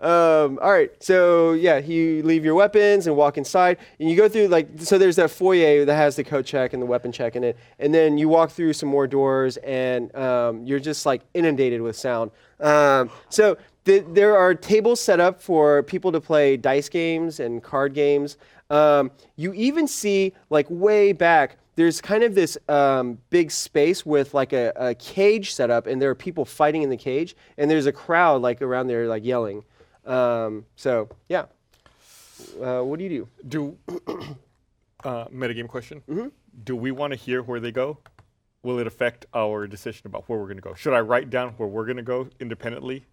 Um, all right. So yeah, you leave your weapons and walk inside, and you go through like so. There's that foyer that has the coat check and the weapon check in it, and then you walk through some more doors, and um, you're just like inundated with sound. Um, so th- there are tables set up for people to play dice games and card games. Um, you even see like way back there's kind of this um, big space with like a, a cage set up, and there are people fighting in the cage, and there's a crowd like around there like yelling. Um, so yeah, uh, what do you do?
Do uh, metagame question?
Mm-hmm.
Do we want to hear where they go? Will it affect our decision about where we're going to go? Should I write down where we're going to go independently?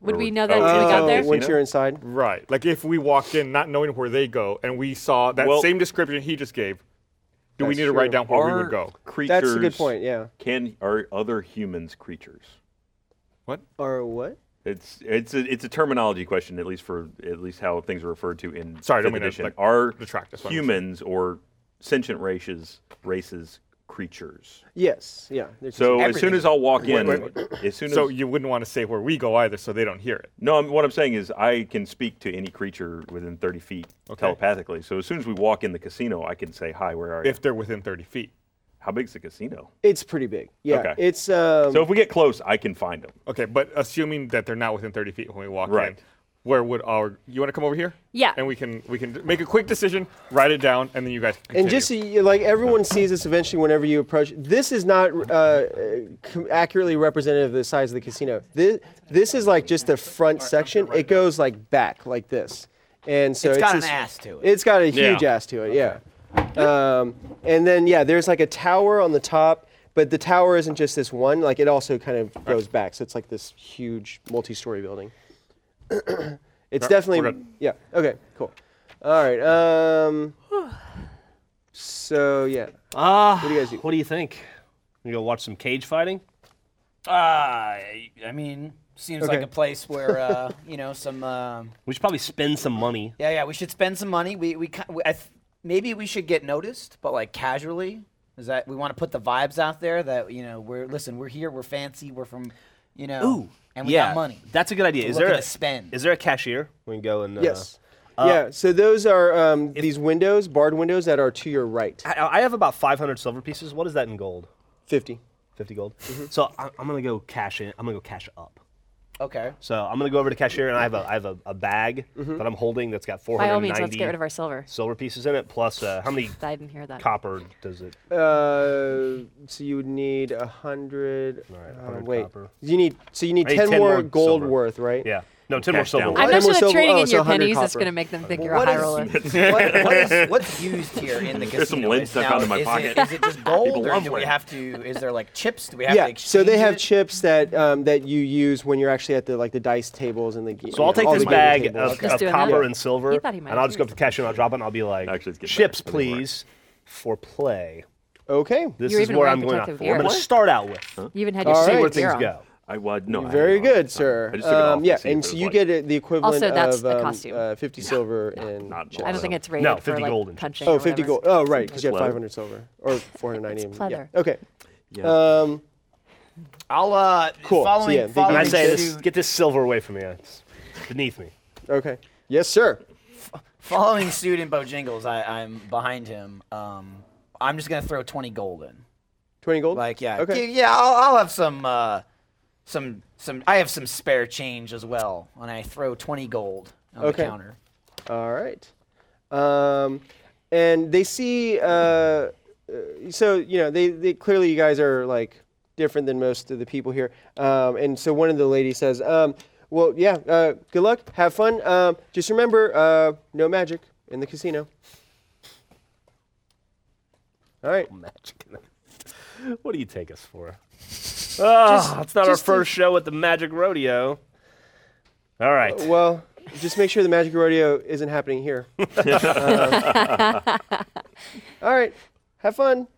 Would
Or-
we know that
oh,
when we got
uh,
there?
what-
once you're inside.
Right. Like if we walked in not knowing where they go and we saw that
Well-
same description he just gave, do we
That's
need to write
true.
down where we
Are
would go?
Creatures.
That's a good point. Yeah.
Can are other humans creatures?
What?
Or what?
It's it's a, it's a terminology question, at least for at least how things are referred to in
Sorry, I don't
fifth
mean to,
edition.
like,
are
detract, that's what I'm saying.
humans or sentient races races creatures?
Yes. Yeah. they're
So
considered-
as soon as I'll walk in,
wait,
as soon as
So you wouldn't want to say where we go either so they don't hear it.
No, I'm, what I'm saying is I can speak to any creature within 30 feet telepathically. So as soon as we walk in the casino, I can say, "Hi, where are you?"
If they're within 30 feet.
How big's the casino?
it's pretty big. Yeah.
Okay.
It's um.
So if we get close, I can find them.
Okay, but assuming that they're not within 30 feet when we walk in,
Right.
where would our? You want to come over here?
Yeah.
And we can we can make a quick decision, write it down, and then you guys. Can
and just so you, like everyone sees this eventually whenever you approach this is not uh, uh, com- accurately representative of the size of the casino this, this is like just the front section it goes like back like this and so
It's
it's
got an
this-
ass to it.
it's got a huge
Yeah.
ass to it yeah um, and then yeah there's like a tower on the top but the tower isn't just this one like it also kind of goes back so it's like this huge multi-story building it's
Alright,
definitely
we're good.
yeah okay cool all right um so yeah.
Ah.
What do you guys do?
What do you think? You go watch some cage fighting?
Ah, I mean, seems like
Okay.
a place where uh, you know some. um
We should probably spend some money.
yeah, yeah. We should spend some money. We we, ki- we I th- maybe we should get noticed, but like casually. Is that we want to put the vibes out there that you know we're listen we're here we're fancy we're from you know and we got money.
That's a good idea.
We're
Is there
looking
a
to spend.
Is there a cashier? We can go and uh,
Yes. yeah. So those are um, these windows, barred windows that are to your right.
I, I have about 500 silver pieces. What is that in gold?
Fifty.
50 gold.
Mm-hmm.
So I, I'm going to go cash in. I'm going to go cash up.
Okay.
So I'm going to go over to cashier and I have a, I have a, a bag
Mm-hmm.
that I'm holding that's got
By
490
all means, let's get rid of our silver.
silver pieces in it. Plus, uh, how many
I didn't hear that.
copper does it?
Uh, so you would need a hundred.
right,
uh,
100
wait,
copper.
you need so you need
I need
ten,
10
more
more
gold
silver.
worth, right?
Yeah. No, 10 more
cash down.
silver.
I'm
Well,
not sure
we're
that's
silver-
trading
oh,
in
so
your
100
pennies that's
copper.
going to make them think you're a
What
high
is,
roller.
what, what is what's used here in the casino?
There's some lint
Is
stuck
now-
onto my
is It,
pocket.
is it just gold, or
love
do we
lint.
have to? Is there like chips? Do we have to
Yeah.
exchange
So they have
it?
chips that um, that you use when you're actually at the like the dice tables and the. ge-
So I'll
you know,
take
all
this
the
bag
gaming tables.
of,
Just
of
doing
copper
that.
and silver,
He
and
thought he might
I'll
have
just go up to cash and I'll drop it, and I'll be like,
Actually, it's getting
"Chips,
better. It didn't work.
please, for play."
Okay.
This
You're
is
even
where
wearing
I'm going. To, I'm
protective
going to
gear.
start out with.
You even had your
All
See
right.
where
silver
Alright.
gear
things
on.
go.
I would no. I had it
Very
on.
good,
So
sir.
I just took it off
Um,
to
yeah,
see
and
if it
so
was
you
like-
get it, the equivalent
that's
of
the
um,
costume.
uh, 50 silver and
not
I don't think it's rated
No,
for
50
like
gold in chips.
punching.
Oh,
or
50 gold.
whatever.
Oh, right, because you had
Leather.
500 silver or 490.
It's
yeah.
leather.
Okay.
Yeah.
Um,
I'll uh,
Cool. So,
following,
yeah, they-
Oh,
And
following
I say,
suit,
this, "Get this silver away from me. It's beneath me."
okay. Yes, sir.
following suit in Bojangles. I, I'm behind him. Um, I'm just gonna throw 20 gold in.
20 gold.
Like yeah,
Okay.
g- yeah. I'll, I'll have some, uh, some, some. I have some spare change as well, and I throw 20 gold on
Okay.
the counter.
All right. Um, and they see, uh, uh, so, you know, they, they clearly you guys are like different than most of the people here. Um, and so one of the ladies says, um, well, yeah, uh, good luck. Have fun. Um, just remember, uh, no magic in the casino. All right.
Magic. what do you take us for? Oh, it's not our first show at the Magic Rodeo. All right.
Well, just make sure the magic rodeo isn't happening here. Uh, all right, have fun.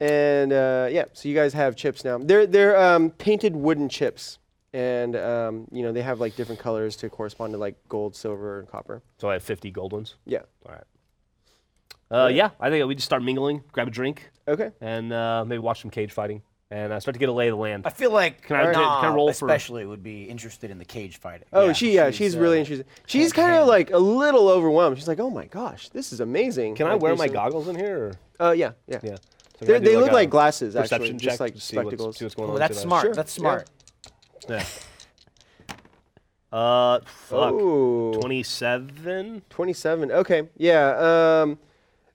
And uh, yeah, so you guys have chips now. They're they're um, painted wooden chips, and um, you know they have like different colors to correspond to like gold, silver, and copper.
so I have 50 gold ones.
Yeah.
All right. Uh, yeah, I think we just start mingling, grab a drink,
Okay.
and uh, maybe watch some cage fighting, and uh, start to get a lay of the land.
I feel like
Can I- can I
Knob
roll for-
especially would be interested in the cage fighting.
Oh, she yeah, she's, really
uh,
interested. She's kind of like a little overwhelmed. She's like, oh my gosh, this is amazing.
Can I
Like,
wear
these
my
are-
goggles in here? Or?
Uh, yeah, yeah.
Yeah. So can I
They're-
do
They look
a
like glasses, actually,
Perception
just
check
like
to see what's-
spectacles.
see what's going
Well,
on.
Oh, that's
today.
smart. That's
Yeah.
smart.
Yeah. Uh, fuck.
Ooh.
Twenty-seven.
27. Okay. Yeah. Um,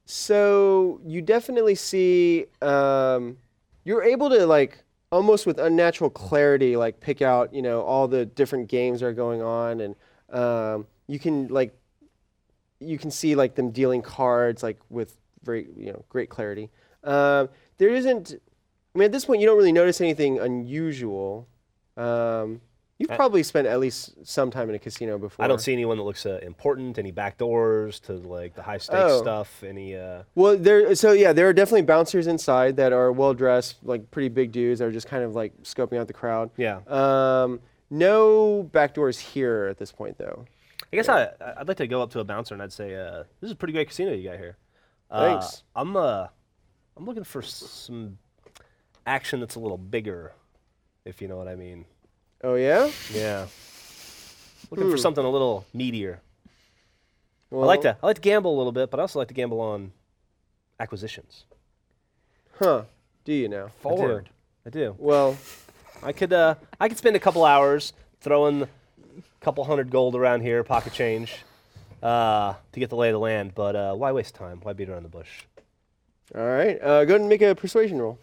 so you definitely see um, you're able to like almost with unnatural clarity like pick out you know all the different games that are going on and um, you can like you can see like them dealing cards like with very you know great clarity. Um, there isn't. I mean, at this point, you don't really notice anything unusual. Um, you've probably spent at least some time in a casino before.
I don't see anyone that looks uh, important. Any back doors to like the high stakes
Oh.
stuff. Any. Uh,
Well, there. So yeah, there are definitely bouncers inside that are well dressed, like pretty big dudes. that are just kind of like scoping out the crowd.
Yeah.
Um, no backdoors here at this point, though.
I guess I, I'd like to go up to a bouncer and I'd say, uh, "This is a pretty great casino you got here. Uh,
Thanks.
I'm uh, I'm looking for s- some action that's a little bigger, if you know what I mean.
Oh yeah. Hmm.
Yeah. Looking for something a little meatier.
Well,
I like to I like to gamble a little bit, but I also like to gamble on acquisitions.
Huh? Do you now?
I do. I do.
Well,
I could uh, I could spend a couple hours throwing a couple hundred gold around here, pocket change, uh, to get the lay of the land. But uh, why waste time? Why beat around the bush?
all right. Uh, go ahead and make a persuasion roll.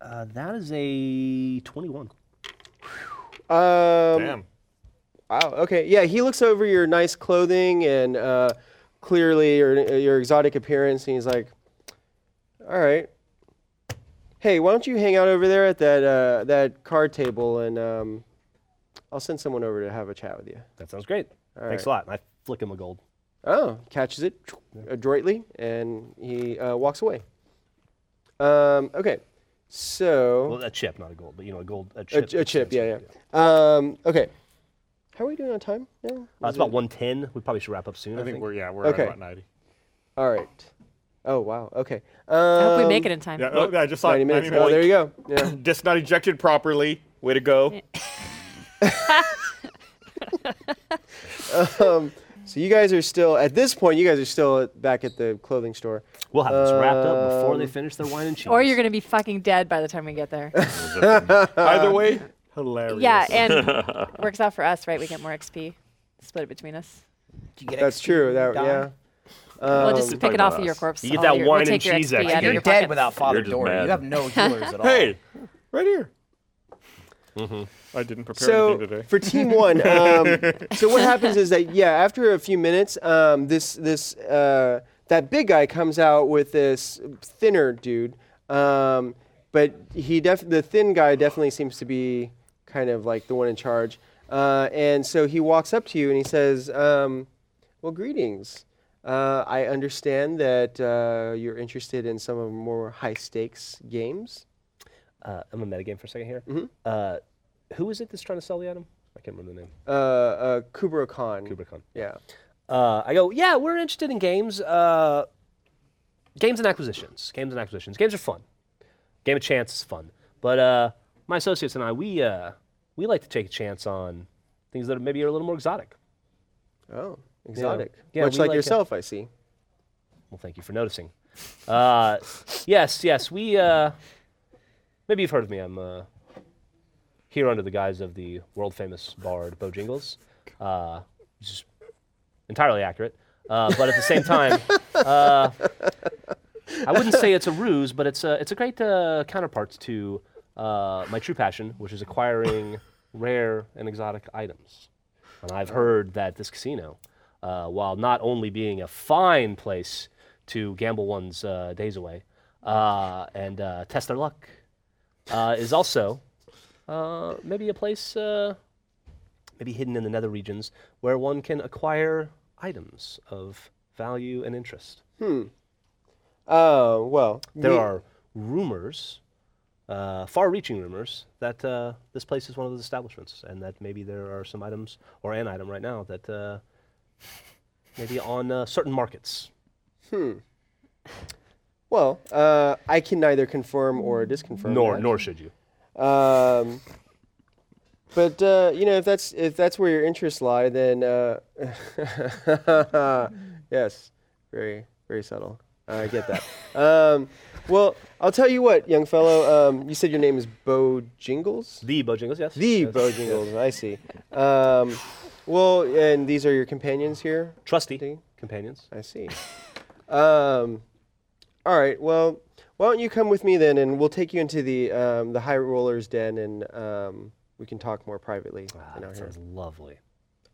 Uh, that is a 21.
Um,
Damn.
Wow. Okay. Yeah, he looks over your nice clothing and uh, clearly your your exotic appearance, and he's like, "All right, hey, why don't you hang out over there at that uh, that card table, and um, I'll send someone over to have a chat with you."
That sounds great. Thanks a lot. And I flick him a gold.
Oh, catches it adroitly, and he uh, walks away. Um, okay, so
Well, a chip, not a gold, but you know, a gold a
a,
chip.
a chip, yeah, yeah. Um, okay, how are we doing on time now?
Uh,
Is
it's
it-
about 110. We probably should wrap up soon. I,
I think
think.
we're yeah we're
Okay.
at about ninety.
All right. Oh wow. Okay.
I hope we
Um,
make it in time.
Yeah, oh, I just saw
90 minutes. Oh, there you go. Yeah.
Just not ejected properly. Way to go.
So you guys are still at this point. You guys are still at, back at the clothing store.
We'll have this wrapped up before they finish their wine and cheese.
Or you're going to be fucking dead by the time we get there.
Uh,
Either way,
Hilarious.
yeah, and works out for us, right? We get more XP. Split it between us.
Do you get
That's
XP
true.
when
That
you die?
yeah.
we'll
You're
just pick
talking
it off
about
of your
us.
corpse.
You get
All
that
your-
wine
we'll
and
take your
cheese
XP
XP.
out of
You're
You're
your
dead
pockets.
without Father
You're just
Dory.
mad.
You have no healers at all.
hey, right here. Mm-hmm. I didn't prepare
So
anything today.
for team one, um, so what happens is that yeah, after a few minutes, um, this this uh, that big guy comes out with this thinner dude, um, but he def- the thin guy definitely seems to be kind of like the one in charge, uh, and so he walks up to you and he says, um, "Well, greetings." Uh, I understand that uh, you're interested in some of more high stakes games.
Uh, I'm gonna metagame for a second here. Uh, who is it that's trying to sell the item? I can't remember the name.
Uh, uh, Kubra Khan.
Kubricon.
Yeah.
Uh, I go, yeah, we're interested in games. Uh, games and acquisitions. Games and acquisitions. Games are fun. Game of chance is fun. But uh, my associates and I, we uh, we like to take a chance on things that are maybe are a little more exotic.
Oh, exotic.
Yeah,
Much
we
like,
like it.
yourself, I see.
Well, thank you for noticing. Uh, yes, yes, we. Uh, maybe you've heard of me. I'm uh, here under the guise of the world famous bard Bo Jingles. Uh, which is entirely accurate. Uh, but at the same time, uh, I wouldn't say it's a ruse, but it's a, it's a great uh, counterpart to uh, my true passion, which is acquiring rare and exotic items. And I've heard that this casino, uh, while not only being a fine place to gamble one's uh, days away uh, and uh, test their luck, uh, is also uh, maybe a place, uh, maybe hidden in the nether regions, where one can acquire items of value and interest.
Oh, well.
There
me-
are rumors, uh, far-reaching rumors, that uh, this place is one of those establishments, and that maybe there are some items or an item right now that uh, maybe on uh, certain markets.
Well, uh, I can neither confirm or disconfirm. that.
should you.
Um, but uh, you know, if that's if that's where your interests lie, then uh, yes, very very subtle. I get that. um, well, I'll tell you what, young fellow. Um, you said your name is Bo Jingles.
The Bojangles, yes.
The Bo Jingles. I see. Um, well, and these are your companions here.
Trusty
Ding.
companions.
I see. Um, all right. Well, why don't you come with me then, and we'll take you into the um, the high rollers den, and um, we can talk more privately.
Ah,
you know,
that
here.
sounds lovely.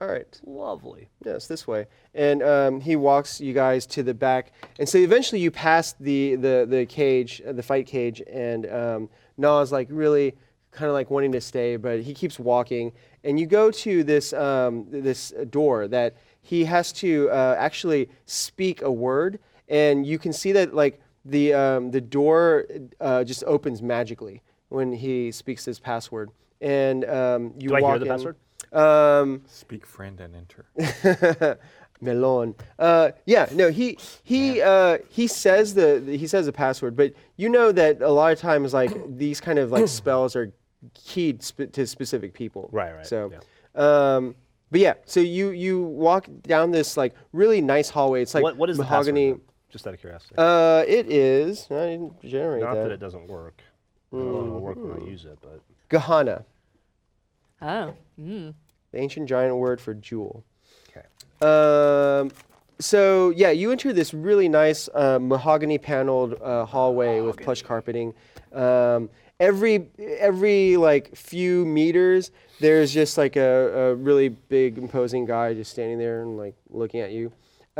All right.
Lovely.
Yes, this way. And um, he walks you guys to the back, and so eventually you pass the the the cage, uh, the fight cage, and um, Na's like really kind of like wanting to stay, but he keeps walking, and you go to this um, th- this door that he has to uh, actually speak a word, and you can see that like the um, the door uh, just opens magically when he speaks his password, and um, you
Do I hear
walk
the
in.
password?
Um,
Speak friend and enter.
Melon. Uh, yeah, no, he he uh, he says the the- he says the password, but you know that a lot of times like these kind of like spells are keyed sp- to specific people.
Right, right,
So, um, but yeah, so you you walk down this like really nice hallway. It's like
what, what is
mahogany.
the password? then? Just out of curiosity.
uh, it is. I didn't generate
Not that
that.
it doesn't work. I don't know if it'll work when
Mm-hmm.
I use it, but
Gahana,
Oh.
the ancient giant word for jewel.
okay.
Um, so yeah, you enter this really nice uh, mahogany paneled uh, hallway with plush carpeting. Um, every every like few meters, there's just like a, a really big imposing guy just standing there and like looking at you.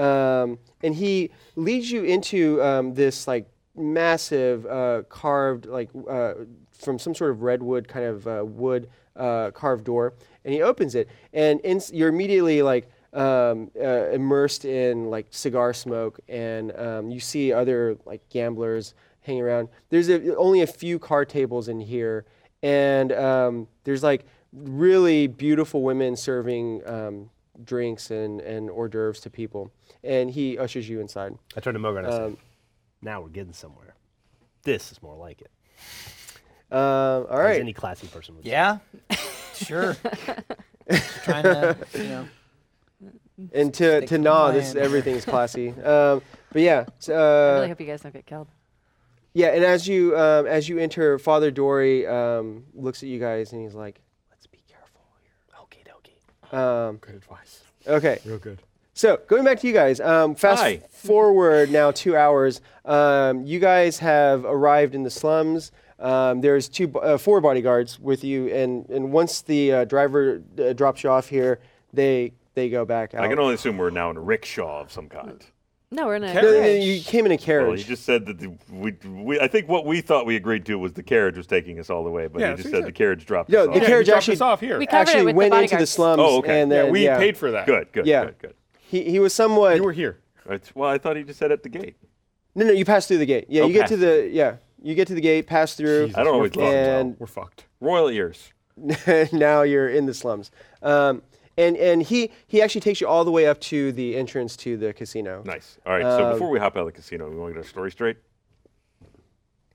Um, and he leads you into um, this like massive uh, carved like uh, from some sort of redwood kind of uh, wood uh, carved door and he opens it and ins- you're immediately like um, uh, immersed in like cigar smoke and um, you see other like gamblers hanging around there's a, only a few card tables in here and um, there's like really beautiful women serving um, drinks and, and hors d'oeuvres to people and he ushers you inside Um,
I turned to Mogar and I said, "Now we're getting somewhere. This is more like it."
Um, all
As
right.
any classy person would. say.
Yeah. Sure. Just trying to, you know.
and to
stick
to
to
Nah,
the
this
plan.
everything's classy. um, but yeah, so,
I
uh,
really hope you guys don't get killed.
yeah. And as you um, as you enter, Father Dory um, looks at you guys and he's like,
Let's be careful here. Okay, dokie.
um,
Good advice.
"Okay,
Real good.
So going back to you guys, um, fast
Hi.
forward now two hours. Um, you guys have arrived in the slums. Um, there's two, bo- uh, four bodyguards with you, and, and once the uh, driver uh, drops you off here, they they go back out.
I can only assume we're now in a rickshaw of some kind.
No, we're in a
No, no, no,
carriage.
you came in a carriage.
Well, he just said that the, we, we. I think what we thought we agreed to was the carriage was taking us all the way, but he
Yeah, that's
just
what
said
he
the
said.
carriage dropped.
No,
us
the
off.
Yeah,
carriage
dropped
actually-
us off here.
we covered
actually
it with
went
the
into the
bodyguards.
slums,
Oh, okay.
and
Yeah,
then
we
yeah.
paid for that.
Good, good,
Yeah.
good, good.
He, he was somewhat.
You were here.
It's, well, I thought he just said at the gate.
no, no, you pass through the gate. Yeah,
Oh,
you get
pass
to the yeah, you get to the gate, pass through.
Jesus,
I don't
we're
always
fucked.
love
And-
We're fucked.
royal ears.
now you're in the slums. Um, and and he he actually takes you all the way up to the entrance to the casino.
Nice. All right.
Uh,
so before we hop out of the casino, we want to get our story straight.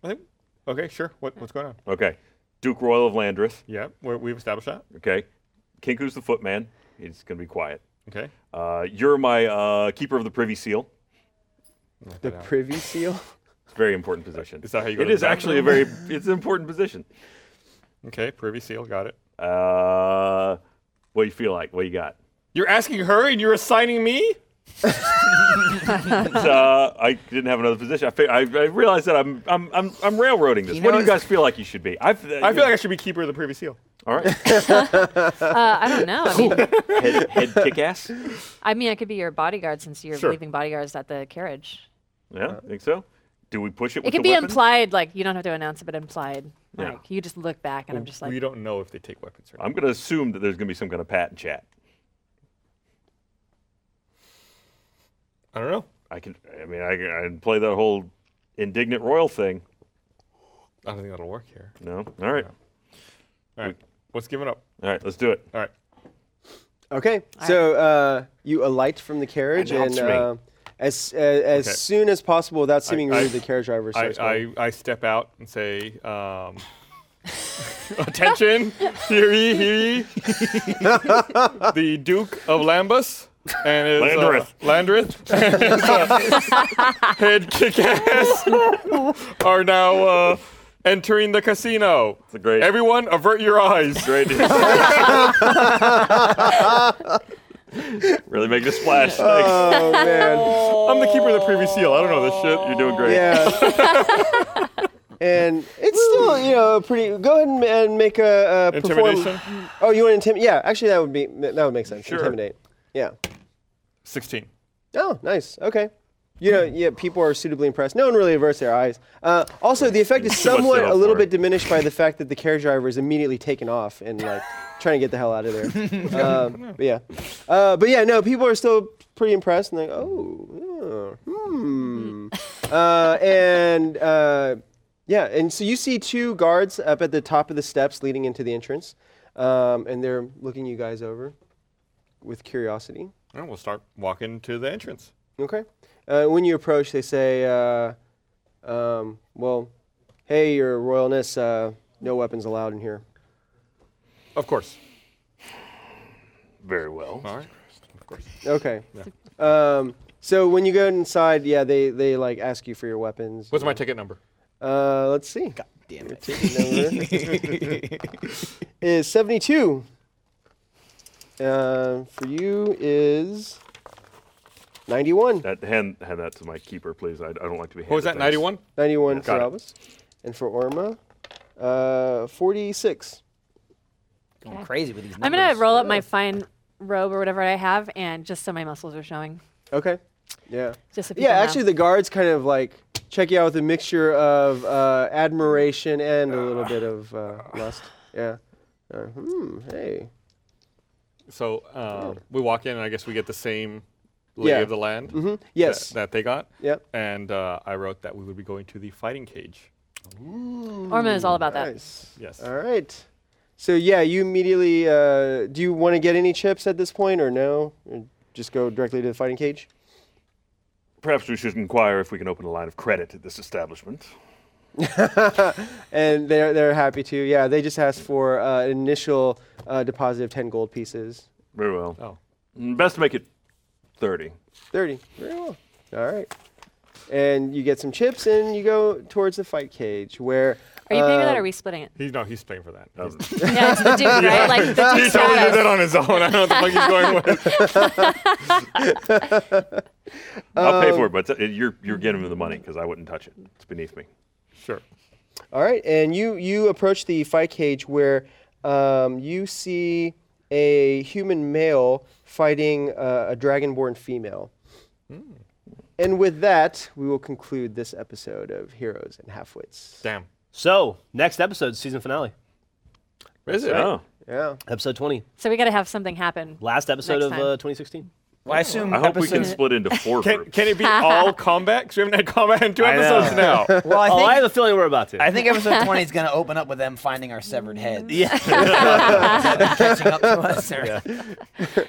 I think. Okay, sure. What, what's going on?
Okay. Duke Royal of Landreth.
Yeah, we're, we've established that.
Okay. Kinku's the footman. He's gonna be quiet.
Okay.
Uh, you're my uh, keeper of the privy seal.
The privy seal.
It's a very important position.
Is that how you go
It
to
is
the
actually a very. It's an important position.
Okay, privy seal, got it.
Uh, what do you feel like? What you got?
You're asking her and you're assigning me?
It's, uh, I didn't have another position. I, fig- I, I realized that I'm I'm, I'm I'm railroading this.
You
what
know,
do you guys feel like you should be? I've,
I feel like I should be keeper of the privy seal.
all right.
Uh, I don't know. I mean,
head, head kick ass.
I mean, I could be your bodyguard since you're
Sure.
leaving bodyguards at the carriage.
Yeah, I think so. Do we push it?
It
with
could
the
be
weapon?
implied, like you don't have to announce it, but implied.
Yeah.
Like you just look back, and I'm just like,
we Oh, don't know if they take weapons or not.
I'm gonna assume that there's gonna be some kind of pat and chat.
I don't know.
I can. I mean, I, can- I can play that whole indignant royal thing.
I don't think that'll work here.
No. All right.
All right. What's giving up?
All right. Let's do it.
All right.
Okay, so uh, you alight from the carriage and,
Announce me.
uh, as uh, as
Okay.
soon as possible, without seeming
I-
rude, the carriage driver
I,
starts. going.
I, I step out and say, um, attention, hear ye, hear ye. the Duke of Lambus and his, uh,
Landreth.
Landreth and his, uh, head kick ass are now uh, entering the casino.
It's a great.
Everyone, avert your eyes.
great. really make a splash. Thanks.
oh man,
I'm the keeper of the previous seal. I don't know this shit.
You're doing great.
yeah. and it's still you know pretty. Go ahead and, and make a, a perform-
Intimidation?
Oh, you want to intimidate? Yeah, actually, that would be that would make sense.
Sure.
Intimidate. Yeah.
16.
Oh, nice. Okay. You know, yeah, people are suitably impressed. No one really averts their eyes. Uh, also, the effect is
Too much
somewhat
to
a little
hope for.
bit diminished by the fact that the carriage driver is immediately taken off and like trying to get the hell out of there. Um, but yeah, uh, but yeah, no, people are still pretty impressed and like, oh, yeah, hmm. Uh, and uh, yeah, and so you see two guards up at the top of the steps leading into the entrance, um, and they're looking you guys over with curiosity.
And we'll start walking to the entrance.
Okay. Uh, when you approach, they say, uh, um, "Well, hey, your royalness, uh, no weapons allowed in here."
Of course.
Very well.
All right. Of course.
Okay. Um, so when you go inside, yeah, they, they like ask you for your weapons.
What's my ticket number?
Uh, let's see. God damn it. is seventy-two. Uh, for you is ninety-one.
That hand hand that to my keeper, please. I, I don't like to be.
What was that,
handed things.
91?
91 for
Got it.
Albus. And for Orma, uh, 46.
Going crazy with these
I'm
numbers.
gonna roll up my fine robe or whatever I have, and just so my muscles are showing.
Okay. Yeah.
Just so people
Yeah,
know.
actually, the guards kind of like check you out with a mixture of uh, admiration and a little bit of uh, lust. Yeah. Uh, hmm. Hey.
So um, we walk in, and I guess we get the same lay
Oh. Yeah. Mm-hmm.
of the land that-
Yes.
that, they got.
Yep.
And uh, I wrote that we would be going to the fighting cage.
Orma is all about that.
Nice.
Yes.
All right. So yeah, you immediately. Uh, do you want to get any chips at this point, or no? Or just go directly to the fighting cage?
Perhaps we should inquire if we can open a line of credit at this establishment.
and they're they're happy to. Yeah, they just asked for uh, an initial uh, deposit of ten gold pieces.
Very well.
Oh.
Mm, Best to make it 30.
Thirty. Very well. All right. And you get some chips, and you go towards the fight cage where.
Are you paying for that? or
um,
Are we splitting it?
He, no, he's paying for that. He's-
yeah, it's the dude, right? Like the
he
dude's
totally did
got
that
us.
on his own. I don't know what the fuck he's going with.
I'll pay for it, but it's- it- you're, you're getting him the money because I wouldn't touch it. It's beneath me.
Sure.
All right, and you you approach the fight cage where um, you see a human male fighting uh, a dragonborn female. And with that, we will conclude this episode of Heroes and Halfwits.
Damn.
So, next episode, season finale,
Is it?
Oh.
Yeah.
episode 20,
So we got to have something happen.
last episode
Next
of
time.
uh, 2016.
Well, I assume
I hope we can
episode-
split into four
Can,
groups.
can it be all combat? 'Cause we haven't had combat in two
I know.
episodes now.
Well, I
oh,
think
I have a feeling we're about to.
I think episode 20 is going to open up with them finding our severed heads.
Yeah.
catching up to us. Or,
They're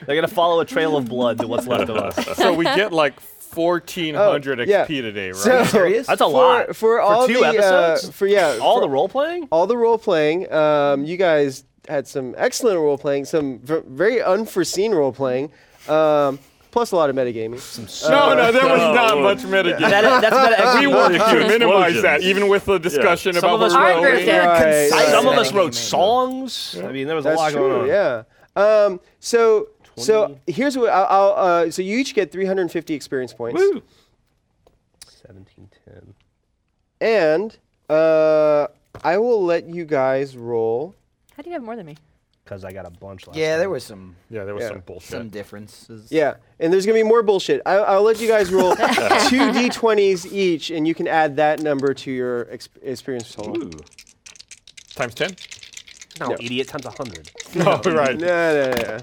going to follow a trail of blood to what's left of us.
so we get like 1,400
Oh, yeah.
XP today, right?
serious?
That's a
for,
lot.
for all
two
the Uh,
episodes?
for yeah
All
for
the role playing?
all the role playing. Um, you guys had some excellent role playing, some v- very unforeseen role playing, um, plus a lot of metagaming.
no, no, there was
No.
not much mitigating.
That- that's about
we
actually-
wanted to
Explosions.
minimize that, even with the discussion
Some
about
of us
where
were
we're
over
going.
here.
Right,
concise
Some of us
setting,
wrote
maybe.
songs. I mean, there was a lot going on.
Yeah. Um, so so here's what I'll, I'll uh, so you each get 350 experience points,
Woo.
1710.
and uh, I will let you guys roll.
How do you have more than me?
Because I got a bunch last
yeah, there was some
Yeah, there was
Yeah.
some bullshit.
some differences.
Yeah, and there's gonna be more bullshit. I, I'll let you guys roll two d20s each, and you can add that number to your exp- experience total.
Ooh.
Times 10?
No, idiot times 100.
No, right. Uh,
No, no,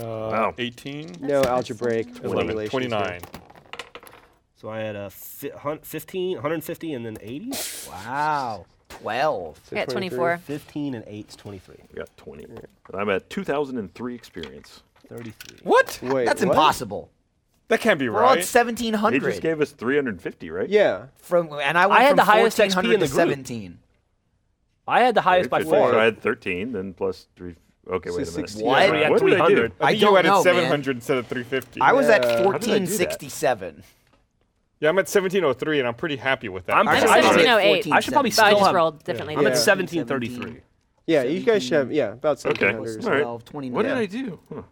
no,
Wow.
18?
no, no algebraic. no
11,
relations
29.
So I had a fi- hun- 15, 115, and then 80.
Wow. 12.
I got 24.
15 and 8 is 23.
We got 20. And I'm at 2003 experience.
33.
What?
Wait,
That's
what?
impossible.
That can't be
We're on
right.
He
1700.
just gave us 350, right?
Yeah.
from and I went
I had
from
the highest XP
1400
in the
to
group.
17.
I had the highest by
350. So I
far.
had 13, then plus three. Okay, wait a minute.
60.
What?
We had
What did I do?
300.
I
I
think
don't
you added
know,
700 instead of 350.
I was at
Yeah.
How did I do that?
1467.
yeah, I'm at 1703, and I'm pretty happy with that.
I'm
I'm
I should-
1708.
I should probably
But I
still
just
have-
rolled differently.
I'm
than
at 1733.
you.
Yeah, you guys should have, yeah, about
Okay.
1700 or
All right.
something.
12, 29.
What did I do? Huh.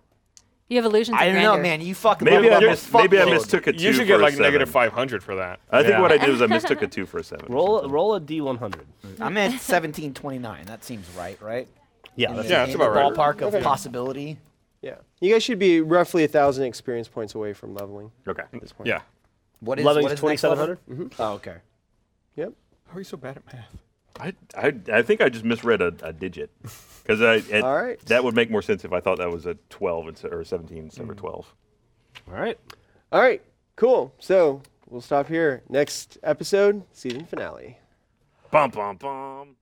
You have illusions.
I
and
don't know,
grandeur.
man. You fucking
Maybe, I,
leveled up
mis-
a
maybe I
fuckload.
mistook a two
you should
for
get
a
like
seven.
negative 500 for that.
I think
Yeah.
what I did was I mistook a two for a seven. or
Roll,
something.
roll a D100.
I'm at 1729. That seems right, right?
Yeah, that's
Yeah, that's
In the
about right.
Ballpark of possibility.
Yeah. You guys should be roughly a thousand experience points away from leveling.
Okay.
Yeah.
What is
Loving
what is next level?
2700.
Oh, okay.
Yep.
How are you so bad at math?
I, I, I think I just misread a, a digit. Because I it-
All right.
that would make more sense if I thought that was a 12 instead, or 17 instead of 12.
All right.
All right. Cool. So we'll stop here. Next episode, season finale.
Bum, bum, bum.